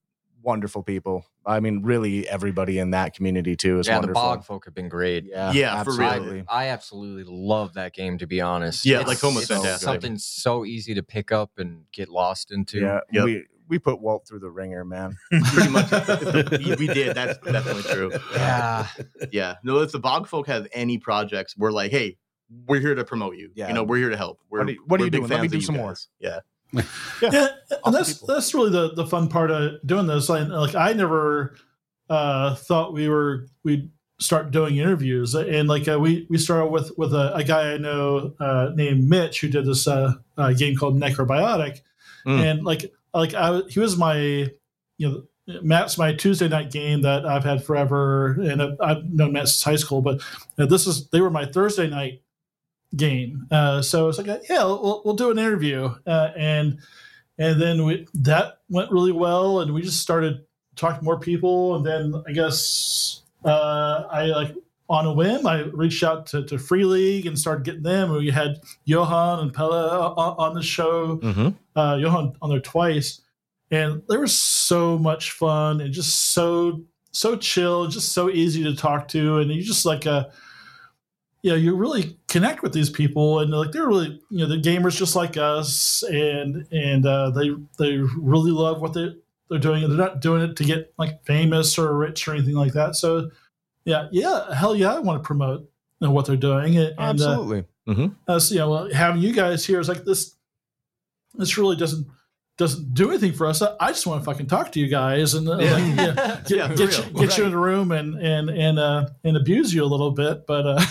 [SPEAKER 4] wonderful people. I mean, really, everybody in that community too is
[SPEAKER 3] yeah, the
[SPEAKER 4] wonderful.
[SPEAKER 3] bog folk have been great.
[SPEAKER 4] Yeah,
[SPEAKER 6] Yeah, for real.
[SPEAKER 4] absolutely.
[SPEAKER 3] I absolutely love that game, to be honest.
[SPEAKER 6] Yeah,
[SPEAKER 3] It's-
[SPEAKER 6] like Homa's
[SPEAKER 3] it's
[SPEAKER 6] fantastic.
[SPEAKER 3] Something so easy to pick up and get lost into.
[SPEAKER 4] Yeah,
[SPEAKER 6] Yep.
[SPEAKER 4] we we put Walt through the ringer, man. [LAUGHS]
[SPEAKER 6] Pretty much we, we did. That's definitely true.
[SPEAKER 3] Yeah.
[SPEAKER 6] Yeah. No, if the Bog folk have any projects, we're like, hey, we're here to promote you.
[SPEAKER 4] Yeah.
[SPEAKER 6] You know, we're here to help. We're,
[SPEAKER 4] What are you- what are
[SPEAKER 6] we're
[SPEAKER 4] you
[SPEAKER 6] big
[SPEAKER 4] doing? Let me
[SPEAKER 6] fans
[SPEAKER 4] do
[SPEAKER 6] of you
[SPEAKER 4] some more.
[SPEAKER 6] guys.
[SPEAKER 4] [LAUGHS]
[SPEAKER 6] Yeah.
[SPEAKER 1] yeah, and that's
[SPEAKER 4] people.
[SPEAKER 1] that's really the the fun part of doing this. Like, like I never uh, thought we were we'd start doing interviews, and like uh, we we started with with a, a guy I know uh, named Mitch who did this uh, uh, game called Necrobiotic,
[SPEAKER 6] Mm.
[SPEAKER 1] and like like I he was my you know. Matt's my Tuesday night game that I've had forever, and I've- I've known Matt since high school. But uh, this is they were my Thursday night game, uh, so it's like, yeah, we'll, we'll do an interview, uh, and and then we, that went really well and we just started talking to more people and then i guess uh, i like on a whim i reached out to, to free league and started getting them we had johan and pella on, on the show uh, johan on there twice and they were so much fun and just so so chill just so easy to talk to and you just like uh you know you really connect with these people and like they're really you know they're gamers just like us and and uh, they they really love what they they're doing and they're not doing it to get like famous or rich or anything like that so yeah yeah hell yeah i want to promote you know, what they're doing and, and uh,
[SPEAKER 4] Absolutely.
[SPEAKER 1] us, you know, having you guys here is like this. This really doesn't doesn't do anything for us. I, I just want to fucking talk to you guys and uh, like,
[SPEAKER 6] Yeah.
[SPEAKER 1] you know,
[SPEAKER 6] [LAUGHS]
[SPEAKER 1] get,
[SPEAKER 6] Yeah, for
[SPEAKER 1] get, you,
[SPEAKER 6] real.
[SPEAKER 1] get you in the room and and and uh, and abuse you a little bit. But uh,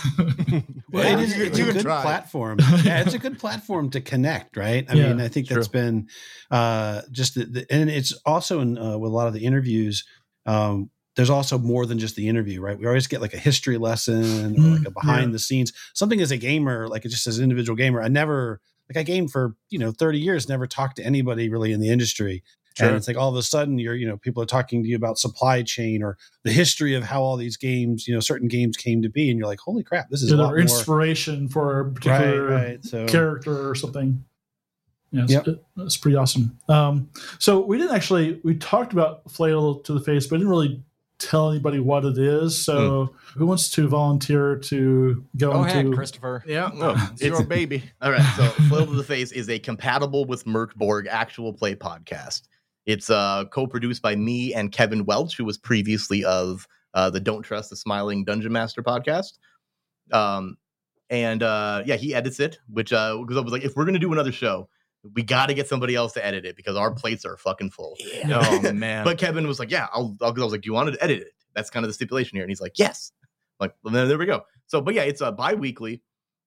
[SPEAKER 2] Well,
[SPEAKER 4] Yeah,
[SPEAKER 2] it is
[SPEAKER 4] you-
[SPEAKER 2] it's
[SPEAKER 4] you
[SPEAKER 2] a
[SPEAKER 4] can
[SPEAKER 2] good
[SPEAKER 4] try.
[SPEAKER 2] platform.
[SPEAKER 1] [LAUGHS]
[SPEAKER 2] Yeah, it's a good platform to connect, right? I
[SPEAKER 1] Yeah,
[SPEAKER 2] mean, I think that's been uh, just the, the, and it's also in uh, with a lot of the interviews. Um, there's also more than just the interview, right? We always get like a history lesson or
[SPEAKER 1] Mm-hmm,
[SPEAKER 2] like a behind the scenes something as a gamer, like just as an individual gamer. I never like I gamed for you know 30 years, never talked to anybody really in the industry.
[SPEAKER 4] Sure.
[SPEAKER 2] And it's like all of a sudden you're, you know, people are talking to you about supply chain or the history of how all these games, you know, certain games came to be. And you're like, holy crap, this is a lot
[SPEAKER 1] their
[SPEAKER 2] more
[SPEAKER 1] inspiration for a particular [LAUGHS]
[SPEAKER 2] So
[SPEAKER 1] character or something. Yeah, it's,
[SPEAKER 2] Yep.
[SPEAKER 1] it's pretty awesome. Um, so we didn't actually we talked about flail to the face, but didn't really tell anybody what it is. So who wants to volunteer to go
[SPEAKER 3] [LAUGHS] Go
[SPEAKER 1] into
[SPEAKER 3] ahead, Christopher.
[SPEAKER 4] Yeah.
[SPEAKER 6] No,
[SPEAKER 4] it's your
[SPEAKER 6] it's-
[SPEAKER 4] baby.
[SPEAKER 6] All right. So Flail to the Face is a compatible with Merc Borg actual play podcast. It's uh, co-produced by me and Kevin Welch, who was previously of uh, the Don't Trust the Smiling Dungeon Master podcast. Um, and uh, yeah, he edits it, which uh, because I was like, if we're gonna do another show, we got to get somebody else to edit it because our plates are fucking full.
[SPEAKER 4] Oh
[SPEAKER 1] [LAUGHS]
[SPEAKER 4] man.
[SPEAKER 6] But Kevin was like, yeah, I'll, I'll, 'cause I was like, do you want to edit it? That's kind of the stipulation here. And he's like, yes. I'm like, well, then there we go. So, but yeah, it's uh, bi-weekly.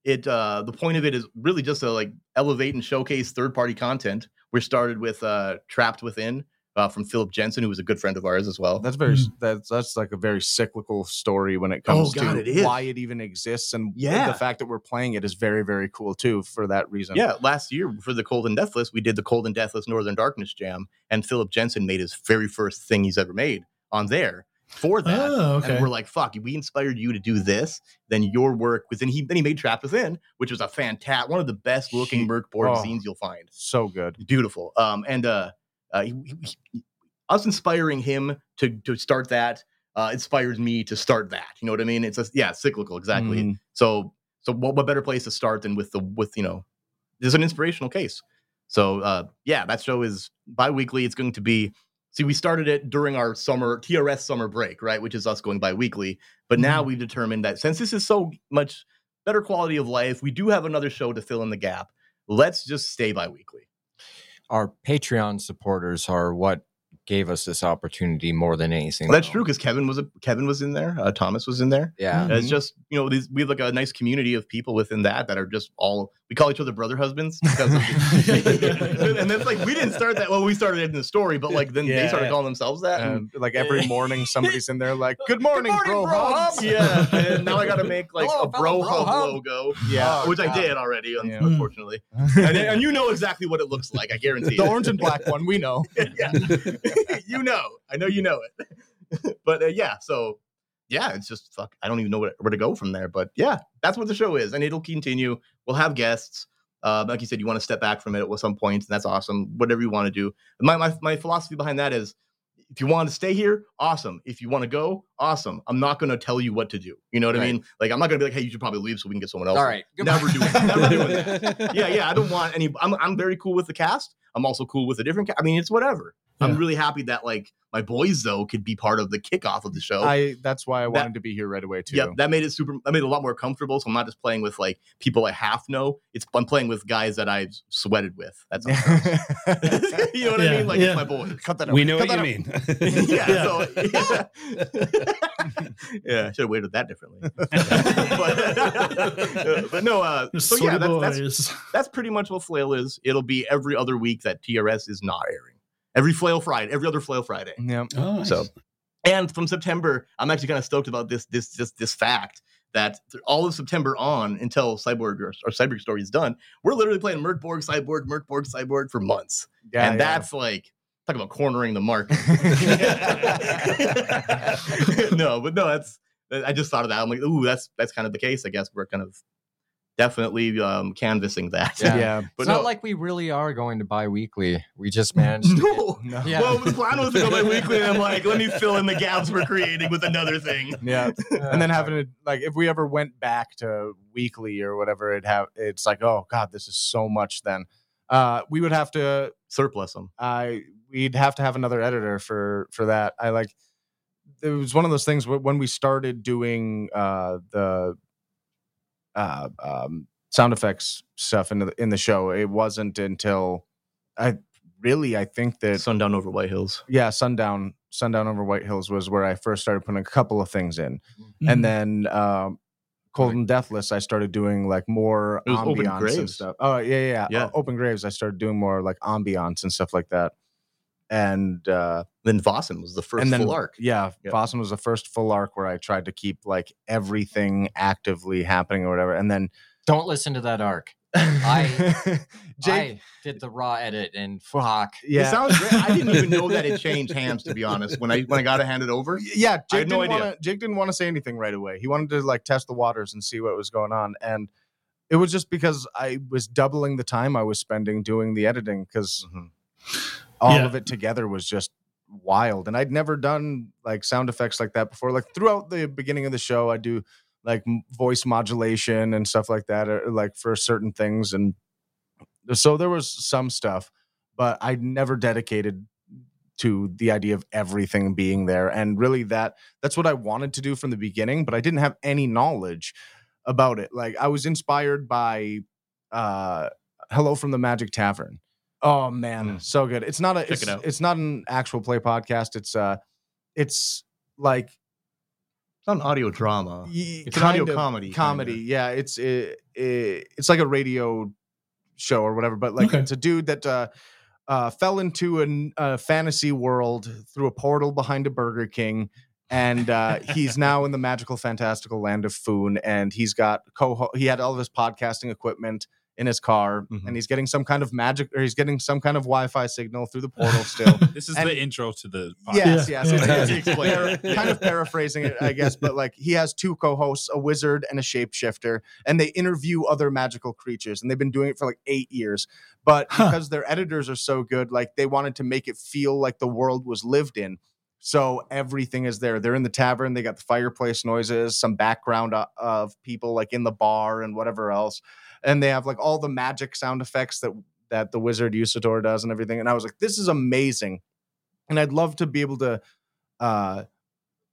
[SPEAKER 6] It, uh, the point of it is really just to like elevate and showcase third-party content. We started with uh, Trapped Within uh, from Philip Jensen, who was a good friend of ours as well.
[SPEAKER 4] that's very that's that's like a very cyclical story when it comes
[SPEAKER 6] Oh, God,
[SPEAKER 4] to
[SPEAKER 6] it is.
[SPEAKER 4] why it even exists and
[SPEAKER 6] Yeah.
[SPEAKER 4] the fact that we're playing it is very very cool too for that reason.
[SPEAKER 6] yeah, last year for the Cold and Deathless, we did the Cold and Deathless Northern Darkness Jam, and Philip Jensen made his very first thing he's ever made on there. for that.
[SPEAKER 1] Oh, okay.
[SPEAKER 6] And we're like, fuck, we inspired you to do this. Then your work was then he then he made Trapped Within, which was a fantastic one of the best looking Merc board
[SPEAKER 4] oh.
[SPEAKER 6] scenes you'll find.
[SPEAKER 4] So good.
[SPEAKER 6] Beautiful. Um, and uh, uh he, he- he- us inspiring him to to start that uh inspires me to start that. You know what I mean? It's a, yeah, cyclical exactly.
[SPEAKER 4] Mhm.
[SPEAKER 6] So so what, what better place to start than with the with you know this is an inspirational case. So uh yeah, that show is bi-weekly. It's going to be see we started it during our summer TRS summer break, right? Which is us going bi-weekly. But now we've determined that since this is so much better quality of life, we do have another show to fill in the gap. Let's just stay bi-weekly.
[SPEAKER 3] Our Patreon supporters are what gave us this opportunity more than anything.
[SPEAKER 6] That's
[SPEAKER 3] though.
[SPEAKER 6] true because Kevin was a, Kevin was in there, uh, Thomas was in there.
[SPEAKER 3] Yeah.
[SPEAKER 6] It's just you know these, we have like a nice community of people within that that are just all we call each other brother husbands because of and that's like we didn't start that well we started it in the story but like then they
[SPEAKER 2] Yeah,
[SPEAKER 6] started
[SPEAKER 2] yeah.
[SPEAKER 6] calling themselves that and,
[SPEAKER 4] And like every morning, somebody's in there like, "Good morning, bro." hubs."
[SPEAKER 6] [LAUGHS] yeah and now I got to make like
[SPEAKER 3] Hello,
[SPEAKER 6] a
[SPEAKER 3] fellow
[SPEAKER 6] bro
[SPEAKER 3] bro
[SPEAKER 6] hub
[SPEAKER 3] hub.
[SPEAKER 6] logo yeah
[SPEAKER 4] Oh,
[SPEAKER 6] which I
[SPEAKER 4] God.
[SPEAKER 6] did already un-
[SPEAKER 4] Yeah. [LAUGHS]
[SPEAKER 6] unfortunately and, and you know exactly what it looks like I guarantee
[SPEAKER 4] the
[SPEAKER 6] it.
[SPEAKER 4] orange and black one, we know.
[SPEAKER 6] [LAUGHS] yeah. you know, I know you know it. [LAUGHS] but uh, yeah, so yeah, it's just fuck. I don't even know where, where to go from there. But yeah, that's what the show is, and it'll continue. We'll have guests. Uh, like you said, you want to step back from it at some point, and that's awesome. Whatever you want to do. My, my my philosophy behind that is, if you want to stay here, awesome. If you want to go, awesome. I'm not going to tell you what to do. You know what I
[SPEAKER 3] Right.
[SPEAKER 6] mean? Like I'm not going to be like, hey, you should probably leave so we can get someone else.
[SPEAKER 3] All
[SPEAKER 6] in."
[SPEAKER 3] right.
[SPEAKER 6] Never
[SPEAKER 3] [LAUGHS] goodbye.
[SPEAKER 6] do it. Never do
[SPEAKER 5] [LAUGHS]
[SPEAKER 6] it. yeah, yeah. I don't want any. I'm I'm very cool with the cast. I'm also cool with a different. Ca- I mean, it's whatever. I'm
[SPEAKER 1] Yeah.
[SPEAKER 6] really happy that like my boys though could be part of the kickoff of the show.
[SPEAKER 4] I that's why I wanted to be here right away too.
[SPEAKER 6] Yep, that made it super. That made it a lot more comfortable. So I'm not just playing with like people I half know. It's I'm playing with guys that I've sweated with. That's you know what I
[SPEAKER 1] Yeah,
[SPEAKER 6] mean. Like
[SPEAKER 1] yeah.
[SPEAKER 6] it's my boys.
[SPEAKER 4] Cut that out.
[SPEAKER 2] we know
[SPEAKER 4] Cut
[SPEAKER 2] what
[SPEAKER 4] that
[SPEAKER 2] you
[SPEAKER 4] out.
[SPEAKER 2] mean.
[SPEAKER 4] [LAUGHS]
[SPEAKER 6] [LAUGHS]
[SPEAKER 1] Yeah.
[SPEAKER 2] [LAUGHS]
[SPEAKER 6] yeah, So, yeah. [LAUGHS] yeah, I should have waited that differently. [LAUGHS] but, [LAUGHS] but no, uh, so yeah,
[SPEAKER 1] Sweaty
[SPEAKER 6] that's, that's
[SPEAKER 1] boys.
[SPEAKER 6] that's pretty much what flail is. It'll be every other week that TRS is not airing. Every flail Friday, every other flail Friday.
[SPEAKER 4] Yep.
[SPEAKER 2] Oh, nice.
[SPEAKER 6] So, and from September, I'm actually kind of stoked about this this this this fact that th- all of September on until Cyborg or, or Cyborg Story is done, we're literally playing Merkborg Cyborg Merkborg Cyborg for months,
[SPEAKER 4] Yeah,
[SPEAKER 6] and
[SPEAKER 4] yeah.
[SPEAKER 6] that's like talk about cornering the market. [LAUGHS] no, but no, that's I just thought of that. I'm like, ooh, that's that's kind of the case. I guess we're kind of definitely um, canvassing that.
[SPEAKER 3] Yeah.
[SPEAKER 4] yeah.
[SPEAKER 6] But
[SPEAKER 3] it's
[SPEAKER 6] no,
[SPEAKER 3] not like we really are going to bi weekly. We just managed. to get-
[SPEAKER 6] [LAUGHS] no.
[SPEAKER 4] No.
[SPEAKER 3] Yeah.
[SPEAKER 6] Well, the plan was to go by weekly, and I'm like, let me fill in the gaps we're creating with another thing.
[SPEAKER 4] Yeah. And then having to like if we ever went back to weekly or whatever it have it's like, oh God, this is so much then. Uh we would have to
[SPEAKER 6] Surplus them.
[SPEAKER 4] I we'd have to have another editor for for that. I like it was one of those things where when we started doing uh the uh um sound effects stuff in the in the show, it wasn't until I really I think that
[SPEAKER 6] Sundown over White Hills.
[SPEAKER 4] yeah, sundown sundown over White Hills was where I first started putting a couple of things in. [LAUGHS]
[SPEAKER 6] Mm-hmm.
[SPEAKER 4] And then um Cold and Deathless, I started doing like more
[SPEAKER 6] It was Open
[SPEAKER 4] ambiance and
[SPEAKER 6] Graves.
[SPEAKER 4] stuff. Oh yeah, yeah, yeah.
[SPEAKER 6] Yeah.
[SPEAKER 4] O- Open graves. I started doing more like ambiance and stuff like that. And uh
[SPEAKER 6] Then Vossen was the first
[SPEAKER 4] and then
[SPEAKER 6] full arc.
[SPEAKER 4] Yeah,
[SPEAKER 6] Yep.
[SPEAKER 4] Boston was the first full arc where I tried to keep like everything actively happening or whatever. And then
[SPEAKER 3] Don't listen to that arc.
[SPEAKER 4] [LAUGHS]
[SPEAKER 3] I- I did the raw edit and fuck.
[SPEAKER 4] yeah,
[SPEAKER 6] It sounds great. I didn't even know that it changed hands, to be honest, when I when I got it handed over.
[SPEAKER 4] Y- Yeah, Jake
[SPEAKER 6] had no
[SPEAKER 4] didn't
[SPEAKER 6] idea.
[SPEAKER 4] want to. Jake didn't want to say anything right away. He wanted to like test the waters and see what was going on, and it was just because I was doubling the time I was spending doing the editing because
[SPEAKER 6] Mm-hmm.
[SPEAKER 4] all
[SPEAKER 1] Yeah.
[SPEAKER 4] of it together was just wild, and I'd never done like sound effects like that before. Like throughout the beginning of the show, I do like m- voice modulation and stuff like that, or, like for certain things, and so there was some stuff, but I never dedicated to the idea of everything being there and really that that's what I wanted to do from the beginning but I didn't have any knowledge about it like I was inspired by uh Hello from the Magic Tavern oh man
[SPEAKER 6] Mm.
[SPEAKER 4] so good it's not a
[SPEAKER 6] Check it
[SPEAKER 4] it's,
[SPEAKER 6] out.
[SPEAKER 4] it's not an actual play podcast it's uh it's like
[SPEAKER 6] It's not an audio drama.
[SPEAKER 4] y-
[SPEAKER 6] It's an audio
[SPEAKER 4] kind of
[SPEAKER 6] comedy.
[SPEAKER 4] comedy yeah it's it, it, it's like a radio show or whatever but like
[SPEAKER 1] Okay.
[SPEAKER 4] it's a dude that uh uh fell into an- a fantasy world through a portal behind a burger king and uh
[SPEAKER 6] [LAUGHS]
[SPEAKER 4] he's now in the magical fantastical land of foon and he's got co he had all of his podcasting equipment in his car
[SPEAKER 6] Mhm.
[SPEAKER 4] and he's getting some kind of magic or he's getting some kind of Wi-Fi signal through the
[SPEAKER 1] Mm. [LAUGHS]
[SPEAKER 4] portal still.
[SPEAKER 5] This is
[SPEAKER 4] And-
[SPEAKER 5] the intro to the podcast.
[SPEAKER 4] yes,
[SPEAKER 1] Yeah.
[SPEAKER 4] yes.
[SPEAKER 1] Yeah.
[SPEAKER 4] it's- it's
[SPEAKER 6] Yeah.
[SPEAKER 4] par- kind of paraphrasing it, I guess, but like he has two co-hosts, a wizard and a shapeshifter, and they interview other magical creatures, and they've been doing it for like eight years. But
[SPEAKER 1] Huh.
[SPEAKER 4] because their editors are so good, like they wanted to make it feel like the world was lived in. So everything is there. They're in the tavern. They got the fireplace noises, some background o- of people like in the bar and whatever else, and they have like all the magic sound effects that that the wizard Usador does and everything. And I was like, this is amazing, and I'd love to be able to uh,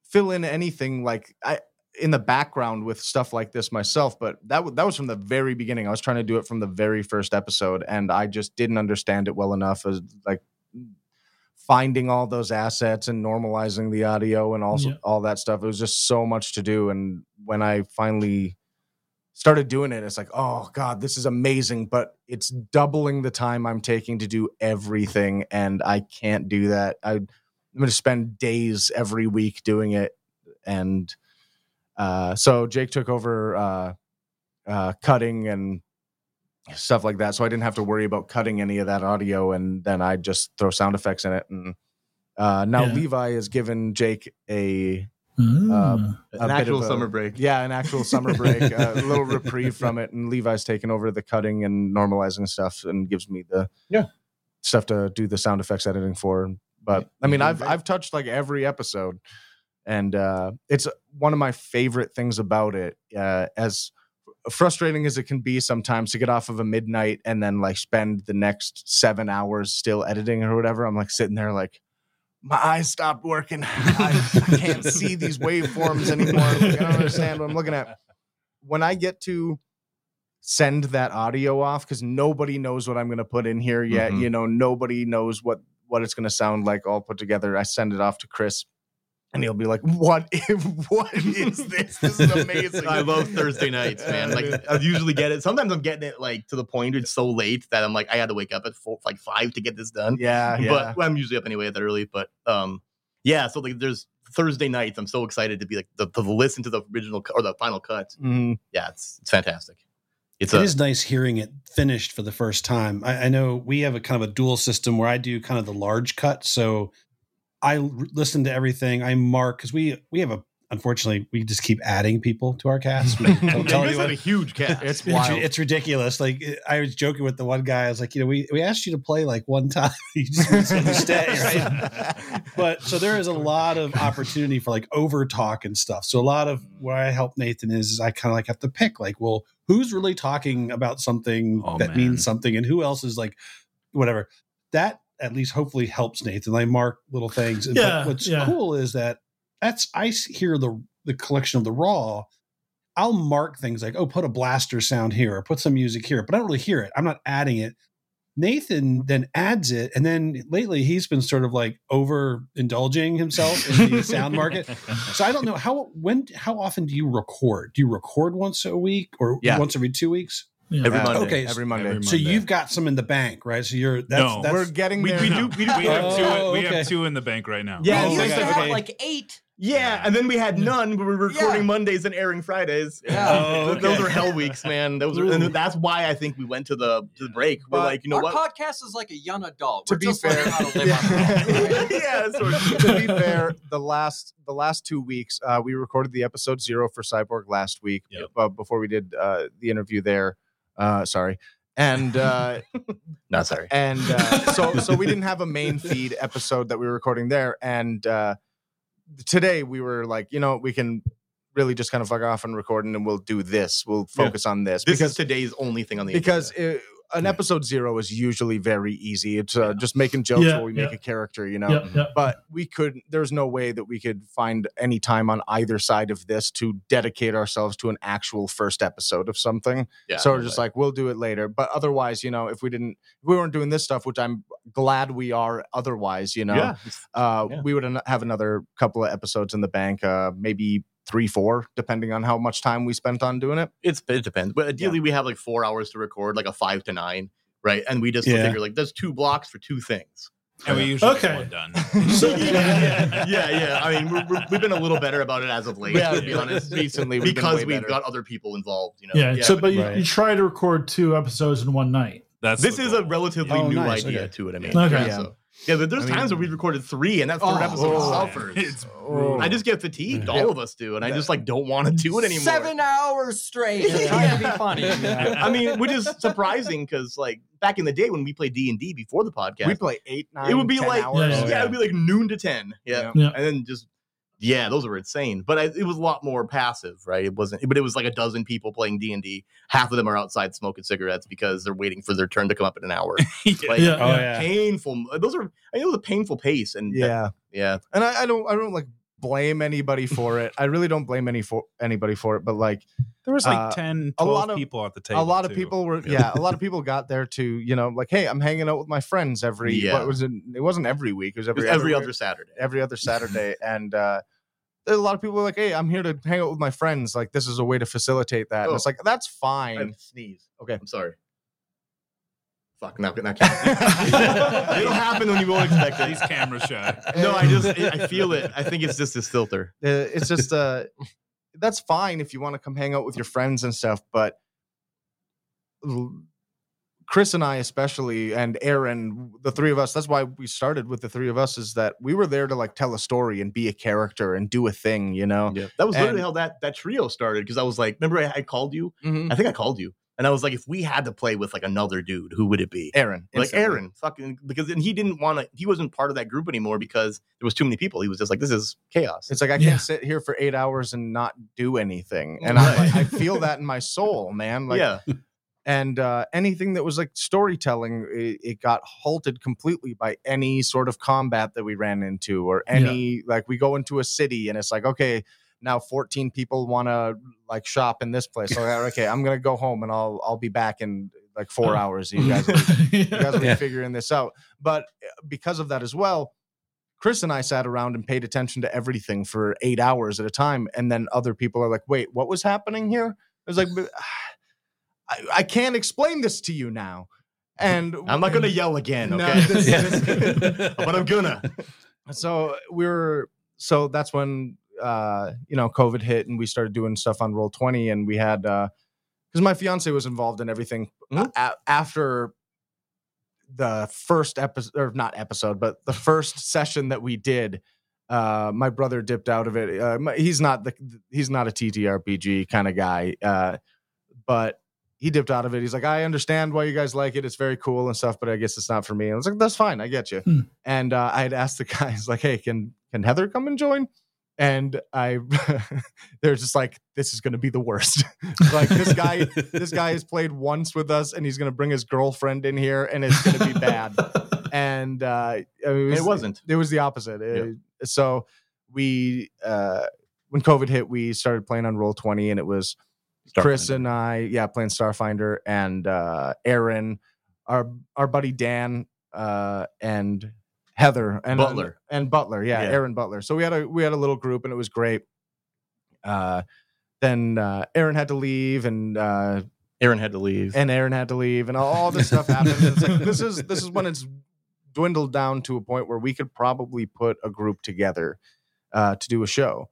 [SPEAKER 4] fill in anything like I in the background with stuff like this myself. But that w- that was from the very beginning. I was trying to do it from the very first episode, and I just didn't understand it well enough as like finding all those assets and normalizing the audio and also
[SPEAKER 1] Yeah.
[SPEAKER 4] all that stuff. It was just so much to do, and when I finally started doing it it's like oh god this is amazing but it's doubling the time i'm taking to do everything and i can't do that i I'm going to spend days every week doing it. And uh, so Jake took over uh, uh, cutting and stuff like that. So I didn't have to worry about cutting any of that audio. And then I just throw sound effects in it. And uh, now
[SPEAKER 1] Yeah.
[SPEAKER 4] Levi has given Jake a,
[SPEAKER 1] Mm.
[SPEAKER 4] a
[SPEAKER 6] An
[SPEAKER 4] bit
[SPEAKER 6] actual
[SPEAKER 4] of a-
[SPEAKER 6] summer [LAUGHS] break.
[SPEAKER 4] Yeah, an actual summer break, a little reprieve from it. And Levi's taken over the cutting and normalizing stuff and gives me the
[SPEAKER 2] Yeah.
[SPEAKER 4] stuff to do the sound effects editing for. But I mean,
[SPEAKER 6] Mhm.
[SPEAKER 4] I've I've touched like every episode, and uh, it's one of my favorite things about it. Uh, as frustrating as it can be sometimes to get off of a midnight and then like spend the next seven hours still editing or whatever, I'm like sitting there like. My eyes stopped working. [LAUGHS] I, I can't see these waveforms anymore. Like, I don't understand what I'm looking at. When I get to send that audio off because nobody knows what I'm going to put in here yet.
[SPEAKER 6] Mhm.
[SPEAKER 4] You know, nobody knows what what it's going to sound like all put together. I send it off to Chris, and he'll be like, "What? If, [LAUGHS] what is this? This is amazing."
[SPEAKER 6] I love Thursday nights, man. Like I usually get it. Sometimes I'm getting it like to the point it's so late that I'm like I had to wake up at four, like five to get this done.
[SPEAKER 4] yeah, yeah.
[SPEAKER 6] But well, I'm usually up anyway that early. But um, yeah. So like, there's Thursday nights. I'm so excited to be like the, to listen to the original cu- or the final cut.
[SPEAKER 2] Mm-hmm.
[SPEAKER 4] [LAUGHS] Mhm.
[SPEAKER 6] Yeah, it's it's fantastic. It's
[SPEAKER 2] it
[SPEAKER 6] a
[SPEAKER 2] is nice hearing it finished for the first time. I, I know we have a kind of a dual system where I do kind of the large cut, so I l- listen to everything. I mark because we we have a unfortunately we just keep adding people to our
[SPEAKER 4] [LAUGHS]
[SPEAKER 2] cast. We
[SPEAKER 6] Yeah, you
[SPEAKER 2] don't tell
[SPEAKER 6] guys have
[SPEAKER 2] anyone.
[SPEAKER 6] a huge cast.
[SPEAKER 4] It's
[SPEAKER 2] It's-
[SPEAKER 4] wild.
[SPEAKER 2] It's ridiculous. Like eh, I was joking with the one guy. I was like, you know, we, we asked you to play like one [LAUGHS] time. you just you said you
[SPEAKER 4] [LAUGHS]
[SPEAKER 2] stay, right? but so there is a lot of opportunity for like over talk and stuff. So a lot of where I help Nathan is, is I kind of like have to pick like, well, who's really talking about something
[SPEAKER 5] Oh,
[SPEAKER 2] that
[SPEAKER 5] man.
[SPEAKER 2] means something, and who else is like, whatever. That at least hopefully helps Nathan. I mark little things. But
[SPEAKER 1] Yeah,
[SPEAKER 2] what's
[SPEAKER 1] yeah.
[SPEAKER 2] cool is that that's I s- hear the the collection of the raw. I'll mark things like, oh, put a blaster sound here or put some music here, but I don't really hear it. I'm not adding it. Nathan then adds it, and then lately he's been sort of like over indulging himself in
[SPEAKER 5] [LAUGHS]
[SPEAKER 2] the sound market. So I don't know how when how often do you record? Do you record once a week or
[SPEAKER 4] Yeah.
[SPEAKER 2] once every two weeks?
[SPEAKER 1] Yeah.
[SPEAKER 6] Every
[SPEAKER 4] Yeah.
[SPEAKER 6] Monday.
[SPEAKER 2] Okay,
[SPEAKER 4] every Monday.
[SPEAKER 5] Every
[SPEAKER 2] So
[SPEAKER 5] Monday.
[SPEAKER 2] you've got some in the bank, right? So you're that's
[SPEAKER 5] No.
[SPEAKER 2] that's
[SPEAKER 4] We're [LAUGHS] getting
[SPEAKER 5] we,
[SPEAKER 4] there.
[SPEAKER 5] we do. We, do, we have
[SPEAKER 2] Oh,
[SPEAKER 5] two. We
[SPEAKER 2] okay.
[SPEAKER 5] have two in the bank right now.
[SPEAKER 6] Yeah,
[SPEAKER 2] Oh,
[SPEAKER 3] you
[SPEAKER 2] okay.
[SPEAKER 3] used to have
[SPEAKER 2] Okay.
[SPEAKER 3] like eight.
[SPEAKER 6] Yeah, and then we had none. We were recording
[SPEAKER 3] Yeah.
[SPEAKER 6] Mondays and airing Fridays.
[SPEAKER 3] Yeah.
[SPEAKER 2] Oh,
[SPEAKER 6] [LAUGHS] Th- those
[SPEAKER 2] okay.
[SPEAKER 6] are hell weeks, man. Those are,
[SPEAKER 1] Ooh.
[SPEAKER 6] and that's why I think we went to the to the break. We're
[SPEAKER 4] But-
[SPEAKER 6] like, you know
[SPEAKER 3] Our
[SPEAKER 6] what?
[SPEAKER 3] podcast is like a young adult.
[SPEAKER 4] To
[SPEAKER 3] We're
[SPEAKER 4] be
[SPEAKER 3] just
[SPEAKER 4] fair-
[SPEAKER 3] learning how to live
[SPEAKER 6] [LAUGHS]
[SPEAKER 3] on our own, right?
[SPEAKER 6] [LAUGHS] yeah,
[SPEAKER 4] [LAUGHS]
[SPEAKER 6] sort of.
[SPEAKER 4] to be fair, the last the last two weeks, uh, we recorded the episode zero for Cyborg last week,
[SPEAKER 5] Yep.
[SPEAKER 4] uh, before we did uh, the interview there. Uh, sorry, and uh,
[SPEAKER 6] No, sorry.
[SPEAKER 4] and uh, so so we didn't have a main feed episode that we were recording there and uh, today we were like you know we can really just kind of fuck off and record and we'll do this we'll
[SPEAKER 6] Yeah.
[SPEAKER 4] focus on this,
[SPEAKER 6] This
[SPEAKER 4] because
[SPEAKER 6] is today's only thing on the
[SPEAKER 4] because
[SPEAKER 6] agenda.
[SPEAKER 4] it, an
[SPEAKER 5] Yeah.
[SPEAKER 4] episode zero is usually very easy it's uh, just making jokes
[SPEAKER 1] Yeah,
[SPEAKER 4] while we make
[SPEAKER 1] yeah.
[SPEAKER 4] a character you know
[SPEAKER 1] Yeah, yeah.
[SPEAKER 4] but we could there's no way that we could find any time on either side of this to dedicate ourselves to an actual first episode of something
[SPEAKER 6] Yeah,
[SPEAKER 4] so
[SPEAKER 6] no
[SPEAKER 4] we're just
[SPEAKER 6] way.
[SPEAKER 4] like we'll do it later but otherwise you know if we didn't if we weren't doing this stuff which i'm glad we are otherwise you know
[SPEAKER 6] yeah,
[SPEAKER 4] uh
[SPEAKER 6] Yeah.
[SPEAKER 4] we would an- have another couple of episodes in the bank uh maybe three four depending on how much time we spent on doing it
[SPEAKER 6] it's it depends. But ideally, we have like four hours to record, like a five to nine, right? And we just
[SPEAKER 2] Yeah.
[SPEAKER 4] [LAUGHS]
[SPEAKER 6] figure like there's two blocks for two things.
[SPEAKER 5] And we usually
[SPEAKER 1] Okay.
[SPEAKER 5] get one done.
[SPEAKER 1] [LAUGHS] So
[SPEAKER 6] yeah, yeah, yeah. I mean, we're, we're, we've been a little better about it as of late,
[SPEAKER 4] Yeah,
[SPEAKER 6] to be
[SPEAKER 4] yeah.
[SPEAKER 6] honest.
[SPEAKER 4] Recently, we've been
[SPEAKER 6] because
[SPEAKER 4] way
[SPEAKER 6] we've
[SPEAKER 4] better.
[SPEAKER 6] got other people involved, you know.
[SPEAKER 1] [LAUGHS] yeah, so
[SPEAKER 6] but
[SPEAKER 1] but you,
[SPEAKER 2] right.
[SPEAKER 1] you try to record two episodes in one night
[SPEAKER 5] That's
[SPEAKER 6] this
[SPEAKER 5] the
[SPEAKER 6] is a
[SPEAKER 5] goal.
[SPEAKER 6] relatively
[SPEAKER 2] Oh,
[SPEAKER 6] new
[SPEAKER 2] nice,
[SPEAKER 6] idea
[SPEAKER 2] okay.
[SPEAKER 6] to what I mean.
[SPEAKER 1] Okay.
[SPEAKER 6] Yeah,
[SPEAKER 4] Yeah.
[SPEAKER 6] so- yeah, but there's
[SPEAKER 4] I mean-
[SPEAKER 6] times where we've recorded three, and that third
[SPEAKER 4] Oh,
[SPEAKER 6] episode
[SPEAKER 4] oh,
[SPEAKER 6] suffers.
[SPEAKER 5] It's
[SPEAKER 4] Oh.
[SPEAKER 6] I just get fatigued.
[SPEAKER 4] Yeah.
[SPEAKER 6] All of us do, and I just like don't want to do it anymore.
[SPEAKER 3] Seven hours
[SPEAKER 6] [LAUGHS]
[SPEAKER 3] straight. It's trying to be funny.
[SPEAKER 4] Yeah.
[SPEAKER 6] I mean, which is surprising because like back in the day when we played D and D before the podcast,
[SPEAKER 4] we play eight, nine,
[SPEAKER 6] it would be
[SPEAKER 4] 10
[SPEAKER 6] like
[SPEAKER 4] hours.
[SPEAKER 1] Oh,
[SPEAKER 6] yeah, it would be like noon to ten. Yeah.
[SPEAKER 1] Yeah.
[SPEAKER 6] And then just yeah, those were insane. But I, it was a lot more passive, right? It wasn't but it was like a dozen people playing D and D. Half of them are outside smoking cigarettes because they're waiting for their turn to come up in an hour. Like,
[SPEAKER 1] [LAUGHS] yeah,
[SPEAKER 2] Oh yeah.
[SPEAKER 6] Painful. Those are I know the painful pace and
[SPEAKER 4] yeah.
[SPEAKER 6] yeah.
[SPEAKER 4] and I, I don't I don't like blame
[SPEAKER 6] [LAUGHS]
[SPEAKER 4] anybody for it. I really don't blame any for anybody for it, but like
[SPEAKER 5] There was like
[SPEAKER 4] Uh,
[SPEAKER 5] 10,
[SPEAKER 4] a
[SPEAKER 5] 12
[SPEAKER 4] lot of-
[SPEAKER 5] people at the table.
[SPEAKER 4] a lot of
[SPEAKER 5] too.
[SPEAKER 4] people
[SPEAKER 6] [LAUGHS]
[SPEAKER 4] were yeah.
[SPEAKER 5] Yeah.
[SPEAKER 4] a lot of people got there to, you know, like hey, I'm hanging out with my friends every
[SPEAKER 6] Yeah.
[SPEAKER 4] what was it it wasn't every week, it was
[SPEAKER 6] It was
[SPEAKER 4] every
[SPEAKER 6] every
[SPEAKER 4] other
[SPEAKER 6] other Saturday.
[SPEAKER 4] [LAUGHS]
[SPEAKER 6] [LAUGHS]
[SPEAKER 4] every other Saturday and uh a lot of people were like, "Hey, I'm here to hang out with my friends. Like, this is a way to facilitate that." And it's
[SPEAKER 6] Oh.
[SPEAKER 4] like, that's
[SPEAKER 6] I
[SPEAKER 4] fine.
[SPEAKER 6] sneeze.
[SPEAKER 4] Okay.
[SPEAKER 6] I'm sorry. Fuck, not
[SPEAKER 4] [LAUGHS]
[SPEAKER 6] not It'll happen when you won't expect it.
[SPEAKER 5] He's [LAUGHS] camera shy.
[SPEAKER 6] No, I just I feel it. I think it's just this filter.
[SPEAKER 4] Uh,
[SPEAKER 6] [LAUGHS]
[SPEAKER 4] it's just uh that's fine if you want to come hang out with your friends and stuff but l- chris and i especially and aaron the three of us that's why we started with the three of us is that we were there to like tell a story and be a character and do a thing you know
[SPEAKER 6] Yeah, that was literally
[SPEAKER 4] And-
[SPEAKER 6] how that that trio started. Because I was like, remember I, I called you?
[SPEAKER 4] Mm-hmm.
[SPEAKER 6] I think I called you, and I was like, if we had to play with like another dude, who would it be?
[SPEAKER 4] aaron
[SPEAKER 6] Like
[SPEAKER 4] instantly.
[SPEAKER 6] Aaron, fucking because and he didn't want to. He wasn't part of that group anymore because there was too many people. He was just like, this is chaos.
[SPEAKER 4] it's like i can't
[SPEAKER 1] Yeah.
[SPEAKER 4] sit here for eight hours and not do anything and i'm like, i
[SPEAKER 6] [LAUGHS]
[SPEAKER 4] feel that in my soul man like
[SPEAKER 6] yeah,
[SPEAKER 4] and uh, anything that was like storytelling it, it got halted completely by any sort of combat that we ran into or any like we go into a city and it's like okay now 14 people want to like shop in this place so okay i'm gonna go home and i'll i'll be back in like four
[SPEAKER 1] Oh.
[SPEAKER 4] hours
[SPEAKER 1] [LAUGHS]
[SPEAKER 4] you guys will- you guys will be
[SPEAKER 2] Yeah.
[SPEAKER 4] figuring this out but uh, because of that as well chris and i sat around and paid attention to everything for eight hours at a time and then other people are like wait what was happening here it was like "But, [SIGHS] ah, I, I can't explain this to you now and
[SPEAKER 6] I'm not gonna yell again,
[SPEAKER 4] No,
[SPEAKER 6] okay?
[SPEAKER 1] [LAUGHS]
[SPEAKER 4] this-
[SPEAKER 6] but I'm gonna.
[SPEAKER 4] so we were so that's when uh you know covid hit and we started doing stuff on roll 20 and we had uh because my fiance was involved in everything uh,
[SPEAKER 6] Mhm.
[SPEAKER 4] a- after the first episode or not episode but the first session that we did uh my brother dipped out of it uh, my- he's not the he's not a ttrpg kind of guy uh but he dipped out of it he's like i understand why you guys like it it's very cool and stuff but i guess it's not for me and i was like that's fine i get you
[SPEAKER 1] Hmm.
[SPEAKER 4] and uh, i had asked the guys [LAUGHS] like hey can can heather come and join and i [LAUGHS] they're just like this is going to be the worst [LAUGHS] like this guy this guy has played once with us and he's going to bring his girlfriend in here and it's going to be bad
[SPEAKER 6] [LAUGHS]
[SPEAKER 4] and uh, I mean,
[SPEAKER 6] It wasn't.
[SPEAKER 4] it was the opposite
[SPEAKER 6] Yeah.
[SPEAKER 4] Uh, so we uh, when covid hit we started playing on roll 20 and it was chris and i yeah playing starfinder and uh, aaron our our buddy dan uh, and heather and uh,
[SPEAKER 6] Butler.
[SPEAKER 4] and, butler yeah,
[SPEAKER 6] Yeah.
[SPEAKER 4] aaron butler so we had a we had a little group and it was great uh, then uh, aaron had to leave and uh,
[SPEAKER 6] Aaron had to leave.
[SPEAKER 4] and Aaron had to leave, and all, all this stuff happened. And It's like, this is this is when it's dwindled down to a point where we could probably put a group together uh, to do a show.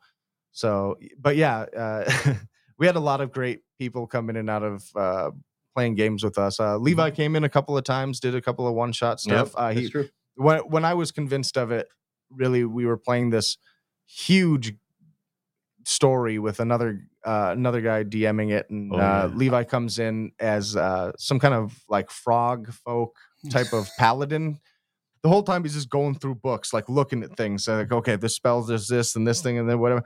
[SPEAKER 4] So, but yeah, uh, [LAUGHS] we had a lot of great people come in and out of uh, playing games with us. Uh, Levi came in a couple of times, did a couple of one shot stuff. uh, he,
[SPEAKER 6] Mm-hmm. That's true.
[SPEAKER 4] when when I was convinced of it, really, we were playing this huge story with another uh, another guy DMing it, and
[SPEAKER 6] Oh,
[SPEAKER 4] uh,
[SPEAKER 6] yeah.
[SPEAKER 4] Levi comes in as uh, some kind of like frog
[SPEAKER 6] [LAUGHS]
[SPEAKER 4] folk type of paladin. The whole time he's just going through books, like looking at things, uh, like okay, this spell does this and this thing and then whatever,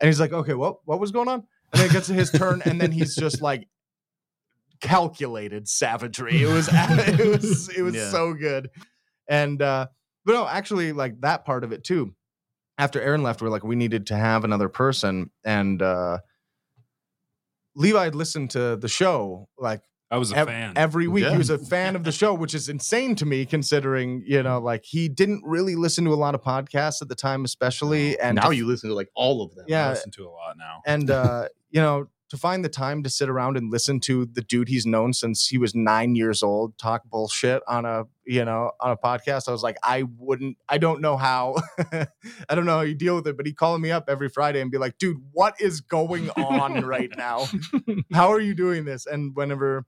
[SPEAKER 4] and he's like, okay, what what was going on? And then it gets to his turn, and then he's just like calculated savagery. It was [LAUGHS] it was it was
[SPEAKER 6] Yeah.
[SPEAKER 4] so good. And uh but no, actually like that part of it too. After Aaron left, we're like we needed to have another person and uh Levi had listened to the show like
[SPEAKER 5] I was a
[SPEAKER 4] ev-
[SPEAKER 5] fan.
[SPEAKER 4] every week.
[SPEAKER 6] Yeah.
[SPEAKER 4] He was a fan of the show, which is insane to me considering, you know, like he didn't really listen to a lot of podcasts at the time especially and
[SPEAKER 6] now you listen to like all of them.
[SPEAKER 4] yeah,
[SPEAKER 5] I listen to a lot now.
[SPEAKER 4] and uh you know to find the time to sit around and listen to the dude he's known since he was nine years old talk bullshit on a you know on a podcast i was like i wouldn't i don't know how [LAUGHS] i don't know how you deal with it but he calling me up every friday and be like dude what is going on right now how are you doing this and whenever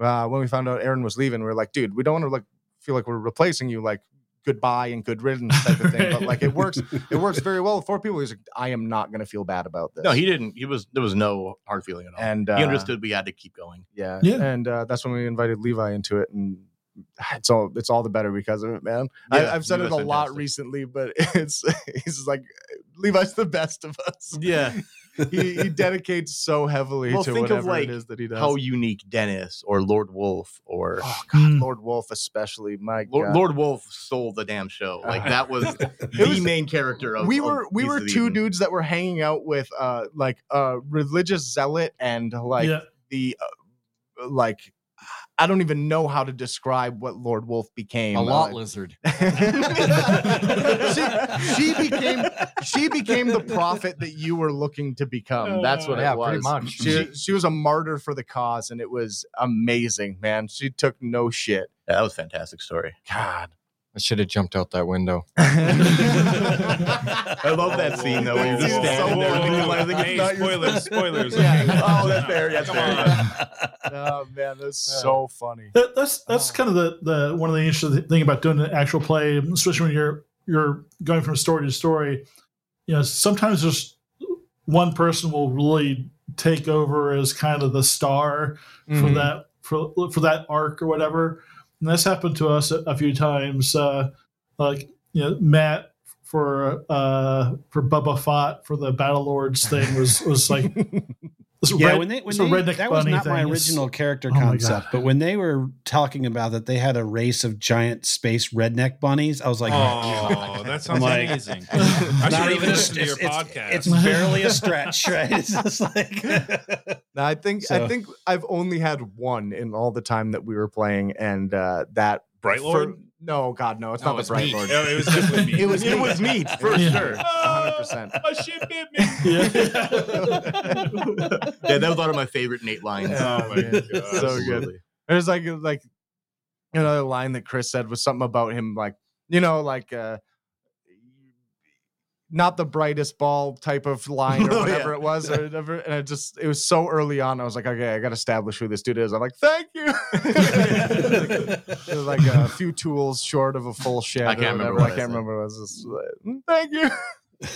[SPEAKER 4] uh, when we found out aaron was leaving we were like dude we don't want to like feel like we're replacing you like goodbye and good riddance type of thing but like it works it works very well for people he's like i am not going to feel bad about this
[SPEAKER 6] No, he didn't. He was there was no hard feeling at all.
[SPEAKER 4] and uh,
[SPEAKER 6] he understood we had to keep going.
[SPEAKER 4] Yeah.
[SPEAKER 1] Yeah.
[SPEAKER 4] And uh, that's when we invited Levi into it. And it's all it's all the better because of it, man.
[SPEAKER 6] Yeah,
[SPEAKER 4] I, I've said it a
[SPEAKER 6] Levi's
[SPEAKER 4] lot
[SPEAKER 6] fantastic.
[SPEAKER 4] recently, but [LAUGHS] it's he's just like Levi's the best of us.
[SPEAKER 6] Yeah,
[SPEAKER 4] [LAUGHS] he, he dedicates so heavily
[SPEAKER 6] Well,
[SPEAKER 4] to
[SPEAKER 6] think
[SPEAKER 4] whatever
[SPEAKER 6] of, like,
[SPEAKER 4] it is that he does.
[SPEAKER 6] how unique Dennis or Lord Wolf or
[SPEAKER 4] oh God,
[SPEAKER 1] [LAUGHS] Mm.
[SPEAKER 4] [CLEARS THROAT] Lord Wolf especially. My
[SPEAKER 6] Lord,
[SPEAKER 4] God.
[SPEAKER 6] Lord Wolf stole the damn show. Like that was the
[SPEAKER 4] was-
[SPEAKER 6] main character of.
[SPEAKER 4] we
[SPEAKER 6] of
[SPEAKER 4] were we
[SPEAKER 6] Beast
[SPEAKER 4] were
[SPEAKER 6] of the
[SPEAKER 4] two
[SPEAKER 6] Eden.
[SPEAKER 4] dudes that were hanging out with uh like a religious zealot and like [LAUGHS]
[SPEAKER 1] yeah. [LAUGHS]
[SPEAKER 4] the uh, like I don't even know how to describe what Lord Wolf became.
[SPEAKER 3] A lot
[SPEAKER 6] [LAUGHS]
[SPEAKER 4] Uh,
[SPEAKER 3] lizard.
[SPEAKER 4] she, she became she became the prophet that you were looking to become. That's what
[SPEAKER 3] Oh, yeah,
[SPEAKER 4] it was.
[SPEAKER 3] pretty much.
[SPEAKER 4] She she was a martyr for the cause, and it was amazing, man. She took no shit.
[SPEAKER 6] Yeah, that was a fantastic
[SPEAKER 3] [LAUGHS]
[SPEAKER 6] story.
[SPEAKER 4] God,
[SPEAKER 3] I should have jumped out that window.
[SPEAKER 6] I love that scene though. When
[SPEAKER 5] Whoa,
[SPEAKER 6] you're just
[SPEAKER 5] whoa,
[SPEAKER 6] standing there
[SPEAKER 5] whoa,
[SPEAKER 6] and
[SPEAKER 5] whoa.
[SPEAKER 6] realizing
[SPEAKER 5] Hey,
[SPEAKER 6] it's not your.
[SPEAKER 5] spoilers, spoilers.
[SPEAKER 4] Yeah. [LAUGHS]
[SPEAKER 6] Oh, that's fair, that's
[SPEAKER 5] Come
[SPEAKER 6] fair.
[SPEAKER 5] on.
[SPEAKER 4] oh man, that's so funny.
[SPEAKER 1] That, that's that's kind of the, the one of the interesting thing about doing an actual play, especially when you're you're going from story to story. You know, sometimes just one person will really take over as kind of the star
[SPEAKER 3] Mm-hmm.
[SPEAKER 1] for that for for that arc or whatever. And that's happened to us a, a few times. Uh, like you know, Matt for uh for Bubba Fott for the Battle Lords thing was was
[SPEAKER 3] [LAUGHS]
[SPEAKER 4] [LAUGHS]
[SPEAKER 1] like was
[SPEAKER 2] Yeah,
[SPEAKER 1] red-
[SPEAKER 2] when they when
[SPEAKER 1] it's a
[SPEAKER 2] they,
[SPEAKER 1] redneck
[SPEAKER 2] that was
[SPEAKER 1] bunny
[SPEAKER 2] not my
[SPEAKER 1] thing. It's-
[SPEAKER 2] original character
[SPEAKER 1] Oh my God.
[SPEAKER 2] concept, but when they were talking about that they had a race of giant space redneck bunnies, I was like,
[SPEAKER 5] oh, that sounds
[SPEAKER 2] like-
[SPEAKER 5] amazing.
[SPEAKER 2] I
[SPEAKER 5] I
[SPEAKER 2] [LAUGHS] not
[SPEAKER 5] should
[SPEAKER 2] even
[SPEAKER 5] even
[SPEAKER 2] a,
[SPEAKER 5] listen to
[SPEAKER 2] it's,
[SPEAKER 5] your
[SPEAKER 2] it's-
[SPEAKER 5] podcast.
[SPEAKER 2] it's barely a stretch, right? It's just like
[SPEAKER 4] No, I think I
[SPEAKER 2] So-
[SPEAKER 4] think I've only had one in all the time that we were playing, and uh, that
[SPEAKER 5] Bright
[SPEAKER 4] for-
[SPEAKER 5] Lord?
[SPEAKER 4] no, God, no, it's
[SPEAKER 5] No,
[SPEAKER 4] not the Bright
[SPEAKER 5] meat.
[SPEAKER 4] Lord.
[SPEAKER 5] No, it was definitely
[SPEAKER 4] [LAUGHS]
[SPEAKER 5] meat.
[SPEAKER 6] It was [LAUGHS] it was neat for
[SPEAKER 1] Yeah.
[SPEAKER 6] sure.
[SPEAKER 5] Ah,
[SPEAKER 4] 100%.
[SPEAKER 5] A shit bit me.
[SPEAKER 1] [LAUGHS]
[SPEAKER 6] Yeah, that was one of my favorite Nate lines.
[SPEAKER 4] Oh,
[SPEAKER 5] [LAUGHS]
[SPEAKER 4] man. So good.
[SPEAKER 6] Absolutely.
[SPEAKER 4] There's like like another line that Chris said was something about him like you know like uh not the brightest ball type of line
[SPEAKER 6] [LAUGHS] Oh,
[SPEAKER 4] or
[SPEAKER 6] yeah.
[SPEAKER 4] whatever it was or whatever and it just it was so early on I was like okay I got to establish who this dude is I'm like thank
[SPEAKER 6] [LAUGHS]
[SPEAKER 4] you [LAUGHS] it
[SPEAKER 2] yeah.
[SPEAKER 4] was like a few tools short of a full shed
[SPEAKER 6] I
[SPEAKER 4] I
[SPEAKER 6] can't
[SPEAKER 4] can't
[SPEAKER 6] remember
[SPEAKER 4] whatever.
[SPEAKER 6] what
[SPEAKER 4] I
[SPEAKER 6] I
[SPEAKER 4] can't
[SPEAKER 6] said.
[SPEAKER 4] remember what it was just like, "Mm, thank you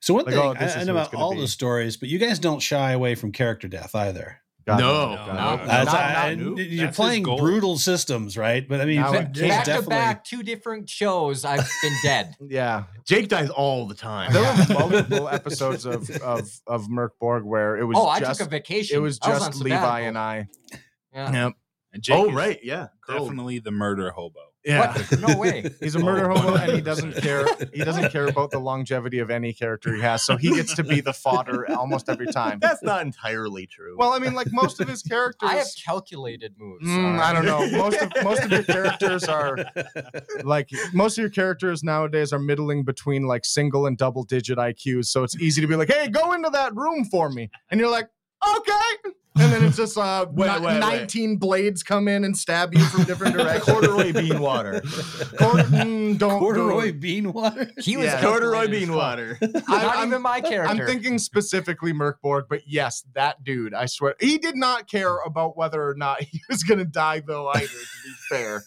[SPEAKER 2] So one
[SPEAKER 4] Like,
[SPEAKER 2] thing
[SPEAKER 4] oh,
[SPEAKER 2] I,
[SPEAKER 4] this is
[SPEAKER 2] I
[SPEAKER 4] who
[SPEAKER 2] know
[SPEAKER 4] it's
[SPEAKER 2] about
[SPEAKER 4] gonna
[SPEAKER 2] all
[SPEAKER 4] be.
[SPEAKER 2] the stories, but you guys don't shy away from character death either.
[SPEAKER 4] God,
[SPEAKER 6] No,
[SPEAKER 5] no,
[SPEAKER 4] God,
[SPEAKER 5] no.
[SPEAKER 4] no.
[SPEAKER 2] As
[SPEAKER 5] Not-
[SPEAKER 2] I-
[SPEAKER 5] not new.
[SPEAKER 2] you're
[SPEAKER 5] That's his
[SPEAKER 2] playing
[SPEAKER 5] goal.
[SPEAKER 2] brutal systems, right? But I mean,
[SPEAKER 4] Now
[SPEAKER 2] there's
[SPEAKER 4] it-
[SPEAKER 2] there's
[SPEAKER 3] back to
[SPEAKER 2] definitely
[SPEAKER 3] back, two different shows. I've been dead.
[SPEAKER 4] yeah
[SPEAKER 6] Jake dies all the time.
[SPEAKER 4] there
[SPEAKER 6] [LAUGHS]
[SPEAKER 4] were multiple episodes of of of Merc Borg where it was
[SPEAKER 3] Oh, I
[SPEAKER 4] just
[SPEAKER 3] took a vacation.
[SPEAKER 4] it was
[SPEAKER 3] I
[SPEAKER 4] just
[SPEAKER 3] on
[SPEAKER 4] Levi
[SPEAKER 3] sabbatical.
[SPEAKER 4] and I
[SPEAKER 3] Yeah.
[SPEAKER 5] And Jake
[SPEAKER 6] Oh
[SPEAKER 5] is
[SPEAKER 6] right, yeah, Cool.
[SPEAKER 5] Definitely the murder hobo.
[SPEAKER 3] What? No
[SPEAKER 4] [LAUGHS]
[SPEAKER 3] way.
[SPEAKER 4] He's a murder hobo, and he
[SPEAKER 5] 100%.
[SPEAKER 6] [LAUGHS]
[SPEAKER 4] doesn't care. He doesn't care about the longevity of any character he has, so he gets to be the fodder almost every time.
[SPEAKER 6] That's not entirely true.
[SPEAKER 4] Well, I mean, like most of his characters,
[SPEAKER 3] I have calculated moves.
[SPEAKER 6] uh,
[SPEAKER 4] Mm, I
[SPEAKER 3] alright?
[SPEAKER 4] don't know. Most of most
[SPEAKER 6] [LAUGHS]
[SPEAKER 4] of your characters are like most of your characters nowadays are middling between like single and double digit IQs, so it's easy to be like, "Hey, go into that room for me," and you're like, "Okay," and then it's just uh,
[SPEAKER 6] [LAUGHS] Wait,
[SPEAKER 4] ni-
[SPEAKER 6] wait, wait.
[SPEAKER 4] nineteen blades come in and stab you from
[SPEAKER 6] [LAUGHS]
[SPEAKER 4] different directions.
[SPEAKER 6] corduroy bean water.
[SPEAKER 4] Cor- mm, don't
[SPEAKER 2] corduroy
[SPEAKER 4] do it.
[SPEAKER 2] bean water.
[SPEAKER 3] He was
[SPEAKER 4] Yeah.
[SPEAKER 6] Corduroy
[SPEAKER 3] calculated as
[SPEAKER 6] bean
[SPEAKER 3] fuck.
[SPEAKER 6] water.
[SPEAKER 4] I-
[SPEAKER 3] Not
[SPEAKER 4] I'm-
[SPEAKER 3] even my character.
[SPEAKER 4] I'm thinking specifically Merc Borg, but yes, that dude, I swear. He did not care about whether or not [LAUGHS] he was going to die, though, either, to be fair.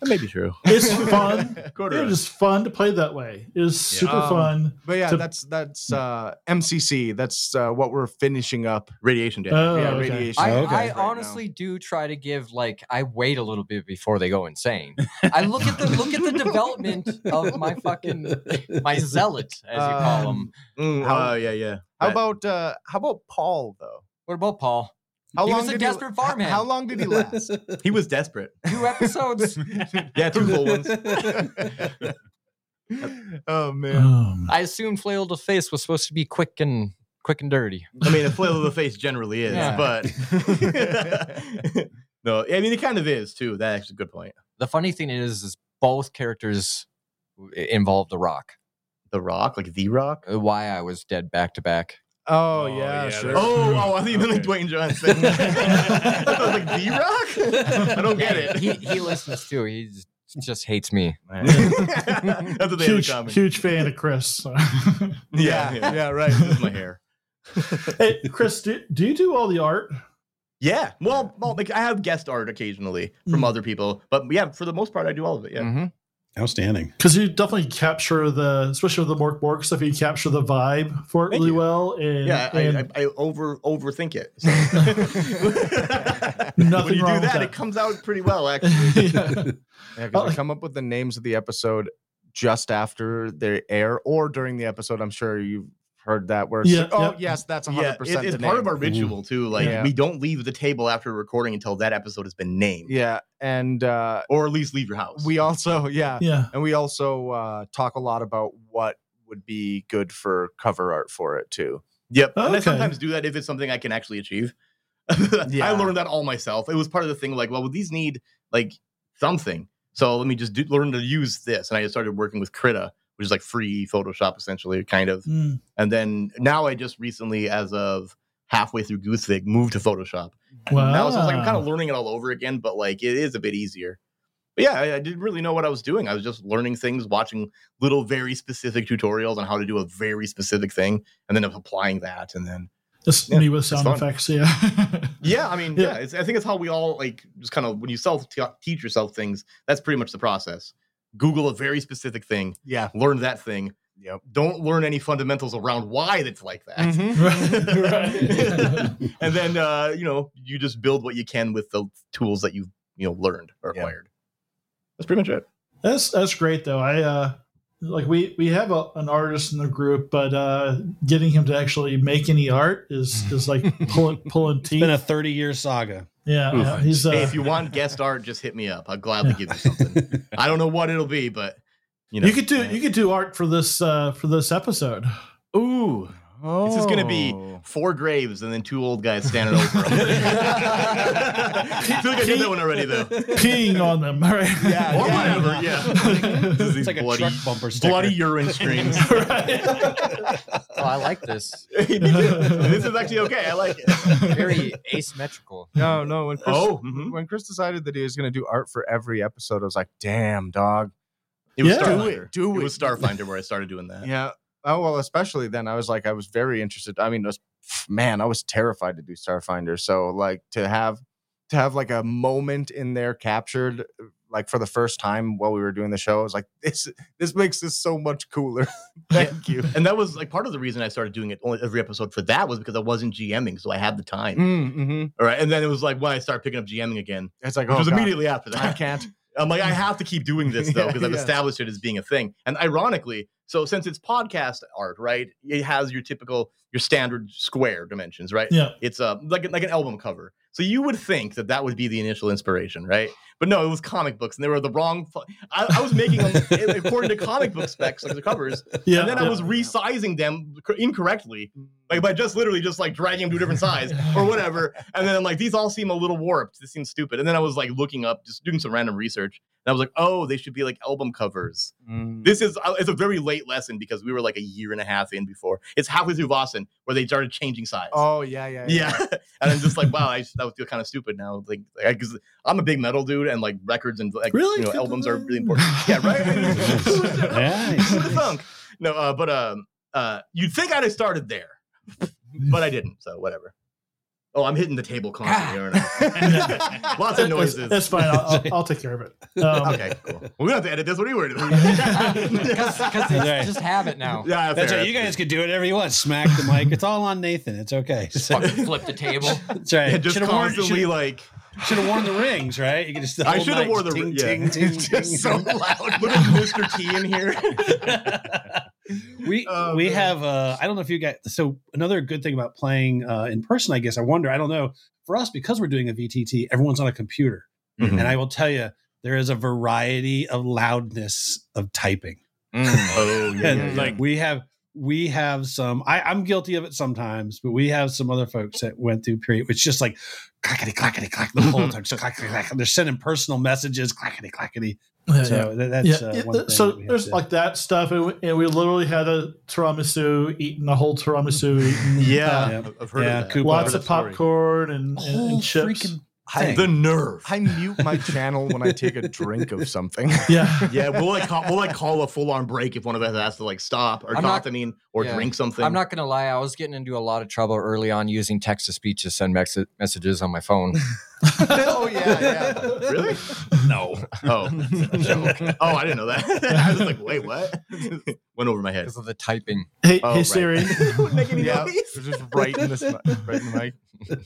[SPEAKER 6] That may
[SPEAKER 4] [LAUGHS]
[SPEAKER 6] be true.
[SPEAKER 1] it's fun.
[SPEAKER 6] Corduroy.
[SPEAKER 1] It is fun to play that way. It is super
[SPEAKER 4] Um,
[SPEAKER 1] fun.
[SPEAKER 4] But yeah,
[SPEAKER 1] To-
[SPEAKER 4] that's that's uh, MCC. That's uh, what we're finishing up.
[SPEAKER 6] Radiation damage.
[SPEAKER 1] Oh,
[SPEAKER 4] yeah,
[SPEAKER 1] okay.
[SPEAKER 4] radiation.
[SPEAKER 3] I,
[SPEAKER 2] Okay.
[SPEAKER 3] I
[SPEAKER 4] right now.
[SPEAKER 3] honestly do try to give like I wait a little bit before they go insane. I look at the look at
[SPEAKER 4] [LAUGHS]
[SPEAKER 3] the development of my fucking my zealot as you call them.
[SPEAKER 4] Um,
[SPEAKER 6] Mm,
[SPEAKER 4] How-
[SPEAKER 6] oh yeah, yeah.
[SPEAKER 4] How
[SPEAKER 6] But-
[SPEAKER 4] about uh, how about Paul though?
[SPEAKER 3] What about Paul?
[SPEAKER 4] How
[SPEAKER 3] He was a
[SPEAKER 4] did
[SPEAKER 3] desperate
[SPEAKER 4] how-
[SPEAKER 3] farmhand.
[SPEAKER 4] How long did he [LAUGHS] last?
[SPEAKER 6] he was desperate?
[SPEAKER 3] Two episodes.
[SPEAKER 6] Yeah, two full ones.
[SPEAKER 4] [LAUGHS] oh man.
[SPEAKER 1] Um,
[SPEAKER 3] I assume flail to face was supposed to be quick and quick and dirty.
[SPEAKER 6] I mean, a flail of the face generally is,
[SPEAKER 3] Yeah.
[SPEAKER 6] but [LAUGHS] no, I mean it kind of is too. That's actually a good point.
[SPEAKER 3] The funny thing is, is both characters involved the rock.
[SPEAKER 6] The Rock, like The Rock.
[SPEAKER 3] Why I was dead back to back.
[SPEAKER 4] [LAUGHS] Oh,
[SPEAKER 5] Oh,
[SPEAKER 4] yeah,
[SPEAKER 5] yeah,
[SPEAKER 4] sure.
[SPEAKER 5] there's-
[SPEAKER 6] Oh, oh, I think you meant like
[SPEAKER 5] Okay.
[SPEAKER 6] Dwayne Johnson. I was like, D Rock? I don't get it. [LAUGHS]
[SPEAKER 3] He, he listens too. He just- just hates me.
[SPEAKER 6] That's what they have in
[SPEAKER 1] huge,
[SPEAKER 6] common.
[SPEAKER 1] huge fan of Chris.
[SPEAKER 6] Yeah, [LAUGHS] yeah, right. This is my hair.
[SPEAKER 1] [LAUGHS] hey, Chris, do, do you do all the art?
[SPEAKER 6] Yeah. Well, well, like I have guest art occasionally from other people, but yeah, for the most part, I do all of it. Yeah.
[SPEAKER 3] Mm-hmm.
[SPEAKER 4] Mhm.
[SPEAKER 1] [LAUGHS]
[SPEAKER 2] Outstanding.
[SPEAKER 1] Because you definitely capture the, especially with the Mork Bork stuff, you capture the vibe for it
[SPEAKER 6] Thank
[SPEAKER 1] really
[SPEAKER 6] you.
[SPEAKER 1] well. And,
[SPEAKER 6] Yeah, I,
[SPEAKER 1] and
[SPEAKER 6] [LAUGHS] I, I over overthink it. So.
[SPEAKER 1] Nothing
[SPEAKER 6] when you
[SPEAKER 1] wrong with
[SPEAKER 6] do that,
[SPEAKER 1] that.
[SPEAKER 6] it comes out pretty well, actually.
[SPEAKER 1] Yeah.
[SPEAKER 4] Yeah, because
[SPEAKER 1] Oh.
[SPEAKER 4] I come up with the names of the episode just after they air or during the episode. I'm sure you've heard that where it's
[SPEAKER 1] Yeah,
[SPEAKER 4] like, oh,
[SPEAKER 1] yeah.
[SPEAKER 4] yes, that's 100%
[SPEAKER 6] Yeah, it- it's
[SPEAKER 4] the
[SPEAKER 6] part
[SPEAKER 4] name.
[SPEAKER 6] of our ritual too. Like
[SPEAKER 4] Yeah.
[SPEAKER 6] we don't leave the table after recording until that episode has been
[SPEAKER 4] [LAUGHS]
[SPEAKER 6] named,
[SPEAKER 4] Yeah, and uh,
[SPEAKER 6] or at least leave your house.
[SPEAKER 4] we also yeah,
[SPEAKER 1] [LAUGHS] yeah.
[SPEAKER 4] and we also uh, talk a lot about what would be good for cover art for it too.
[SPEAKER 6] Yep. And I
[SPEAKER 1] Okay.
[SPEAKER 6] sometimes do that if it's something I can actually achieve. [LAUGHS]
[SPEAKER 4] Yeah.
[SPEAKER 6] I learned that all myself. It was part of the thing like, well, these need like something. So let me just do, learn to use this. And I started working with Krita, which is like free Photoshop essentially, kind of.
[SPEAKER 1] Mm.
[SPEAKER 6] And then now I just recently, as of halfway through Goosefig, moved to Photoshop.
[SPEAKER 1] Wow.
[SPEAKER 6] Now so it's like I'm
[SPEAKER 4] Ah.
[SPEAKER 6] kind of learning it all over again, but like it is a bit easier. But yeah, I, I didn't really know what I was doing. I was just learning things, watching little very specific tutorials on how to do a very specific thing, and then applying that, and then
[SPEAKER 1] Just
[SPEAKER 6] yeah,
[SPEAKER 1] me with
[SPEAKER 6] it's
[SPEAKER 1] sound
[SPEAKER 6] fun.
[SPEAKER 1] effects. Yeah.
[SPEAKER 6] yeah,
[SPEAKER 4] [LAUGHS]
[SPEAKER 6] I mean,
[SPEAKER 1] Yeah.
[SPEAKER 6] yeah, it's, I think it's how we all like just kind of when you self te- teach yourself things. That's pretty much the process. Google a very specific thing,
[SPEAKER 4] Yeah.
[SPEAKER 6] learn that thing.
[SPEAKER 4] Yep. Mm-hmm.
[SPEAKER 6] Don't learn any fundamentals around why that's like
[SPEAKER 1] [LAUGHS]
[SPEAKER 6] that. [LAUGHS]
[SPEAKER 1] right.
[SPEAKER 6] and then uh, you know you just build what you can with the tools that you've you know learned or
[SPEAKER 4] Yeah.
[SPEAKER 6] acquired. That's pretty much it.
[SPEAKER 1] That's that's great though. I uh like we we have a, an artist in the group, but uh getting him to actually make any art is
[SPEAKER 6] [LAUGHS]
[SPEAKER 1] is like pulling pulling
[SPEAKER 2] It's
[SPEAKER 1] teeth.
[SPEAKER 2] been a 30 year saga.
[SPEAKER 1] yeah,
[SPEAKER 5] Oof.
[SPEAKER 1] yeah, he's uh,
[SPEAKER 6] hey, if you want guest art, just hit me up. I'll gladly give you something. I don't know what it'll be, but you know
[SPEAKER 1] you could do you could do art for this uh for this
[SPEAKER 6] [LAUGHS]
[SPEAKER 1] episode.
[SPEAKER 6] Ooh,
[SPEAKER 4] Oh.
[SPEAKER 6] This is gonna be- four graves and then two old guys standing
[SPEAKER 4] [LAUGHS]
[SPEAKER 6] over 'em. I feel like I did that one already though.
[SPEAKER 1] Peeing on them, [LAUGHS] all right?
[SPEAKER 4] Yeah,
[SPEAKER 6] or
[SPEAKER 4] yeah.
[SPEAKER 6] whatever. Yeah, [LAUGHS] This
[SPEAKER 2] [LAUGHS]
[SPEAKER 6] is
[SPEAKER 2] It's like
[SPEAKER 6] bloody,
[SPEAKER 2] a truck bumper sticker. [LAUGHS]
[SPEAKER 6] bloody [LAUGHS] urine streams.
[SPEAKER 3] Oh, I like this.
[SPEAKER 6] Me too. this is actually okay. I like it.
[SPEAKER 1] [LAUGHS]
[SPEAKER 3] Very asymmetrical.
[SPEAKER 4] No, no. When Chris,
[SPEAKER 6] Oh, mhm.
[SPEAKER 4] when Chris decided that he was going to do art for every episode, I was like, "Damn, dog."
[SPEAKER 6] It was
[SPEAKER 1] Yeah.
[SPEAKER 6] Starfinder.
[SPEAKER 4] Do it, do
[SPEAKER 6] it was
[SPEAKER 4] it.
[SPEAKER 6] Starfinder where I started doing that.
[SPEAKER 4] Yeah. Oh well, especially then I was like, I was very interested. I mean, it was, man, I was terrified to do Starfinder. So like to have to have like a moment in there captured, like for the first time while we were doing the show, I was like, this this makes this so much [LAUGHS] cooler. Thank you.
[SPEAKER 6] And that was like part of the reason I started doing it only every episode for that was because I wasn't GMing, so I had the time.
[SPEAKER 4] Mm-hmm.
[SPEAKER 6] All right. And then it was like when I started picking up GMing again,
[SPEAKER 4] It's like,
[SPEAKER 6] which
[SPEAKER 4] oh,
[SPEAKER 6] was
[SPEAKER 4] God,
[SPEAKER 6] immediately after
[SPEAKER 4] I
[SPEAKER 6] that.
[SPEAKER 4] can't.
[SPEAKER 6] I'm like, I have to keep
[SPEAKER 4] [LAUGHS]
[SPEAKER 6] doing this though,
[SPEAKER 4] Mm. Yeah,
[SPEAKER 6] because I've
[SPEAKER 4] yeah.
[SPEAKER 6] established it as being a thing. And ironically, so since it's podcast art, right? It has your typical, your standard square dimensions, right?
[SPEAKER 1] Yeah.
[SPEAKER 6] It's uh, like like an album cover. So you would think that that would be the initial inspiration, right? But no, it was comic books, and they were the wrong. Fu- I, I was making them [LAUGHS] according to comic book specs, like the covers,
[SPEAKER 1] Yeah.
[SPEAKER 6] and then I was resizing them cor- incorrectly, like by just literally just like dragging them to a different size or whatever. And then I'm like, these all seem a little warped. This seems stupid. And then I was like looking up, just doing some random research, and I was like, oh, they should be like album covers.
[SPEAKER 4] Mm.
[SPEAKER 6] This is uh, it's a very late lesson because we were like a year and a half in before. It's halfway through Boston where they started changing size. [LAUGHS]
[SPEAKER 4] Oh yeah, yeah,
[SPEAKER 6] Yeah, and I'm just like, wow, I just, that would feel kind of stupid now. Like, because I'm a big metal dude, and like records and like
[SPEAKER 1] Really?
[SPEAKER 6] you know albums are really important.
[SPEAKER 2] [LAUGHS]
[SPEAKER 6] Yeah, right. [LAUGHS]
[SPEAKER 2] Nice. [LAUGHS]
[SPEAKER 6] Who would've thunk? No, uh, but um, uh, you'd think I'd have started there, but I didn't. So whatever. Oh, I'm hitting the table constantly, aren't I? [LAUGHS] Lots of
[SPEAKER 1] That's,
[SPEAKER 6] noises.
[SPEAKER 1] that's fine. I'll, I'll, I'll take care of
[SPEAKER 6] [LAUGHS]
[SPEAKER 1] it. [LAUGHS] Um,
[SPEAKER 6] okay, cool. Well, we don't have to edit this. What are you worried about?
[SPEAKER 3] Because
[SPEAKER 6] [LAUGHS]
[SPEAKER 2] Right.
[SPEAKER 3] just have it now.
[SPEAKER 6] yeah,
[SPEAKER 2] That's
[SPEAKER 6] fair.
[SPEAKER 2] right. You guys could do whatever you want. Smack the mic. It's all on Nathan. It's okay.
[SPEAKER 3] Just fucking flip the table.
[SPEAKER 2] That's right.
[SPEAKER 6] Yeah, just
[SPEAKER 2] Should've worn-
[SPEAKER 6] constantly like
[SPEAKER 2] Should have worn the rings, right? You could just the
[SPEAKER 6] I
[SPEAKER 2] whole
[SPEAKER 6] should have
[SPEAKER 2] night
[SPEAKER 6] wore the
[SPEAKER 2] ting,
[SPEAKER 6] yeah.
[SPEAKER 2] ting, ting,
[SPEAKER 6] It's [LAUGHS] just
[SPEAKER 2] ting.
[SPEAKER 6] so loud. Look at Mr. T in here.
[SPEAKER 2] [LAUGHS]
[SPEAKER 6] [LAUGHS]
[SPEAKER 2] we
[SPEAKER 6] Oh,
[SPEAKER 2] we
[SPEAKER 6] man.
[SPEAKER 2] have uh I don't know if you guys so another good thing about playing uh in person I guess I wonder I don't know for us because we're doing a VTT everyone's on a computer
[SPEAKER 6] Mhm.
[SPEAKER 2] and I will tell you there is a variety of loudness of typing
[SPEAKER 5] [LAUGHS]
[SPEAKER 4] Mm.
[SPEAKER 6] Oh yeah,
[SPEAKER 2] and like we have we have some I, I'm guilty of it sometimes, but we have some other folks that went through period. It's just like clackety clackety clack the
[SPEAKER 6] [LAUGHS]
[SPEAKER 2] whole time. So clackety clack. They're sending personal messages, clackety clackety. So that, that's uh,
[SPEAKER 1] yeah,
[SPEAKER 2] one thing
[SPEAKER 1] so
[SPEAKER 2] that we have
[SPEAKER 1] there's
[SPEAKER 2] to-
[SPEAKER 1] like that stuff, and we, and we literally had a tiramisu eating a whole tiramisu, eating,
[SPEAKER 6] Yeah,
[SPEAKER 1] uh,
[SPEAKER 2] [LAUGHS] Yeah.
[SPEAKER 6] I've- I've heard
[SPEAKER 2] Yeah,
[SPEAKER 6] of that.
[SPEAKER 2] Coupon.
[SPEAKER 1] lots
[SPEAKER 6] Heard
[SPEAKER 1] of
[SPEAKER 6] that story.
[SPEAKER 1] popcorn and, and, and
[SPEAKER 2] Whole
[SPEAKER 1] chips. [LAUGHS]
[SPEAKER 2] freaking
[SPEAKER 4] I,
[SPEAKER 6] The nerve.
[SPEAKER 4] I mute my channel when I take a drink of [LAUGHS] something.
[SPEAKER 2] [LAUGHS]
[SPEAKER 1] Yeah,
[SPEAKER 6] yeah, we'll like call, we'll like call a full on break if one of us has to like stop or
[SPEAKER 3] I'm not-
[SPEAKER 6] cough, I mean, or
[SPEAKER 3] yeah.
[SPEAKER 6] drink something.
[SPEAKER 3] I'm not gonna lie. I was getting into a lot of trouble early on using text to speech to send mex- messages on my phone.
[SPEAKER 6] oh yeah, yeah. [LAUGHS] Really? No. Oh, that's a joke. oh, I didn't know that. [LAUGHS] I was like, wait, what? [LAUGHS] Went over my head.
[SPEAKER 3] because of the typing.
[SPEAKER 1] hey,
[SPEAKER 6] Oh,
[SPEAKER 1] hey
[SPEAKER 2] [LAUGHS]
[SPEAKER 6] right.
[SPEAKER 1] Siri.
[SPEAKER 4] [LAUGHS]
[SPEAKER 6] Wouldn't make any
[SPEAKER 4] Yeah.
[SPEAKER 6] noise.
[SPEAKER 4] Just right in this, right in the mic.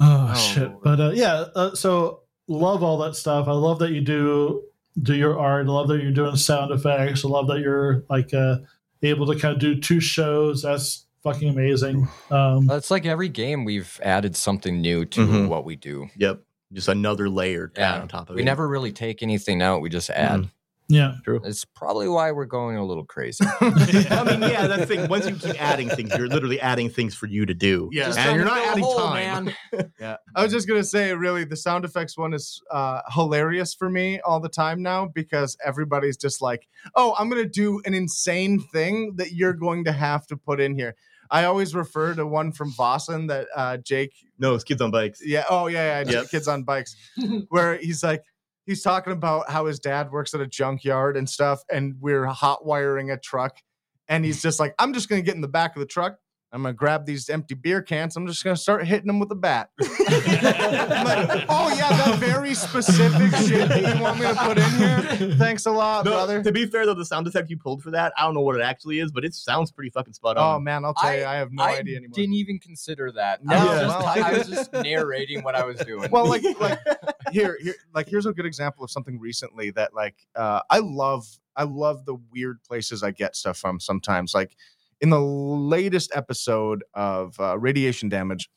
[SPEAKER 1] Oh,
[SPEAKER 4] Oh,
[SPEAKER 1] shit!
[SPEAKER 4] Lord.
[SPEAKER 1] But uh, yeah, uh, so love all that stuff. I love that you do do your art. I love that you're doing sound effects. I love that you're like uh, able to kind of do two shows. That's fucking amazing. Um,
[SPEAKER 3] It's like every game we've added something new to
[SPEAKER 6] Mhm.
[SPEAKER 3] what we do.
[SPEAKER 6] Yep. Just another layer to add
[SPEAKER 3] Yeah.
[SPEAKER 6] on top of
[SPEAKER 3] We
[SPEAKER 6] it.
[SPEAKER 3] never really take anything out. We just add.
[SPEAKER 1] yeah,
[SPEAKER 3] It's probably why we're going a little crazy.
[SPEAKER 6] [LAUGHS] I mean, yeah, that's the thing. Once you keep adding things, you're literally adding things for you to do.
[SPEAKER 4] Yeah. Just
[SPEAKER 6] and you're not
[SPEAKER 3] Fill a
[SPEAKER 6] adding
[SPEAKER 3] hole,
[SPEAKER 6] time.
[SPEAKER 3] oh, man.
[SPEAKER 4] I was just gonna say, really, the sound effects one is uh, hilarious for me all the time now because everybody's just like, "Oh, I'm gonna do an insane thing that you're going to have to put in here." I always refer to one from Boston that uh, Jake,
[SPEAKER 6] No, it's kids on bikes.
[SPEAKER 4] yeah, oh yeah, yeah,
[SPEAKER 6] Yep.
[SPEAKER 4] kids on bikes, where he's like. He's talking about how his dad works at a junkyard and stuff, and we're hot wiring a truck. And he's just like, I'm just gonna get in the back of the truck. I'm gonna grab these empty beer cans. I'm just gonna start hitting them with a bat. [LAUGHS] I'm like, oh yeah, that very specific shit that you want me to put in
[SPEAKER 1] [LAUGHS]
[SPEAKER 4] here. Thanks a lot,
[SPEAKER 6] No,
[SPEAKER 4] brother.
[SPEAKER 6] to be fair though, the sound effect you pulled for that, I don't know what it actually is, but it sounds pretty fucking spot
[SPEAKER 4] Oh
[SPEAKER 6] on.
[SPEAKER 4] man, I'll tell you, I have no
[SPEAKER 3] I
[SPEAKER 4] idea anymore.
[SPEAKER 3] didn't even consider that.
[SPEAKER 4] No,
[SPEAKER 3] I, was
[SPEAKER 4] well.
[SPEAKER 3] just, I was just narrating what I was doing.
[SPEAKER 4] Well,
[SPEAKER 3] [LAUGHS]
[SPEAKER 4] like,
[SPEAKER 6] [LAUGHS]
[SPEAKER 4] like here, here, like here's a good example of something recently that, like, uh, I love, I love the weird places I get stuff from. Sometimes, like in the latest episode of uh, Radiation Damage,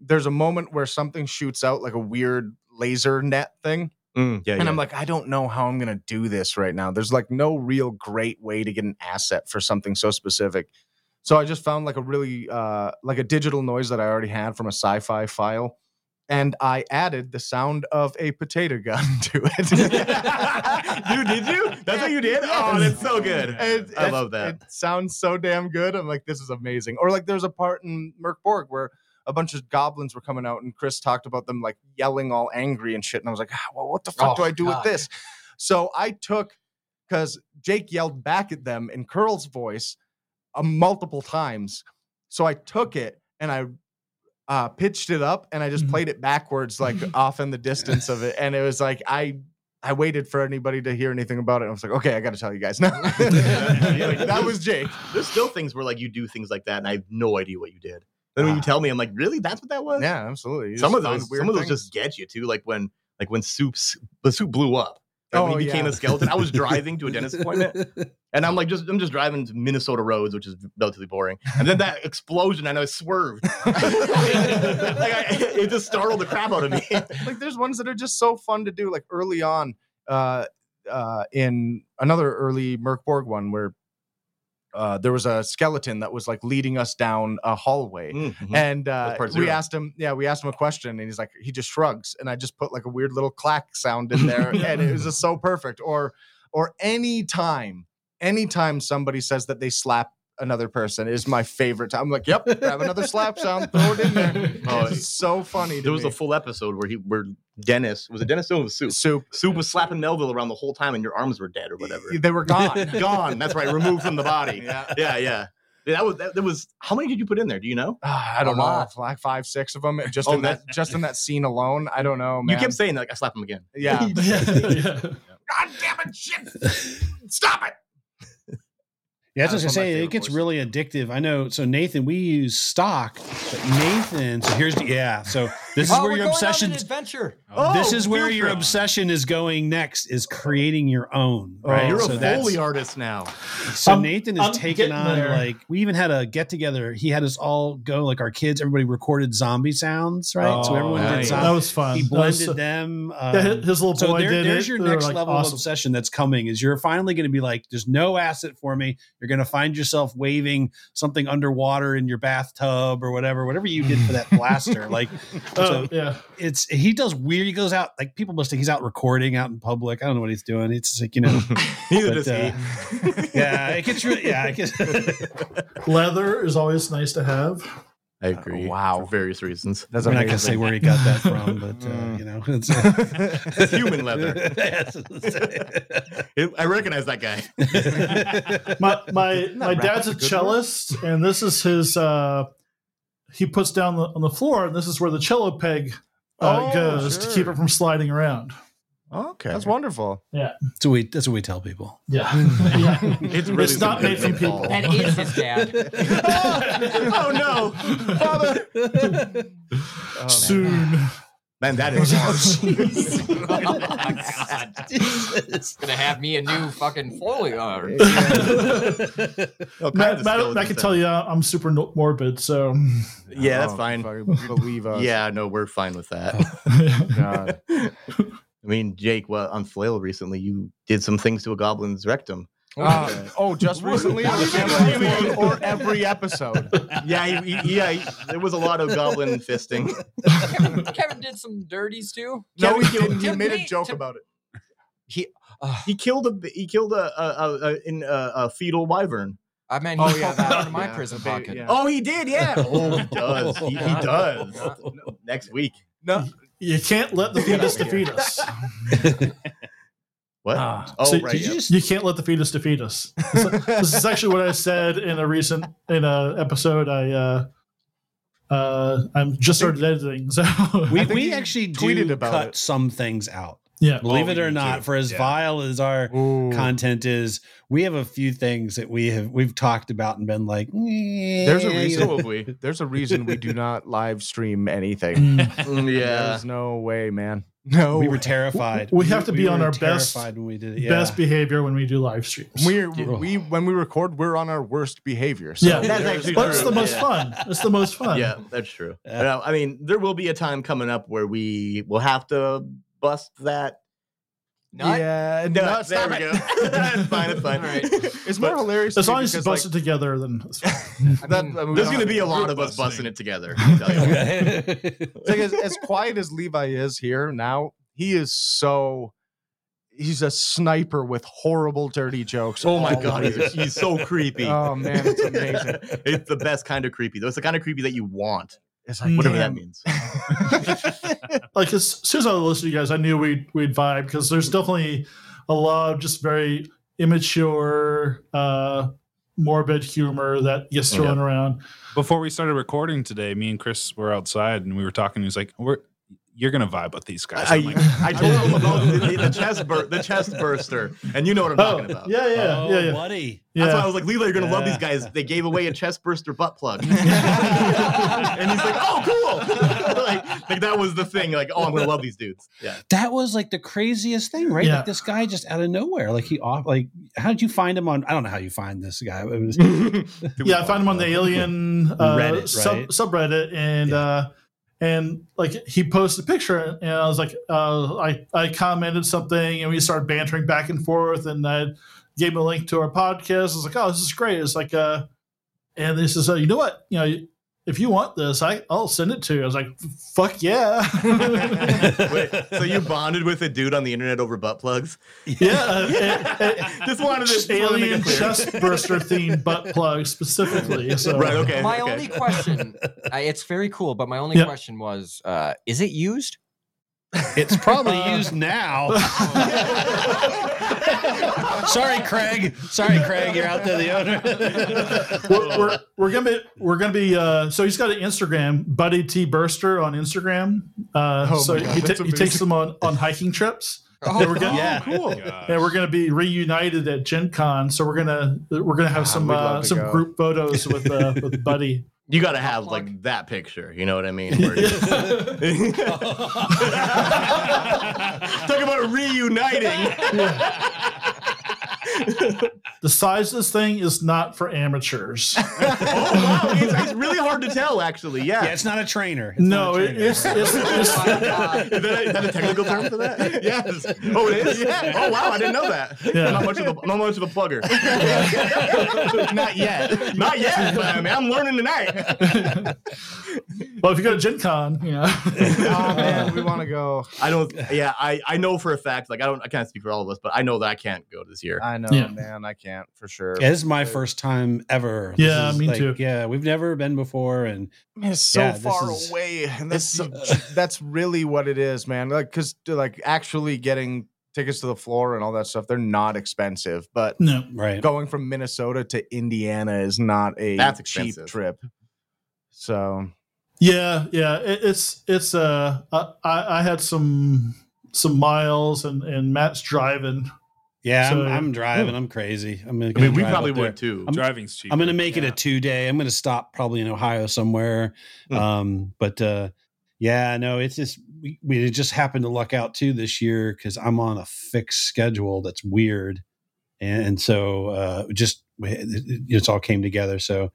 [SPEAKER 4] there's a moment where something shoots out like a weird laser net thing,
[SPEAKER 6] Mm, yeah,
[SPEAKER 4] and
[SPEAKER 6] yeah.
[SPEAKER 4] I'm like, I don't know how I'm gonna do this right now. There's like no real great way to get an asset for something so specific. So I just found like a really uh, like a digital noise that I already had from a sci-fi file, and I added the sound of a potato gun [LAUGHS] to it.
[SPEAKER 6] you did you? That's what you did? Oh, that's so good.
[SPEAKER 4] [LAUGHS] It-
[SPEAKER 6] I
[SPEAKER 4] it-
[SPEAKER 6] love that.
[SPEAKER 4] It sounds so damn good. I'm like, this is amazing. Or like, there's a part in Merc Borg where a bunch of goblins were coming out, and Chris talked about them like yelling all angry and shit. And I was like, ah, well, what the fuck do
[SPEAKER 3] Oh,
[SPEAKER 4] I do
[SPEAKER 3] God.
[SPEAKER 4] with this? So I took because Jake yelled back at them in Curl's voice uh, multiple times. So I took it and I uh, pitched it up and I just
[SPEAKER 1] Mhm.
[SPEAKER 4] played it backwards, like off in the distance of it. And it was like I I waited for anybody to hear anything about it. I was like, okay, I got to tell you
[SPEAKER 6] [LAUGHS]
[SPEAKER 4] guys [LAUGHS] now. that was Jake.
[SPEAKER 6] There's still things where like you do things like that, and I have no idea what you did. Then when you
[SPEAKER 4] Ah.
[SPEAKER 6] tell me, I'm like, really? That's what that was?
[SPEAKER 4] Yeah, absolutely. You
[SPEAKER 6] Some
[SPEAKER 4] just
[SPEAKER 6] of those,
[SPEAKER 4] find weird
[SPEAKER 6] some of those
[SPEAKER 4] things.
[SPEAKER 6] just get you too. Like when, like when soups, the soup blew up. Like when
[SPEAKER 4] Oh,
[SPEAKER 6] he became
[SPEAKER 4] yeah.
[SPEAKER 6] a skeleton,
[SPEAKER 4] [LAUGHS]
[SPEAKER 6] I was driving to a dentist appointment, and I'm like, just I'm just driving to Minnesota roads, which is relatively boring. And then that explosion, and I swerved. [LAUGHS] like I, it just startled the
[SPEAKER 4] [LAUGHS]
[SPEAKER 6] crap out of me.
[SPEAKER 4] like there's ones that are just so fun to do like early on uh uh in another early Merkborg one where uh there was a skeleton that was like leading us down a hallway
[SPEAKER 6] Mhm.
[SPEAKER 4] and
[SPEAKER 6] That's
[SPEAKER 4] uh,
[SPEAKER 6] part
[SPEAKER 4] we
[SPEAKER 6] zero.
[SPEAKER 4] asked him yeah we asked him a question and he's like he just shrugs and i just put like a weird little clack sound in there
[SPEAKER 6] [LAUGHS]
[SPEAKER 4] and it was just so perfect or or any time anytime somebody says that they slap another person is my favorite time i'm like yep grab another slap sound throw it in
[SPEAKER 6] [LAUGHS]
[SPEAKER 4] there
[SPEAKER 6] Oh,
[SPEAKER 4] it's so funny to
[SPEAKER 6] There was
[SPEAKER 4] me.
[SPEAKER 6] a full episode where he, where Dennis was it Dennis? No, it was soup.
[SPEAKER 4] soup
[SPEAKER 6] Soup was slapping Melville around the whole time, and your arms were dead or whatever.
[SPEAKER 4] They were
[SPEAKER 6] [LAUGHS]
[SPEAKER 4] gone.
[SPEAKER 6] [SIGHS] Gone. That's right. Removed from the body.
[SPEAKER 4] Yeah.
[SPEAKER 6] [LAUGHS] yeah, yeah. Yeah, That was that, that was. How many did you put in there? Do you know?
[SPEAKER 4] Ah, I
[SPEAKER 3] A
[SPEAKER 4] don't know,
[SPEAKER 3] lot.
[SPEAKER 4] like five, six of them, just
[SPEAKER 6] Oh,
[SPEAKER 4] in that, just in that scene alone. I don't know, Oh, man.
[SPEAKER 6] You kept saying like I slap him again.
[SPEAKER 4] yeah.
[SPEAKER 1] yeah.
[SPEAKER 6] God damn it! Shit! Stop it!
[SPEAKER 2] [LAUGHS] Yeah, that's what I was gonna
[SPEAKER 4] That's one of my
[SPEAKER 2] say. It
[SPEAKER 4] favorite
[SPEAKER 2] gets
[SPEAKER 4] voices.
[SPEAKER 2] really addictive. I know. So Nathan, we use stock, but Nathan. So here's the, yeah. So This is where
[SPEAKER 3] Oh, we're
[SPEAKER 2] your
[SPEAKER 3] going on
[SPEAKER 2] obsession.
[SPEAKER 3] an adventure.
[SPEAKER 6] [LAUGHS] Oh,
[SPEAKER 2] this is where
[SPEAKER 6] field
[SPEAKER 2] your
[SPEAKER 6] trip.
[SPEAKER 2] obsession is going next. Is creating your own.
[SPEAKER 4] Oh,
[SPEAKER 2] Right.
[SPEAKER 6] You're
[SPEAKER 4] so
[SPEAKER 6] a
[SPEAKER 2] that's-
[SPEAKER 6] Foley
[SPEAKER 2] [LAUGHS]
[SPEAKER 6] artist now.
[SPEAKER 2] So
[SPEAKER 1] I'm-
[SPEAKER 2] Nathan
[SPEAKER 1] I'm
[SPEAKER 2] has taken
[SPEAKER 1] getting
[SPEAKER 2] on
[SPEAKER 1] there.
[SPEAKER 2] like we even had a get together. He had us all go like our kids. Everybody recorded zombie sounds, right? so
[SPEAKER 5] Oh,
[SPEAKER 2] everyone did
[SPEAKER 5] nice.
[SPEAKER 1] That
[SPEAKER 2] zombie.
[SPEAKER 1] was fun.
[SPEAKER 2] He
[SPEAKER 1] That
[SPEAKER 2] blended
[SPEAKER 1] was so-
[SPEAKER 2] them. Um,
[SPEAKER 1] yeah, his his little
[SPEAKER 2] so
[SPEAKER 1] boy
[SPEAKER 2] there-
[SPEAKER 1] did
[SPEAKER 2] there's
[SPEAKER 1] it.
[SPEAKER 2] your
[SPEAKER 1] They were,
[SPEAKER 2] next
[SPEAKER 1] like,
[SPEAKER 2] level of
[SPEAKER 1] awesome.
[SPEAKER 2] obsession that's coming is you're finally going to be like there's no asset for me you're going to find yourself waving something underwater in your bathtub or whatever whatever you did for that blaster like
[SPEAKER 1] [LAUGHS] Oh,
[SPEAKER 2] so
[SPEAKER 1] yeah.
[SPEAKER 2] it's he does weird he goes out like people must think he's out recording out in public i don't know what he's doing it's like you know
[SPEAKER 6] Neither
[SPEAKER 2] But,
[SPEAKER 6] does
[SPEAKER 2] uh,
[SPEAKER 6] he.
[SPEAKER 2] yeah it gets really yeah it gets [LAUGHS]
[SPEAKER 6] [LAUGHS]
[SPEAKER 1] Leather is always nice to have.
[SPEAKER 6] I agree.
[SPEAKER 4] Wow.
[SPEAKER 6] For various reasons.
[SPEAKER 4] That's
[SPEAKER 2] We're not going to say
[SPEAKER 4] amazing.
[SPEAKER 2] where he got that from, but uh,
[SPEAKER 4] Mm.
[SPEAKER 2] you know, it's, uh,
[SPEAKER 6] It's
[SPEAKER 2] [LAUGHS]
[SPEAKER 6] human leather. It- I recognize that guy.
[SPEAKER 1] My my my
[SPEAKER 4] rap
[SPEAKER 1] dad's
[SPEAKER 4] a
[SPEAKER 1] a
[SPEAKER 4] good word?
[SPEAKER 1] cellist, and this is his. uh He puts down the, on the floor, and this is where the cello peg uh,
[SPEAKER 4] Oh,
[SPEAKER 1] goes to keep
[SPEAKER 4] sure.
[SPEAKER 1] it from sliding around.
[SPEAKER 4] Okay. That's wonderful.
[SPEAKER 2] [LAUGHS] that's, what we, that's what we tell people.
[SPEAKER 1] [LAUGHS] Yeah, yeah.
[SPEAKER 6] [LAUGHS] It's really
[SPEAKER 1] It's not made from people.
[SPEAKER 3] That is his dad.
[SPEAKER 6] [LAUGHS] oh no, father!
[SPEAKER 4] Oh,
[SPEAKER 6] [LAUGHS]
[SPEAKER 1] Soon.
[SPEAKER 6] Man, that [LAUGHS] is Oh, harsh. [LAUGHS]
[SPEAKER 3] God. It's gonna have me a new fucking uh, folio.
[SPEAKER 4] [LAUGHS]
[SPEAKER 3] art.
[SPEAKER 6] All kinds
[SPEAKER 1] Matt,
[SPEAKER 6] of
[SPEAKER 1] Matt,
[SPEAKER 6] skeletons
[SPEAKER 1] I can
[SPEAKER 6] out
[SPEAKER 1] tell you, uh, I'm super no- morbid. So,
[SPEAKER 6] Yeah, that's
[SPEAKER 4] Oh,
[SPEAKER 6] fine.
[SPEAKER 4] fucking Believe us.
[SPEAKER 6] Yeah, no, we're fine with that.
[SPEAKER 4] God.
[SPEAKER 6] [LAUGHS] I mean, Jake, well, on Flail recently, you did some things to a goblin's rectum.
[SPEAKER 4] Uh, oh, just recently,
[SPEAKER 6] What
[SPEAKER 4] or,
[SPEAKER 6] do you
[SPEAKER 4] every-
[SPEAKER 6] mean?
[SPEAKER 4] or every
[SPEAKER 6] [LAUGHS]
[SPEAKER 4] episode.
[SPEAKER 6] Yeah, he- he- yeah, he- there was a lot of [LAUGHS] goblin fisting.
[SPEAKER 3] Kevin, Kevin did some dirties too.
[SPEAKER 4] No,
[SPEAKER 3] Kevin
[SPEAKER 4] he didn't. He
[SPEAKER 3] took
[SPEAKER 4] made a
[SPEAKER 3] me
[SPEAKER 4] joke
[SPEAKER 3] to-
[SPEAKER 4] about it.
[SPEAKER 3] He, uh,
[SPEAKER 6] He killed a he killed a a, a, a, in a, a fetal wyvern.
[SPEAKER 3] I mean, he
[SPEAKER 4] Oh,
[SPEAKER 3] oh,
[SPEAKER 4] yeah,
[SPEAKER 3] yeah,
[SPEAKER 4] that-
[SPEAKER 3] out of my
[SPEAKER 4] yeah,
[SPEAKER 3] prison
[SPEAKER 4] the baby-
[SPEAKER 3] pocket.
[SPEAKER 4] yeah.
[SPEAKER 6] Oh, he
[SPEAKER 4] [LAUGHS]
[SPEAKER 6] did. Yeah. Oh, he does. He, he does. Next week.
[SPEAKER 4] No,
[SPEAKER 1] you can't let the
[SPEAKER 4] Get
[SPEAKER 1] fetus
[SPEAKER 4] outta here.
[SPEAKER 1] defeat us.
[SPEAKER 6] What?
[SPEAKER 4] [LAUGHS]
[SPEAKER 2] Ah.
[SPEAKER 6] oh,
[SPEAKER 1] So
[SPEAKER 6] right.
[SPEAKER 2] Did
[SPEAKER 6] yeah.
[SPEAKER 2] you just?
[SPEAKER 1] You can't let the fetus defeat us. This, this is actually what I said in a recent in a episode. I uh, uh, I'm just started editing, so
[SPEAKER 2] [LAUGHS] We,
[SPEAKER 4] I think
[SPEAKER 2] we
[SPEAKER 4] he
[SPEAKER 2] actually
[SPEAKER 4] tweeted
[SPEAKER 2] do
[SPEAKER 4] about
[SPEAKER 2] cut
[SPEAKER 4] it.
[SPEAKER 2] some things out.
[SPEAKER 1] [LAUGHS] yeah.
[SPEAKER 2] [LAUGHS] Believe
[SPEAKER 5] we
[SPEAKER 2] it or
[SPEAKER 5] do
[SPEAKER 2] not,
[SPEAKER 5] too.
[SPEAKER 2] for as
[SPEAKER 5] Yeah.
[SPEAKER 2] vile as our
[SPEAKER 4] Ooh.
[SPEAKER 2] content is, we have a few things that we have we've talked about and been like,
[SPEAKER 4] There's
[SPEAKER 2] there's
[SPEAKER 4] a reason.
[SPEAKER 6] Probably.
[SPEAKER 4] There's a reason we do not live stream anything.
[SPEAKER 1] Mm.
[SPEAKER 6] Mm, Yeah.
[SPEAKER 4] There's no way, man. No.
[SPEAKER 2] We were terrified.
[SPEAKER 1] Oh, We have to be on
[SPEAKER 2] were
[SPEAKER 1] our best-
[SPEAKER 2] terrified when we did it. Yeah.
[SPEAKER 1] Best
[SPEAKER 2] [LAUGHS]
[SPEAKER 1] behavior when we do live streams.
[SPEAKER 4] We're, [LAUGHS] we when we record, we're on our worst behavior. So.
[SPEAKER 1] yeah,
[SPEAKER 6] That's
[SPEAKER 1] that's,
[SPEAKER 6] actually true.
[SPEAKER 1] the most
[SPEAKER 6] Yeah.
[SPEAKER 1] fun. That's the most fun.
[SPEAKER 6] Yeah, that's true.
[SPEAKER 2] Yeah.
[SPEAKER 6] No, I mean, there will be a time coming up where we will have to bust that.
[SPEAKER 3] Not,
[SPEAKER 4] yeah.
[SPEAKER 6] No,
[SPEAKER 4] no,
[SPEAKER 6] there
[SPEAKER 4] stop
[SPEAKER 6] we
[SPEAKER 4] it.
[SPEAKER 6] go. it's fine. It's fine.
[SPEAKER 3] All right.
[SPEAKER 4] It's more hilarious.
[SPEAKER 1] As
[SPEAKER 4] to me
[SPEAKER 1] long as you
[SPEAKER 4] because,
[SPEAKER 1] bust
[SPEAKER 4] like,
[SPEAKER 1] it together, then it's fine.
[SPEAKER 4] [LAUGHS] that-
[SPEAKER 3] I mean,
[SPEAKER 4] I mean, we don't
[SPEAKER 6] There's going to
[SPEAKER 4] have-
[SPEAKER 6] be a lot of us
[SPEAKER 5] busting.
[SPEAKER 6] busting it together. I tell
[SPEAKER 2] [LAUGHS]
[SPEAKER 6] you.
[SPEAKER 4] It's like as, as quiet as Levi is here now, he is so he's a sniper with horrible dirty jokes.
[SPEAKER 6] Oh my
[SPEAKER 4] all
[SPEAKER 6] god,
[SPEAKER 4] over.
[SPEAKER 6] [LAUGHS] he's, he's so creepy.
[SPEAKER 4] Oh man, it's
[SPEAKER 6] [LAUGHS]
[SPEAKER 4] amazing.
[SPEAKER 6] it's the best kind of creepy. though. It's the kind of creepy that you want,
[SPEAKER 4] It's like
[SPEAKER 6] whatever
[SPEAKER 4] damn.
[SPEAKER 6] that
[SPEAKER 4] [LAUGHS]
[SPEAKER 6] means.
[SPEAKER 1] like as soon as I listened to you guys, I knew we'd we'd vibe because there's definitely a lot of just very immature, uh, morbid humor that gets thrown around.
[SPEAKER 5] Before we started recording today, me and Chris were outside and we were talking. He was like, "We're you're gonna vibe with these guys."
[SPEAKER 6] I,
[SPEAKER 5] I'm like,
[SPEAKER 6] I told him about the, the- the chest bur- the chest burster, and you know what I'm talking about.
[SPEAKER 1] yeah, [LAUGHS] yeah,
[SPEAKER 2] oh,
[SPEAKER 1] yeah, yeah.
[SPEAKER 2] buddy.
[SPEAKER 1] yeah.
[SPEAKER 6] That's why I was like, Leela, you're gonna love these guys. They gave away a chest burster
[SPEAKER 1] [LAUGHS]
[SPEAKER 6] butt plug, and he's like, "Oh, cool!" [LAUGHS] like, like that was the thing. Like, oh, I'm gonna love
[SPEAKER 1] [LAUGHS]
[SPEAKER 6] these dudes. Yeah,
[SPEAKER 2] That was like the craziest thing, right?
[SPEAKER 1] Yeah.
[SPEAKER 2] Like this guy just out of nowhere. Like he off like how did you find him on I don't know how you find this guy. but
[SPEAKER 1] [LAUGHS]
[SPEAKER 2] It was,
[SPEAKER 1] yeah, I found him on
[SPEAKER 6] [LAUGHS]
[SPEAKER 1] the alien uh,
[SPEAKER 2] Reddit, right?
[SPEAKER 1] sub, subreddit, and
[SPEAKER 2] Yeah.
[SPEAKER 1] uh, and like he posted a picture, and I was like, uh, I I commented something, and we started bantering back and forth, and I gave him a link to our podcast. I was like, oh, this is great. It's like, uh, and this is, uh, you know what, you know. If you want this, I, I'll send it to you. I was like, fuck
[SPEAKER 6] [LAUGHS]
[SPEAKER 1] yeah.
[SPEAKER 6] Wait, so you bonded with a dude on the internet over butt plugs?
[SPEAKER 1] yeah. and- and-
[SPEAKER 6] Just wanted to just wanted to make
[SPEAKER 1] alien
[SPEAKER 6] it clear.
[SPEAKER 1] chest burster themed butt plug specifically. So.
[SPEAKER 6] Right. Okay.
[SPEAKER 3] my
[SPEAKER 6] okay.
[SPEAKER 3] only question, I, it's very cool, but my only
[SPEAKER 1] Yeah.
[SPEAKER 3] question was, uh, is it used?
[SPEAKER 2] it's [LAUGHS] probably
[SPEAKER 1] [LAUGHS]
[SPEAKER 2] used now. Sorry, [LAUGHS] Craig. Sorry, Craig. You're out there, the
[SPEAKER 1] [LAUGHS]
[SPEAKER 2] owner.
[SPEAKER 1] we're,
[SPEAKER 4] Oh.
[SPEAKER 1] we're, we're gonna be we're gonna be uh so he's got an instagram buddy t burster on instagram uh
[SPEAKER 4] Oh
[SPEAKER 1] so
[SPEAKER 4] my God,
[SPEAKER 1] he, ta-
[SPEAKER 4] that's
[SPEAKER 1] he takes
[SPEAKER 4] amazing.
[SPEAKER 1] them on on hiking trips
[SPEAKER 3] Oh,
[SPEAKER 1] we're good.
[SPEAKER 2] Yeah.
[SPEAKER 5] cool.
[SPEAKER 1] and we're gonna be reunited at gen con so we're gonna we're gonna have
[SPEAKER 4] Ah,
[SPEAKER 1] some
[SPEAKER 4] we'd
[SPEAKER 1] uh,
[SPEAKER 4] love to
[SPEAKER 1] some
[SPEAKER 4] go. [LAUGHS]
[SPEAKER 1] group photos with uh with buddy
[SPEAKER 6] You got to have
[SPEAKER 3] plug.
[SPEAKER 6] like that picture. You know what
[SPEAKER 1] [LAUGHS]
[SPEAKER 6] I mean? Where it's- Talk about reuniting.
[SPEAKER 1] The size of this thing is not for
[SPEAKER 4] [LAUGHS]
[SPEAKER 1] amateurs.
[SPEAKER 6] oh wow, it's, it's really hard to tell, actually. Yeah.
[SPEAKER 2] Yeah, it's not a trainer. It's
[SPEAKER 1] no,
[SPEAKER 2] not a
[SPEAKER 1] it,
[SPEAKER 2] trainer. Oh
[SPEAKER 1] it's,
[SPEAKER 2] [LAUGHS]
[SPEAKER 6] [LAUGHS]
[SPEAKER 1] it's, it's
[SPEAKER 6] Is that, a, is that a technical term for that? Yes. Oh, it is. Yeah. Oh, wow! I didn't know that.
[SPEAKER 1] Yeah.
[SPEAKER 6] I'm not much of a, not much of a plugger. not yet. Not yet. But I mean, I'm learning tonight.
[SPEAKER 1] well, if you go to Gen Con, you know.
[SPEAKER 4] [LAUGHS] oh man, we want to go.
[SPEAKER 6] I don't. Yeah, I I know for a fact. Like I don't. I can't speak for all of us, but I know that I can't go this year.
[SPEAKER 4] [LAUGHS] I know,
[SPEAKER 1] Yeah.
[SPEAKER 4] man. I can't for sure.
[SPEAKER 2] Yeah, this is my first time ever. This
[SPEAKER 1] Yeah,
[SPEAKER 2] is
[SPEAKER 1] me too.
[SPEAKER 2] Yeah, we've never been before, and
[SPEAKER 4] Man, it's so
[SPEAKER 2] Yeah, this
[SPEAKER 4] far
[SPEAKER 2] is-
[SPEAKER 4] away, and
[SPEAKER 2] it's uh,
[SPEAKER 4] that's
[SPEAKER 2] so-
[SPEAKER 4] [LAUGHS] that's really what it is, man. Like, cause like actually getting tickets to the floor and all that stuff, they're not expensive, but
[SPEAKER 1] no.
[SPEAKER 2] right.
[SPEAKER 4] going from Minnesota to Indiana is not a
[SPEAKER 6] That's
[SPEAKER 4] cheap
[SPEAKER 6] expensive.
[SPEAKER 4] trip. So
[SPEAKER 1] Yeah, yeah. It, it's it's uh I, I I had some some miles and and Matt's driving.
[SPEAKER 2] Yeah,
[SPEAKER 1] So-
[SPEAKER 2] I'm, I'm driving. I'm crazy. I'm gonna
[SPEAKER 6] I mean, we
[SPEAKER 2] drive
[SPEAKER 6] probably
[SPEAKER 2] up there.
[SPEAKER 6] would too.
[SPEAKER 2] I'm-
[SPEAKER 5] Driving's cheap.
[SPEAKER 2] I'm gonna make it
[SPEAKER 4] Yeah.
[SPEAKER 2] a two day. I'm gonna stop probably in Ohio somewhere.
[SPEAKER 6] Hmm.
[SPEAKER 2] Um, but uh, yeah, no, it's just we, we just happened to luck out too this year because I'm on a fixed schedule that's weird, and, and so uh, just it, it's all came together. So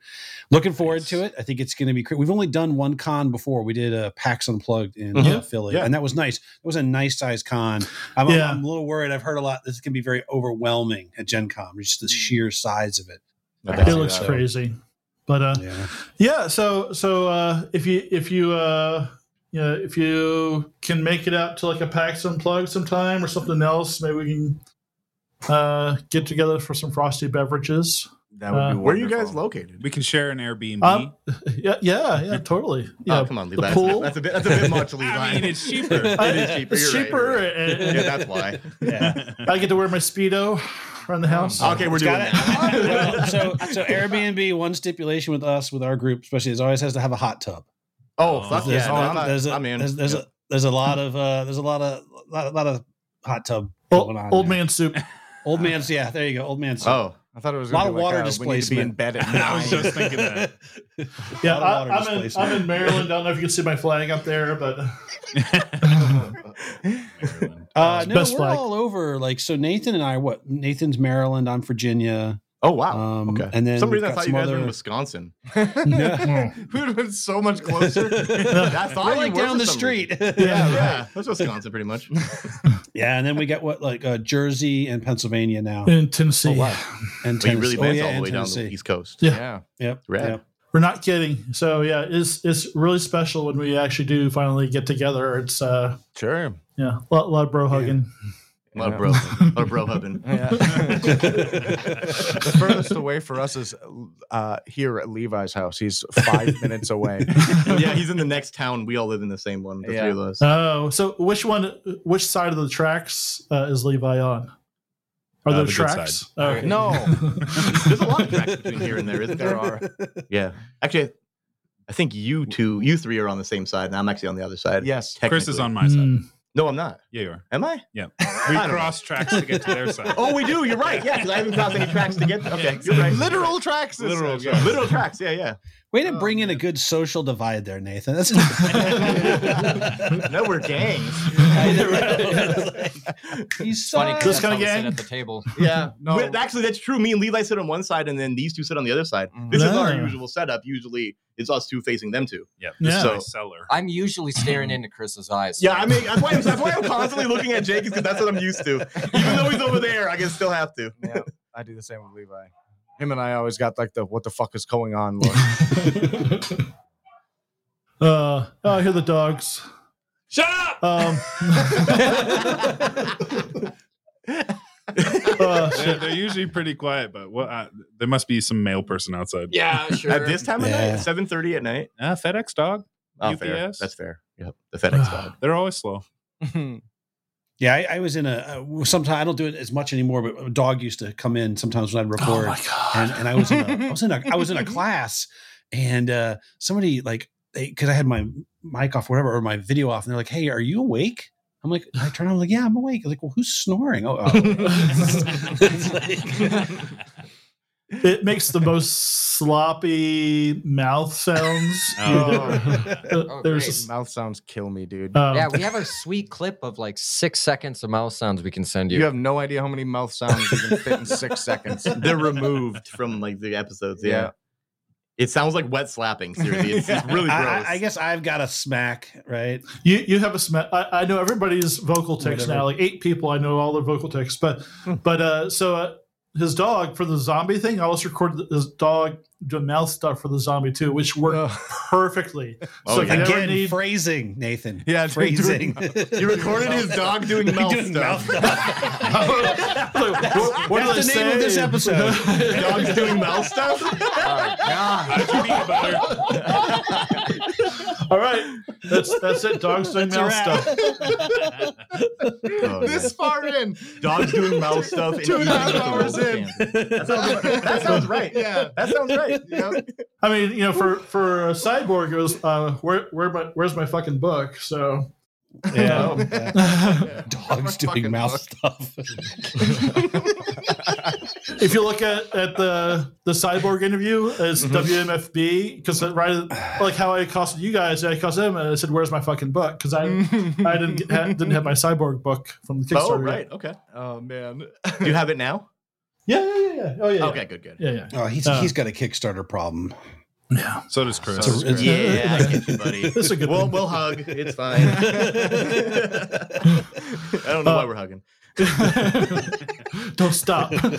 [SPEAKER 2] looking forward to it. I think it's gonna be. cra- We've only done one con before. We did a PAX Unplugged in uh,
[SPEAKER 1] Mhm.
[SPEAKER 2] Philly,
[SPEAKER 1] Yeah.
[SPEAKER 2] and that was nice. It was a nice sized con. I'm,
[SPEAKER 1] Yeah.
[SPEAKER 2] I'm a little worried. I've heard a lot. This is gonna be very overwhelming at Gen Con, just
[SPEAKER 1] Mm.
[SPEAKER 2] the sheer size of it.
[SPEAKER 1] It looks crazy. But uh
[SPEAKER 2] Yeah.
[SPEAKER 1] yeah, so so uh if you if you uh you know, if you can make it out to like a PAX unplug sometime or something else, maybe we can uh get together for some frosty beverages. [LAUGHS]
[SPEAKER 4] that would
[SPEAKER 1] Uh,
[SPEAKER 4] be
[SPEAKER 6] Where are you
[SPEAKER 4] wonderful.
[SPEAKER 6] guys located?
[SPEAKER 5] We can share an Airbnb.
[SPEAKER 1] Um, yeah, yeah, yeah, totally. Yeah.
[SPEAKER 6] oh, come on, Levi. That's,
[SPEAKER 1] pool.
[SPEAKER 6] that's a bit. That's a bit much, Levi.
[SPEAKER 5] I mean, it's cheaper.
[SPEAKER 1] I-
[SPEAKER 6] [LAUGHS] It is cheaper.
[SPEAKER 1] It's
[SPEAKER 6] You're right,
[SPEAKER 1] cheaper
[SPEAKER 6] you're right.
[SPEAKER 1] and, and
[SPEAKER 6] Yeah, that's why.
[SPEAKER 1] I get to wear my speedo around the house.
[SPEAKER 6] Oh, Okay, we're
[SPEAKER 2] It's
[SPEAKER 6] doing
[SPEAKER 2] gotta-
[SPEAKER 6] that.
[SPEAKER 2] well, [LAUGHS] so, so Airbnb one stipulation with us with our group, especially is always has to have a hot tub.
[SPEAKER 6] Oh, fuck
[SPEAKER 5] There's-
[SPEAKER 6] yeah! No, I'm, not,
[SPEAKER 2] there's a,
[SPEAKER 6] I'm in.
[SPEAKER 2] There's, there's
[SPEAKER 6] Yeah.
[SPEAKER 2] a there's a lot of uh, there's a lot of lot, lot of hot tub
[SPEAKER 1] Old,
[SPEAKER 2] going on.
[SPEAKER 1] Oh, old
[SPEAKER 2] there.
[SPEAKER 1] man
[SPEAKER 2] [LAUGHS]
[SPEAKER 1] soup.
[SPEAKER 2] old man's yeah. There you go, old man's. [LAUGHS]
[SPEAKER 6] Oh,
[SPEAKER 4] I thought it was
[SPEAKER 2] Lot
[SPEAKER 4] gonna
[SPEAKER 2] of
[SPEAKER 4] be like,
[SPEAKER 2] water
[SPEAKER 4] uh, we need to be in
[SPEAKER 2] displacement.
[SPEAKER 4] bed at
[SPEAKER 5] I was
[SPEAKER 4] nine. [LAUGHS]
[SPEAKER 5] just thinking that.
[SPEAKER 1] [LAUGHS] Yeah,
[SPEAKER 2] Lot of
[SPEAKER 1] I,
[SPEAKER 2] water
[SPEAKER 1] I'm, in,
[SPEAKER 2] displacement.
[SPEAKER 1] I'm in Maryland. I don't know if you can see my flag up there, but
[SPEAKER 2] [LAUGHS] Uh, no,
[SPEAKER 1] Best
[SPEAKER 2] we're
[SPEAKER 1] flag.
[SPEAKER 2] all over. Like so, Nathan and I. What Nathan's Maryland. I'm Virginia.
[SPEAKER 6] oh wow.
[SPEAKER 2] Um,
[SPEAKER 6] Okay.
[SPEAKER 2] And then
[SPEAKER 6] For some
[SPEAKER 2] we've
[SPEAKER 6] reason
[SPEAKER 2] got
[SPEAKER 6] I thought you
[SPEAKER 2] some
[SPEAKER 6] guys were in
[SPEAKER 2] other-
[SPEAKER 6] Wisconsin.
[SPEAKER 2] [LAUGHS] Hmm.
[SPEAKER 4] we would have been so much closer.
[SPEAKER 6] [LAUGHS] I thought
[SPEAKER 2] We're
[SPEAKER 6] you
[SPEAKER 2] like
[SPEAKER 6] were
[SPEAKER 2] down
[SPEAKER 6] for
[SPEAKER 2] the
[SPEAKER 6] some
[SPEAKER 2] street. [LAUGHS]
[SPEAKER 6] reason.
[SPEAKER 1] Yeah,
[SPEAKER 6] Yeah, yeah, that's [LAUGHS] Wisconsin pretty much.
[SPEAKER 2] yeah, and then we got what like uh, Jersey and Pennsylvania now,
[SPEAKER 1] in
[SPEAKER 2] Oh,
[SPEAKER 1] Tennessee,
[SPEAKER 2] and
[SPEAKER 6] But you
[SPEAKER 2] Tennessee.
[SPEAKER 6] really
[SPEAKER 2] Oh,
[SPEAKER 6] advanced
[SPEAKER 2] yeah,
[SPEAKER 6] all the
[SPEAKER 2] and
[SPEAKER 6] way down the
[SPEAKER 2] Tennessee.
[SPEAKER 6] East Coast.
[SPEAKER 4] yeah.
[SPEAKER 2] Yep.
[SPEAKER 6] Rad.
[SPEAKER 2] yep.
[SPEAKER 1] we're not kidding. So yeah, it's it's really special when we actually do finally get together. It's uh
[SPEAKER 4] Sure.
[SPEAKER 1] yeah, a lot, lot of bro hugging.
[SPEAKER 6] A lot
[SPEAKER 4] Yeah.
[SPEAKER 6] of [LAUGHS] bro, a lot of bro hubbing.
[SPEAKER 2] [LAUGHS]
[SPEAKER 4] Yeah. [LAUGHS] the furthest away for us is uh, here at Levi's house. He's five minutes away.
[SPEAKER 1] [LAUGHS]
[SPEAKER 6] yeah, he's in the next town. We all live in the same one. The three
[SPEAKER 4] Yeah.
[SPEAKER 6] of us.
[SPEAKER 1] Oh, so which one? Which side of the tracks uh, is Levi on? Are
[SPEAKER 5] Uh,
[SPEAKER 1] there
[SPEAKER 5] the good
[SPEAKER 1] tracks? Oh, Okay. [LAUGHS]
[SPEAKER 4] No.
[SPEAKER 6] [LAUGHS] There's a lot of tracks between here and there, isn't there? Yeah, actually, I think you two, you three are on the same side, and I'm actually on the other side.
[SPEAKER 4] Yes.
[SPEAKER 5] Chris is
[SPEAKER 6] technically.
[SPEAKER 5] on my side.
[SPEAKER 1] Mm.
[SPEAKER 6] No, I'm not.
[SPEAKER 5] Yeah, you are.
[SPEAKER 6] Am I?
[SPEAKER 5] Yeah.
[SPEAKER 6] I
[SPEAKER 5] We
[SPEAKER 6] don't know.
[SPEAKER 5] cross tracks to get to their [LAUGHS] side.
[SPEAKER 6] Oh, we do. You're right. Yeah, because I haven't crossed any tracks to get. Okay,
[SPEAKER 5] exactly.
[SPEAKER 6] you're right.
[SPEAKER 4] Literal tracks. this
[SPEAKER 5] Literal
[SPEAKER 4] time.
[SPEAKER 5] tracks.
[SPEAKER 6] Literal tracks. Yeah, yeah.
[SPEAKER 2] Way to bring in a good social divide there, Nathan. [LAUGHS] That's
[SPEAKER 6] [LAUGHS] No, we're gangs.
[SPEAKER 2] [LAUGHS]
[SPEAKER 1] Hmm.
[SPEAKER 2] he's funny.
[SPEAKER 3] Funny, 'cause
[SPEAKER 1] This
[SPEAKER 3] that's
[SPEAKER 1] kinda
[SPEAKER 3] how we sit
[SPEAKER 1] gang?
[SPEAKER 3] at the table.
[SPEAKER 6] Yeah.
[SPEAKER 4] No.
[SPEAKER 6] Wait, actually, that's true. Me and Levi sit on one side, and then these two sit on the other side. This is our
[SPEAKER 1] Yeah.
[SPEAKER 6] usual setup. Usually, it's us two facing them two.
[SPEAKER 5] Yeah. This
[SPEAKER 1] Yeah.
[SPEAKER 5] is my
[SPEAKER 6] So-
[SPEAKER 5] seller.
[SPEAKER 3] I'm usually staring into Chris's eyes.
[SPEAKER 6] Yeah, I mean, that's why I'm, that's why I'm constantly looking at Jake because that's what I'm used to. Even though he's over there, I can still have to.
[SPEAKER 4] Yeah, I do the same with Levi. Him and I always got like the what the fuck is going on look.
[SPEAKER 1] [LAUGHS] Uh, oh, I hear the dogs.
[SPEAKER 5] Shut up!
[SPEAKER 6] [LAUGHS]
[SPEAKER 1] Um, [LAUGHS] uh,
[SPEAKER 5] [LAUGHS] They're, they're usually pretty quiet, but what? I, there must be some male person outside.
[SPEAKER 3] yeah, sure.
[SPEAKER 6] At this time of
[SPEAKER 2] Yeah.
[SPEAKER 6] night, seven thirty at night.
[SPEAKER 5] Ah, FedEx dog.
[SPEAKER 6] Oh, fair.
[SPEAKER 5] UPS?
[SPEAKER 6] That's fair. Yep, the [SIGHS] FedEx dog.
[SPEAKER 5] They're always [LAUGHS] slow.
[SPEAKER 2] Yeah, I, I was in a. Uh, sometimes I don't do it as much anymore, but a dog used to come in sometimes when I'd
[SPEAKER 1] oh
[SPEAKER 2] record,
[SPEAKER 1] my god!
[SPEAKER 2] and, and I was in a, I was in a I was in a class, and uh, somebody like because I had my mic off, whatever, or my video off, and they're like, "Hey, are you awake?" I'm like, I turn on, I'm like, "Yeah, I'm awake." I'm like, well, who's snoring? Oh, oh. It's like-
[SPEAKER 1] It makes the most sloppy mouth sounds.
[SPEAKER 5] Oh.
[SPEAKER 1] Uh, There's
[SPEAKER 4] Mouth sounds kill me, dude.
[SPEAKER 1] um,
[SPEAKER 3] yeah, we have a sweet clip of like six seconds of mouth sounds we can send you.
[SPEAKER 4] you have no idea how many mouth sounds you can fit in six seconds.
[SPEAKER 6] They're removed from like the episodes. Yeah.
[SPEAKER 4] Yeah.
[SPEAKER 6] It sounds like wet slapping. Seriously, [LAUGHS] it's, [LAUGHS] it's really gross.
[SPEAKER 2] I, I- I guess I've got a smack, right?
[SPEAKER 1] you you have a sm I, I know everybody's vocal ticks now. Like eight people, I know all their vocal ticks. But but uh, so uh, his dog for the zombie thing, I also recorded his dog doing mouth stuff for the zombie too, which worked perfectly.
[SPEAKER 6] Oh,
[SPEAKER 1] so if
[SPEAKER 6] yeah.
[SPEAKER 1] you ever
[SPEAKER 2] Again,
[SPEAKER 1] need
[SPEAKER 2] phrasing, Nathan.
[SPEAKER 6] [LAUGHS]
[SPEAKER 4] Yeah, dude,
[SPEAKER 2] phrasing. [LAUGHS]
[SPEAKER 6] you recorded his dog doing mouth
[SPEAKER 2] Doing mouth
[SPEAKER 6] stuff. [LAUGHS]
[SPEAKER 1] Like, what, what
[SPEAKER 2] That's
[SPEAKER 1] did I
[SPEAKER 2] the name of this
[SPEAKER 1] say?
[SPEAKER 2] episode.
[SPEAKER 6] Dogs [LAUGHS] doing mouth
[SPEAKER 4] [LAUGHS]
[SPEAKER 6] stuff.
[SPEAKER 3] Oh, God.
[SPEAKER 5] How'd you feel about it?
[SPEAKER 1] All right, that's that's it. Dogs doing mouth stuff.
[SPEAKER 6] Oh,
[SPEAKER 4] this far in,
[SPEAKER 6] yeah. Dogs doing mouth stuff. and
[SPEAKER 4] Two and a half
[SPEAKER 6] eating the
[SPEAKER 4] hours
[SPEAKER 6] roll
[SPEAKER 4] in.
[SPEAKER 6] stand. That sounds, [LAUGHS] that sounds right.
[SPEAKER 4] Yeah.
[SPEAKER 6] That sounds right. You [LAUGHS] know?
[SPEAKER 1] [LAUGHS] I mean, you know, for for a cyborg, it was uh, where where my where's my fucking book? So
[SPEAKER 5] Yeah.
[SPEAKER 2] Yeah. Dogs doing mouth stuff.
[SPEAKER 1] if you look at, at the the cyborg interview, it's
[SPEAKER 6] Mm-hmm.
[SPEAKER 1] WMFB because right like how I accosted you guys, I accosted him and I said, "Where's my fucking book?" Because I I didn't get, ha, didn't have [LAUGHS] my cyborg book from the Kickstarter.
[SPEAKER 6] Mm. Oh, right. Okay.
[SPEAKER 4] Oh man.
[SPEAKER 6] Do you have it now?
[SPEAKER 1] Yeah, yeah, yeah, yeah. Oh yeah.
[SPEAKER 6] Okay. Good. Good.
[SPEAKER 1] Yeah, yeah.
[SPEAKER 2] Oh, he's
[SPEAKER 1] Uh.
[SPEAKER 2] he's got a Kickstarter problem.
[SPEAKER 5] So does Chris.
[SPEAKER 2] So it's-
[SPEAKER 6] Yeah, I get you, buddy.
[SPEAKER 1] That's a good
[SPEAKER 6] we'll,
[SPEAKER 1] thing.
[SPEAKER 6] we'll hug.
[SPEAKER 1] [LAUGHS]
[SPEAKER 6] It's [LAUGHS] fine. I don't know why we're hugging.
[SPEAKER 1] Don't
[SPEAKER 6] [LAUGHS]
[SPEAKER 1] stop. Um,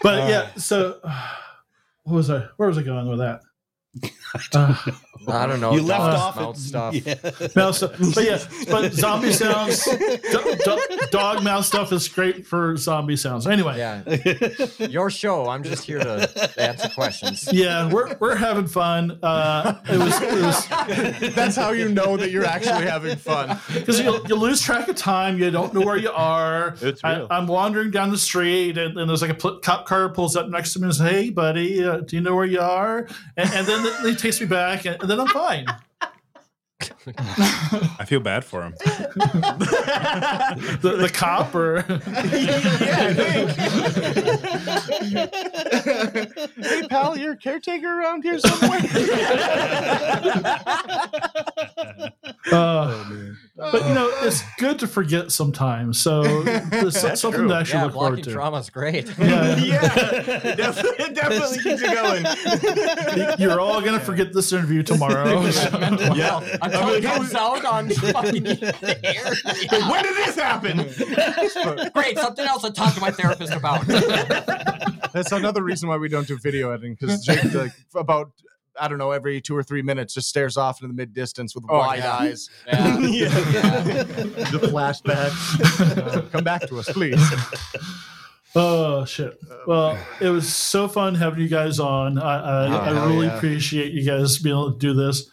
[SPEAKER 1] but
[SPEAKER 6] Uh.
[SPEAKER 1] yeah, so what was I? Where was I going with that? Uh,
[SPEAKER 3] I don't know.
[SPEAKER 2] you left
[SPEAKER 3] dogs,
[SPEAKER 2] off
[SPEAKER 3] mouth
[SPEAKER 2] at-
[SPEAKER 3] stuff.
[SPEAKER 2] Yeah.
[SPEAKER 1] mouth stuff. But yeah, but zombie
[SPEAKER 2] [LAUGHS]
[SPEAKER 1] sounds, do, do- dog mouth stuff is great for zombie sounds. Anyway, yeah,
[SPEAKER 2] [LAUGHS]
[SPEAKER 3] Yeah. Your show. I'm just here to answer
[SPEAKER 1] [LAUGHS]
[SPEAKER 3] questions.
[SPEAKER 1] we're we're having fun. Uh, it was it was
[SPEAKER 6] [LAUGHS]
[SPEAKER 4] That's how you know that you're actually having fun.
[SPEAKER 1] because you, you lose track of time. You don't know where you are.
[SPEAKER 6] It's
[SPEAKER 1] I,
[SPEAKER 6] real.
[SPEAKER 1] I'm wandering down the street, and, and there's like a pl- cop car pulls up next to me and says, "Hey, buddy, uh, do you know where you are?" And, and then he takes me back, and, and then I'm fine.
[SPEAKER 5] I feel bad for
[SPEAKER 6] [LAUGHS]
[SPEAKER 5] him.
[SPEAKER 1] The, the cop or
[SPEAKER 6] [LAUGHS]
[SPEAKER 4] Hey pal, you're a caretaker around here somewhere. Oh,
[SPEAKER 1] Uh, but you know, it's good to forget sometimes. So
[SPEAKER 4] [LAUGHS]
[SPEAKER 1] it's something
[SPEAKER 6] true.
[SPEAKER 1] to actually
[SPEAKER 3] Yeah,
[SPEAKER 1] look forward
[SPEAKER 3] blocking
[SPEAKER 1] to.
[SPEAKER 3] trauma's great. [LAUGHS]
[SPEAKER 1] Yeah.
[SPEAKER 6] it [LAUGHS] definitely, it definitely keeps you going.
[SPEAKER 1] You're all gonna forget this interview
[SPEAKER 4] [LAUGHS]
[SPEAKER 1] tomorrow. [LAUGHS]
[SPEAKER 6] Yeah.
[SPEAKER 3] I'm
[SPEAKER 6] I'm
[SPEAKER 3] trying
[SPEAKER 6] like,
[SPEAKER 3] to
[SPEAKER 6] how-
[SPEAKER 3] get out on fucking air.
[SPEAKER 6] when did this happen?
[SPEAKER 3] Great, something else I talked to my therapist about.
[SPEAKER 4] That's another reason why we don't do video editing because Jake, like, about I don't know, every two or three minutes, just stares off into the mid distance with wide
[SPEAKER 3] yeah.
[SPEAKER 6] [LAUGHS]
[SPEAKER 4] eyes.
[SPEAKER 6] Oh, The flashbacks.
[SPEAKER 4] Uh, Come back to us, please.
[SPEAKER 1] Oh shit! Well, it was so fun having you guys on. I, I, I
[SPEAKER 4] Oh, hell
[SPEAKER 1] really
[SPEAKER 4] yeah.
[SPEAKER 1] appreciate you guys being able to do this.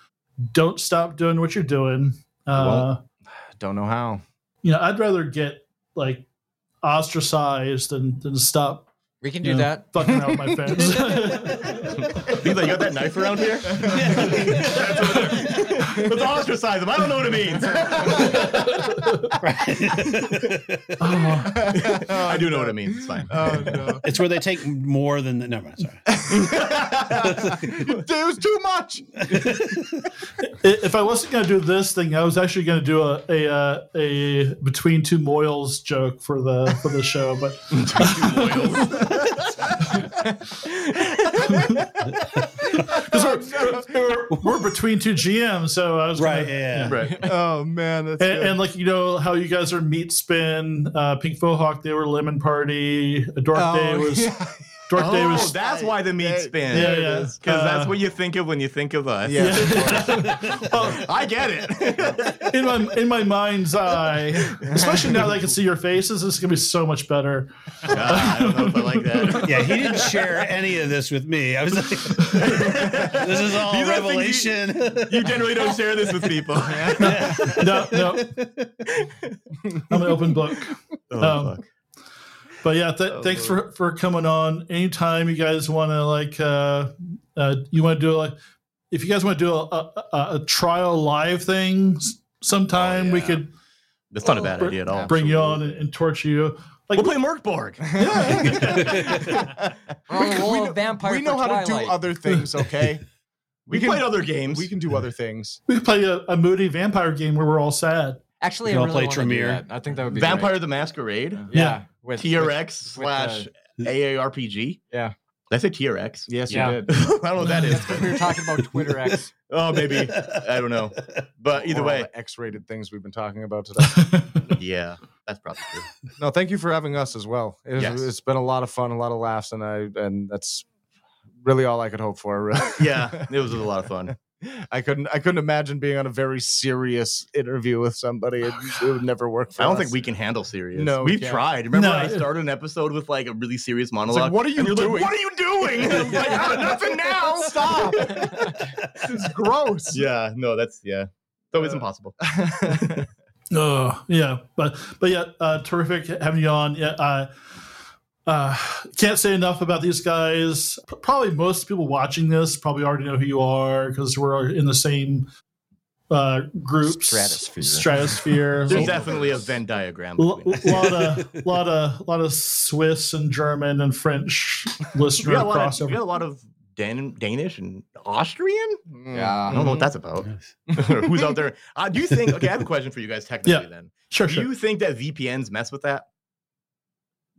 [SPEAKER 1] Don't stop doing what you're doing. Uh,
[SPEAKER 4] Don't know how.
[SPEAKER 1] you know, I'd rather get like ostracized than than stop
[SPEAKER 3] We can do
[SPEAKER 1] Yeah.
[SPEAKER 3] that.
[SPEAKER 1] fucking around with my
[SPEAKER 4] [LAUGHS]
[SPEAKER 1] fans. [LAUGHS]
[SPEAKER 6] He's like, you got that knife around here? That's over there. Let's ostracize him. I don't know what it means.
[SPEAKER 1] Oh,
[SPEAKER 6] I do know what it means. It's fine.
[SPEAKER 4] Oh no.
[SPEAKER 2] It's where they take more than the, never mind. Sorry.
[SPEAKER 4] it was too much.
[SPEAKER 1] i- if I wasn't gonna do this thing, I was actually gonna do a a uh, a between two moils joke for the for the show, but [LAUGHS]
[SPEAKER 4] oh,
[SPEAKER 1] we're, we're between two GMs, so I was
[SPEAKER 2] Right.
[SPEAKER 1] Gonna,
[SPEAKER 2] Yeah.
[SPEAKER 4] no. right. oh man, that's
[SPEAKER 1] And,
[SPEAKER 4] good.
[SPEAKER 1] and like you know how you guys are meat spin, uh, Pink Mohawk, they were Lemon Party, Dork
[SPEAKER 4] Oh,
[SPEAKER 1] Day was
[SPEAKER 4] yeah.
[SPEAKER 1] Dork Day
[SPEAKER 6] Oh,
[SPEAKER 1] was
[SPEAKER 6] that's why the meat
[SPEAKER 4] Yeah,
[SPEAKER 6] spin.
[SPEAKER 1] yeah,
[SPEAKER 6] There it
[SPEAKER 1] yeah.
[SPEAKER 6] is. Because that's
[SPEAKER 1] Uh,
[SPEAKER 6] what you think of when you think of us.
[SPEAKER 4] Yeah.
[SPEAKER 1] [LAUGHS] oh,
[SPEAKER 6] I get it.
[SPEAKER 1] in my in my mind's eye, especially now that I can see your faces. This is gonna be so much better.
[SPEAKER 6] Ah, I don't know if I
[SPEAKER 2] [LAUGHS]
[SPEAKER 6] like that.
[SPEAKER 2] Yeah, he didn't share any of this with me. I was like, this is all
[SPEAKER 6] These are things you-
[SPEAKER 2] revelation.
[SPEAKER 6] You generally don't share this with people.
[SPEAKER 1] No,
[SPEAKER 6] [LAUGHS]
[SPEAKER 1] no, I'm an open book.
[SPEAKER 6] Oh,
[SPEAKER 1] Um, But yeah, th-
[SPEAKER 4] Oh,
[SPEAKER 1] thanks for, for coming on. Anytime you guys want to like, uh, uh, you want to do like, if you guys want to do a, a, a- a trial live thing s- sometime, we
[SPEAKER 6] Oh, yeah.
[SPEAKER 1] could
[SPEAKER 6] That's not a bad
[SPEAKER 1] br-
[SPEAKER 6] idea at all.
[SPEAKER 1] bring you on and, and torture you. Like
[SPEAKER 6] we'll play Merkborg.
[SPEAKER 4] [LAUGHS]
[SPEAKER 6] [LAUGHS]
[SPEAKER 4] Yeah.
[SPEAKER 3] We're on the
[SPEAKER 4] We-
[SPEAKER 3] wall
[SPEAKER 4] we
[SPEAKER 3] of
[SPEAKER 4] know-
[SPEAKER 3] vampire
[SPEAKER 4] we know
[SPEAKER 3] for
[SPEAKER 4] how to
[SPEAKER 3] Twilight.
[SPEAKER 4] do other things, okay?
[SPEAKER 6] we
[SPEAKER 4] can-
[SPEAKER 6] played other games.
[SPEAKER 4] We can do other things.
[SPEAKER 1] we could play a, a moody vampire game where we're all sad. [LAUGHS]
[SPEAKER 3] Actually,
[SPEAKER 2] You
[SPEAKER 3] I
[SPEAKER 2] all
[SPEAKER 3] really
[SPEAKER 2] play
[SPEAKER 3] want to do
[SPEAKER 2] Tremere.
[SPEAKER 3] that. I think that would be
[SPEAKER 6] Vampire the Masquerade,
[SPEAKER 3] Great.
[SPEAKER 1] Yeah.
[SPEAKER 3] Yeah, with
[SPEAKER 6] TRX
[SPEAKER 3] with
[SPEAKER 6] slash
[SPEAKER 2] the-
[SPEAKER 6] AARPG.
[SPEAKER 3] Yeah.
[SPEAKER 6] Did I say TRX?
[SPEAKER 4] Yes,
[SPEAKER 5] Yeah.
[SPEAKER 4] you did.
[SPEAKER 6] [LAUGHS] I don't know what that
[SPEAKER 3] with-
[SPEAKER 6] is.
[SPEAKER 3] That's what we were talking about Twitter X.
[SPEAKER 6] oh, maybe. I don't know. But either
[SPEAKER 4] Or all
[SPEAKER 6] way,
[SPEAKER 4] the X-rated things we've been talking about today.
[SPEAKER 6] yeah, that's probably true.
[SPEAKER 4] no, thank you for having us as well. It is,
[SPEAKER 6] Yes.
[SPEAKER 4] It's been a lot of fun, a lot of laughs, and I and that's really all I could hope for. [LAUGHS] Really.
[SPEAKER 6] Yeah, it was a lot of fun.
[SPEAKER 4] I couldn't. I couldn't imagine being on a very serious interview with somebody. It, it would never work. For
[SPEAKER 6] I don't
[SPEAKER 4] us.
[SPEAKER 6] think we can handle serious.
[SPEAKER 4] No, we
[SPEAKER 6] we've
[SPEAKER 4] can't.
[SPEAKER 6] tried. Remember,
[SPEAKER 1] No.
[SPEAKER 6] I started an episode with like a really serious
[SPEAKER 4] It's like,
[SPEAKER 6] monologue.
[SPEAKER 4] what are
[SPEAKER 6] And
[SPEAKER 4] you
[SPEAKER 6] you're like,
[SPEAKER 4] doing?
[SPEAKER 6] what are you
[SPEAKER 4] [LAUGHS]
[SPEAKER 6] doing? [LAUGHS] I'm like, "Ah, nothing now.
[SPEAKER 4] Stop. this is gross.
[SPEAKER 6] [LAUGHS] Yeah, no, that's yeah. It's always
[SPEAKER 4] Uh,
[SPEAKER 6] impossible.
[SPEAKER 1] Oh yeah, but but yeah, uh, terrific having you on. Yeah, uh, uh, can't say enough about these guys. P- Probably most people watching this probably already know who you are because we're in the same uh, groups.
[SPEAKER 2] [LAUGHS]
[SPEAKER 3] Stratosphere.
[SPEAKER 1] Stratosphere.
[SPEAKER 6] There's definitely a Venn diagram.
[SPEAKER 1] L-
[SPEAKER 6] between us.
[SPEAKER 1] lot of lot of lot of Swiss and German and French
[SPEAKER 6] We
[SPEAKER 1] listener
[SPEAKER 6] got a lot of, we
[SPEAKER 1] crossover.
[SPEAKER 6] got a lot of Dan- Danish and Austrian. Mm. I
[SPEAKER 4] Yeah.
[SPEAKER 6] don't know what that's about. [LAUGHS] Who's out there? Uh, do you think? Okay, I have a question for you guys. Technically, then,
[SPEAKER 1] Sure,
[SPEAKER 6] do
[SPEAKER 1] sure.
[SPEAKER 6] you think that VPNs mess with that?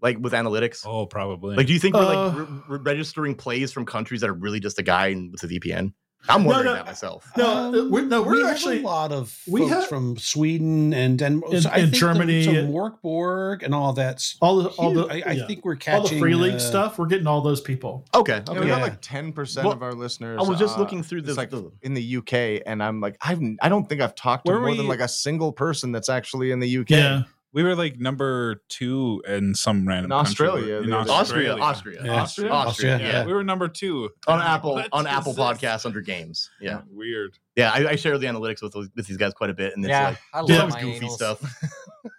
[SPEAKER 6] Like with analytics?
[SPEAKER 5] Oh, probably.
[SPEAKER 6] Like, do you think we're like
[SPEAKER 1] Uh,
[SPEAKER 6] re- re- registering plays from countries that are really just a guy in- with a VPN? I'm wondering
[SPEAKER 1] no.
[SPEAKER 6] that myself.
[SPEAKER 1] No, uh, we're- no, we're
[SPEAKER 2] Um, we have
[SPEAKER 1] actually-
[SPEAKER 2] a lot of
[SPEAKER 1] we
[SPEAKER 2] folks
[SPEAKER 1] have-
[SPEAKER 2] from Sweden and Denmark
[SPEAKER 1] And-
[SPEAKER 2] so I
[SPEAKER 1] and
[SPEAKER 2] think the-
[SPEAKER 1] Germany.
[SPEAKER 2] so Morkborg and all that's
[SPEAKER 1] all the all the
[SPEAKER 2] all I, I
[SPEAKER 1] yeah.
[SPEAKER 2] think we're
[SPEAKER 1] all
[SPEAKER 2] catching
[SPEAKER 1] the free league
[SPEAKER 2] uh,
[SPEAKER 1] stuff. We're getting all those people.
[SPEAKER 6] Okay.
[SPEAKER 4] Yeah,
[SPEAKER 6] okay.
[SPEAKER 4] we got
[SPEAKER 2] Yeah.
[SPEAKER 4] like ten percent
[SPEAKER 6] Well,
[SPEAKER 4] of our listeners.
[SPEAKER 6] I was just
[SPEAKER 4] uh,
[SPEAKER 6] looking through
[SPEAKER 4] it's
[SPEAKER 6] the,
[SPEAKER 4] like
[SPEAKER 6] the-
[SPEAKER 4] in the UK, and I'm like, I've I don't think I've talked to
[SPEAKER 5] Were
[SPEAKER 4] more than
[SPEAKER 5] we-
[SPEAKER 4] like a single person that's actually in the UK.
[SPEAKER 1] Yeah,
[SPEAKER 5] we were like number two in some random
[SPEAKER 4] In
[SPEAKER 5] country.
[SPEAKER 4] Australia,
[SPEAKER 5] In
[SPEAKER 4] the other-
[SPEAKER 6] Austria, Austria,
[SPEAKER 2] Yeah.
[SPEAKER 5] Austria?
[SPEAKER 6] Austria,
[SPEAKER 2] Austria,
[SPEAKER 6] yeah.
[SPEAKER 5] We were number two
[SPEAKER 6] on Apple
[SPEAKER 5] What
[SPEAKER 6] on
[SPEAKER 5] is
[SPEAKER 6] Apple
[SPEAKER 5] this?
[SPEAKER 6] Podcasts under games. Yeah,
[SPEAKER 5] Weird.
[SPEAKER 6] yeah. I, I share the analytics with those- with these guys quite a bit, and it's
[SPEAKER 3] Yeah,
[SPEAKER 6] like
[SPEAKER 3] I love
[SPEAKER 1] Yeah.
[SPEAKER 6] sometimes
[SPEAKER 3] my
[SPEAKER 6] goofy
[SPEAKER 3] anals.
[SPEAKER 6] stuff.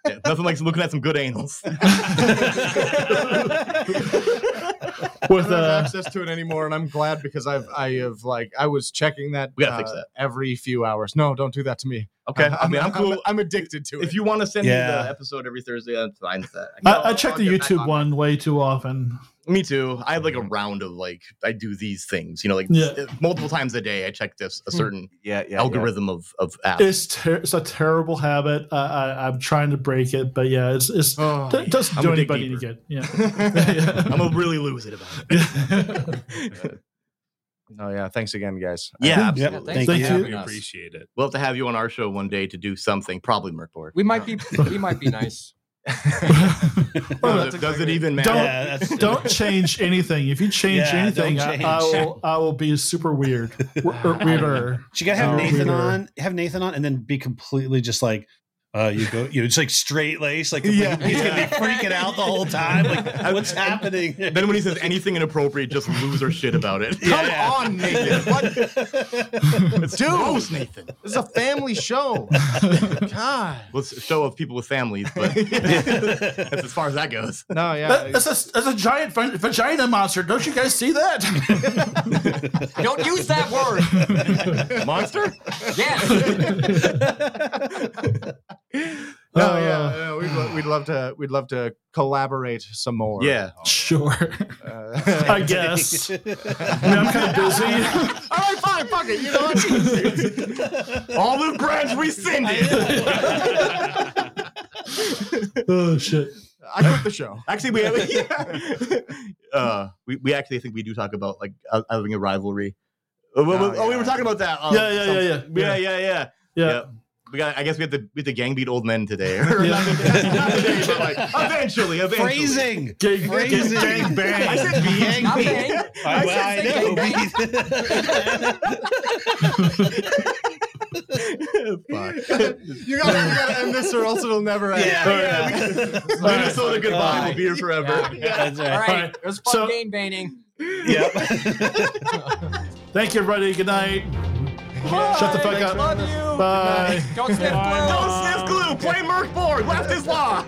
[SPEAKER 6] Yeah, nothing like looking at some good anals. [LAUGHS]
[SPEAKER 2] [LAUGHS]
[SPEAKER 1] with
[SPEAKER 4] I don't have
[SPEAKER 1] uh,
[SPEAKER 4] access to it anymore, and I'm glad because I've I have like I was checking that. uh,
[SPEAKER 6] We gotta fix that.
[SPEAKER 4] every few hours. No, don't do that to me.
[SPEAKER 6] okay,
[SPEAKER 4] [LAUGHS] I'm,
[SPEAKER 6] I mean I'm cool.
[SPEAKER 4] I'm, addicted to
[SPEAKER 6] if
[SPEAKER 4] it.
[SPEAKER 6] you want to send me
[SPEAKER 2] Yeah.
[SPEAKER 6] the episode every Thursday, I'm fine with that.
[SPEAKER 1] I, I check
[SPEAKER 6] I'll
[SPEAKER 1] the
[SPEAKER 6] get back
[SPEAKER 1] YouTube
[SPEAKER 6] on
[SPEAKER 1] one way too often.
[SPEAKER 6] it. Me too. I have like a round of like I do these things. You know, like uh,
[SPEAKER 1] Yeah.
[SPEAKER 6] multiple times a day, I check this a certain
[SPEAKER 4] yeah, yeah,
[SPEAKER 6] algorithm of of apps.
[SPEAKER 1] It's ter- it's a terrible habit. I, I, I'm trying to break it, but yeah, it's it's
[SPEAKER 4] Oh,
[SPEAKER 1] it doesn't
[SPEAKER 6] I'm
[SPEAKER 1] do
[SPEAKER 6] gonna dig
[SPEAKER 1] anybody any
[SPEAKER 6] deeper.
[SPEAKER 1] good. Yeah,
[SPEAKER 6] [LAUGHS] I'm [LAUGHS] gonna really lose it about it.
[SPEAKER 4] oh yeah. Thanks again, guys.
[SPEAKER 6] Yeah,
[SPEAKER 2] Yeah,
[SPEAKER 6] absolutely.
[SPEAKER 3] Thank,
[SPEAKER 1] Thank
[SPEAKER 3] you.
[SPEAKER 1] you.
[SPEAKER 3] for having
[SPEAKER 5] We
[SPEAKER 3] us.
[SPEAKER 5] appreciate it.
[SPEAKER 6] [LAUGHS] We'll have to have you on our show one day to do something, probably Merkboard.
[SPEAKER 3] We might be we might be nice.
[SPEAKER 1] [LAUGHS] Well,
[SPEAKER 6] [LAUGHS] does, it- does it even matter?
[SPEAKER 1] Don't-
[SPEAKER 2] Yeah, that's-
[SPEAKER 1] don't change anything. If you change
[SPEAKER 2] Yeah, don't
[SPEAKER 1] anything, I- I,
[SPEAKER 2] change.
[SPEAKER 1] will I will be super
[SPEAKER 6] [LAUGHS]
[SPEAKER 1] weird or, or weirder.
[SPEAKER 2] So you gotta have
[SPEAKER 1] No.
[SPEAKER 2] Nathan
[SPEAKER 1] Peter.
[SPEAKER 2] on, have Nathan on, and then be completely just like, uh, you go, you know, it's like straight lace, like completely-
[SPEAKER 4] Yeah.
[SPEAKER 2] he's gonna be freaking out the whole time, like what's happening?
[SPEAKER 6] Then when he says anything inappropriate, just lose our shit about it.
[SPEAKER 2] Yeah.
[SPEAKER 6] Come on, Nathan.
[SPEAKER 4] [LAUGHS]
[SPEAKER 6] What? It's gross, Nathan.
[SPEAKER 4] This is a family [LAUGHS] show. God.
[SPEAKER 6] Well, it's a show of people with families, but that's as far as that goes.
[SPEAKER 4] No, yeah.
[SPEAKER 1] That- that's, a, that's a giant [LAUGHS]
[SPEAKER 6] [LAUGHS]
[SPEAKER 1] vag- vagina monster. Don't you guys see that?
[SPEAKER 3] Don't use that word.
[SPEAKER 6] Monster?
[SPEAKER 3] Yes.
[SPEAKER 4] No,
[SPEAKER 6] Oh,
[SPEAKER 1] Uh,
[SPEAKER 4] yeah, yeah, we'd, lo- we'd love to we'd love to collaborate some more.
[SPEAKER 6] [LAUGHS] Yeah.
[SPEAKER 1] Sure,
[SPEAKER 4] Uh, [LAUGHS]
[SPEAKER 1] I guess. I mean, I'm kind of busy.
[SPEAKER 4] All right, fine, fuck it. You know what?
[SPEAKER 6] [LAUGHS] All the brands rescinded.
[SPEAKER 4] [LAUGHS]
[SPEAKER 1] oh shit.
[SPEAKER 4] I quit the show.
[SPEAKER 6] actually, we have. Yeah. [LAUGHS] Uh, we, we actually think we do talk about like uh, having a rivalry. Oh, we-
[SPEAKER 4] Oh,
[SPEAKER 6] oh, we
[SPEAKER 4] yeah.
[SPEAKER 6] were talking about that. uh,
[SPEAKER 3] Um,
[SPEAKER 1] Yeah, yeah, yeah,
[SPEAKER 6] some-
[SPEAKER 1] yeah,
[SPEAKER 6] yeah, yeah, yeah.
[SPEAKER 1] Yeah.
[SPEAKER 6] Yep. We got. I guess we have to we have to gang beat old men today. [LAUGHS] Or
[SPEAKER 1] Yeah.
[SPEAKER 6] not today, not today, but like eventually, eventually.
[SPEAKER 2] Phrasing.
[SPEAKER 1] Gang-
[SPEAKER 2] Phrasing.
[SPEAKER 1] gang bang.
[SPEAKER 6] I said gang.
[SPEAKER 3] Not bang.
[SPEAKER 2] I, well,
[SPEAKER 3] I
[SPEAKER 2] I
[SPEAKER 3] said
[SPEAKER 2] know.
[SPEAKER 3] gang
[SPEAKER 6] Fuck.
[SPEAKER 4] [LAUGHS] You gotta, you gotta end this or else it'll never
[SPEAKER 6] [LAUGHS]
[SPEAKER 4] end.
[SPEAKER 2] Yeah,
[SPEAKER 6] Minnesota goodbye.
[SPEAKER 3] God.
[SPEAKER 6] We'll be here forever.
[SPEAKER 3] Yeah.
[SPEAKER 2] That's
[SPEAKER 3] All
[SPEAKER 2] right.
[SPEAKER 3] right.
[SPEAKER 1] All right.
[SPEAKER 3] It was fun
[SPEAKER 1] So-
[SPEAKER 3] game baning.
[SPEAKER 2] Yep.
[SPEAKER 1] Thank you, everybody. Good night. Shut the fuck up.
[SPEAKER 3] Love you.
[SPEAKER 1] Bye.
[SPEAKER 3] Don't sniff blood.
[SPEAKER 6] Don't sniff glue. Play Merc Board. Left is law.